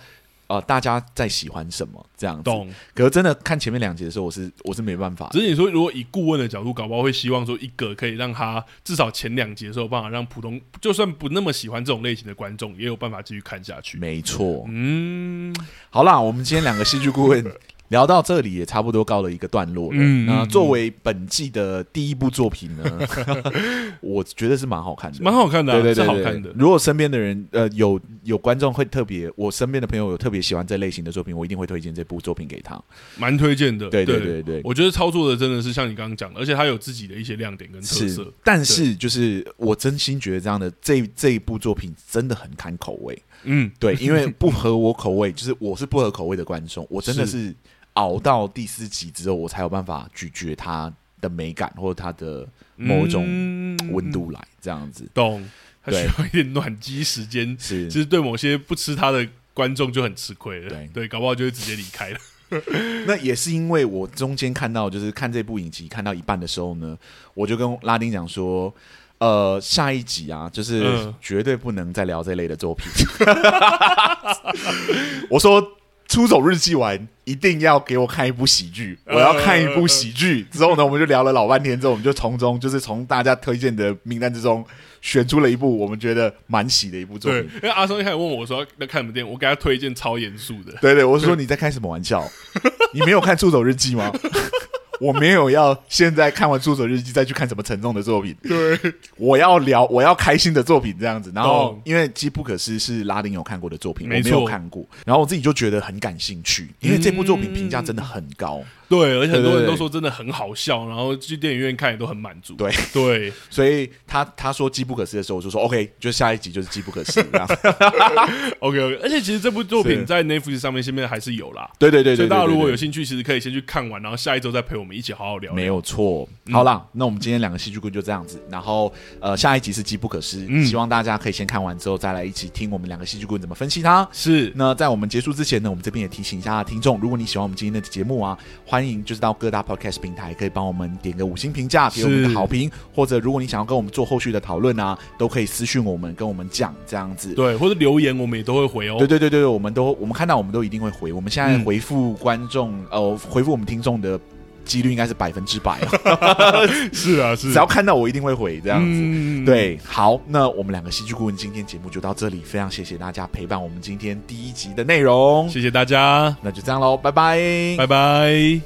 Speaker 1: 哦、大家在喜欢什么这样子？
Speaker 2: 懂。
Speaker 1: 可是真的看前面两集的时候，我是我是没办法的
Speaker 2: 只。是你说，如果以顾问的角度，搞不好会希望说一个可以让他至少前两集的时候，有办法让普通就算不那么喜欢这种类型的观众，也有办法继续看下去。
Speaker 1: 没错。
Speaker 2: 嗯，
Speaker 1: 好啦，我们今天两个戏剧顾问聊到这里也差不多告了一个段落了。
Speaker 2: 嗯
Speaker 1: 那
Speaker 2: 嗯
Speaker 1: 作为本季的第一部作品
Speaker 2: [LAUGHS]
Speaker 1: 呢，我觉得是蛮好看的，
Speaker 2: 蛮好看的、啊，
Speaker 1: 对对对
Speaker 2: 是好
Speaker 1: 对
Speaker 2: 看的。
Speaker 1: 如果身边的人呃有有观众会特别，我身边的朋友有特别喜欢这类型的作品，我一定会推荐这部作品给他。
Speaker 2: 蛮推荐的。
Speaker 1: 对
Speaker 2: 对
Speaker 1: 对对对
Speaker 2: 我觉得操作的真的是像你刚刚讲的，而且它有自己的一些亮点跟特
Speaker 1: 是
Speaker 2: 色。，
Speaker 1: 但是就是我真心觉得这样的这这一部作品真的很看口味。
Speaker 2: 嗯，
Speaker 1: 对，因为不合我口味，就是我是不合口味的观众，我真的是熬到第四集之后，我才有办法咀嚼它的美感或者它的某一种
Speaker 2: 嗯
Speaker 1: 温度来，这样子
Speaker 2: 懂，它
Speaker 1: 对
Speaker 2: 需要一点暖机时间。
Speaker 1: 是
Speaker 2: 其实对某些不吃它的观众就很吃亏了，
Speaker 1: 对
Speaker 2: 搞不好就会直接离开了。
Speaker 1: [LAUGHS] 那也是因为我中间看到，就是看这部影集看到一半的时候呢，我就跟拉丁讲说，呃，下一集啊，就是
Speaker 2: 嗯
Speaker 1: 绝对不能再聊这类的作品。 [LAUGHS] 我说《出走日记》完，一定要给我看一部喜剧，
Speaker 2: 嗯
Speaker 1: 我要看一部喜剧。之后呢，我们就聊了老半天，之后我们就从中就是从大家推荐的名单之中选出了一部我们觉得蛮喜的一部作
Speaker 2: 对
Speaker 1: 品。，
Speaker 2: 因为阿松一开始问我说要看什么电影，我给他推荐超严肃的。
Speaker 1: 对对，我是说你在开什么玩笑？你没有看《出走日记》吗？ [LAUGHS] 我没有要现在看完《出走日记》再去看什么沉重的作品。 [LAUGHS] 对，我要聊我要开心的作品这样子。然后
Speaker 2: 懂
Speaker 1: 因为《机不可失》是拉丁有看过的作品，我
Speaker 2: 哦没
Speaker 1: 没
Speaker 2: 错
Speaker 1: 有看过，然后我自己就觉得很感兴趣，因为这部作品评价真
Speaker 2: 嗯
Speaker 1: 的很高，
Speaker 2: 对，而且
Speaker 1: 对
Speaker 2: 很多
Speaker 1: 对
Speaker 2: 人
Speaker 1: 对
Speaker 2: 都说真的很好笑，然后去电影院看也都很满足。
Speaker 1: 对
Speaker 2: 对，
Speaker 1: 所以他他说《机不可失》的时候，我就说 OK，就下一集就是《机不可失》这样。 [LAUGHS]
Speaker 2: OK OK，而且其实这部作品
Speaker 1: 是
Speaker 2: 在 Netflix 上面现在还是有啦，
Speaker 1: 对对对对对对
Speaker 2: 所以大家如果
Speaker 1: 对
Speaker 2: 有兴趣，其实可以先去看完，然后下一周再陪我们一起好好聊聊。
Speaker 1: 没有错。好啦，那我们今天两个戏剧棍就这样子，然后呃，下一集是机不可失，希望大家可以先看完之后再来一起听我们两个戏剧棍怎么分析它。
Speaker 2: 是，
Speaker 1: 那在我们结束之前呢，我们这边也提醒一下听众，如果你喜欢我们今天的节目啊，欢迎就是到各大 podcast 平台可以帮我们点个五星评价，给我们一个
Speaker 2: 是
Speaker 1: 好评，或者如果你想要跟我们做后续的讨论啊，都可以私讯我们，跟我们讲这样子。
Speaker 2: 对，或者留言我们也都会回哦。
Speaker 1: 对对对对，我们都我们看到我们都一定会回。我们现在
Speaker 2: 嗯
Speaker 1: 回复观众、呃回复我们听众的几率应该是百分之百、啊，
Speaker 2: [LAUGHS] 是啊，是
Speaker 1: 只要看到我一定会回这
Speaker 2: 这
Speaker 1: 样子。
Speaker 2: 嗯，
Speaker 1: 对，好，那我们两个戏剧顾问今天节目就到这里，非常谢谢大家陪伴我们今天第一集的内容，
Speaker 2: 谢谢大家，
Speaker 1: 那就这样喽，拜拜，
Speaker 2: 拜拜。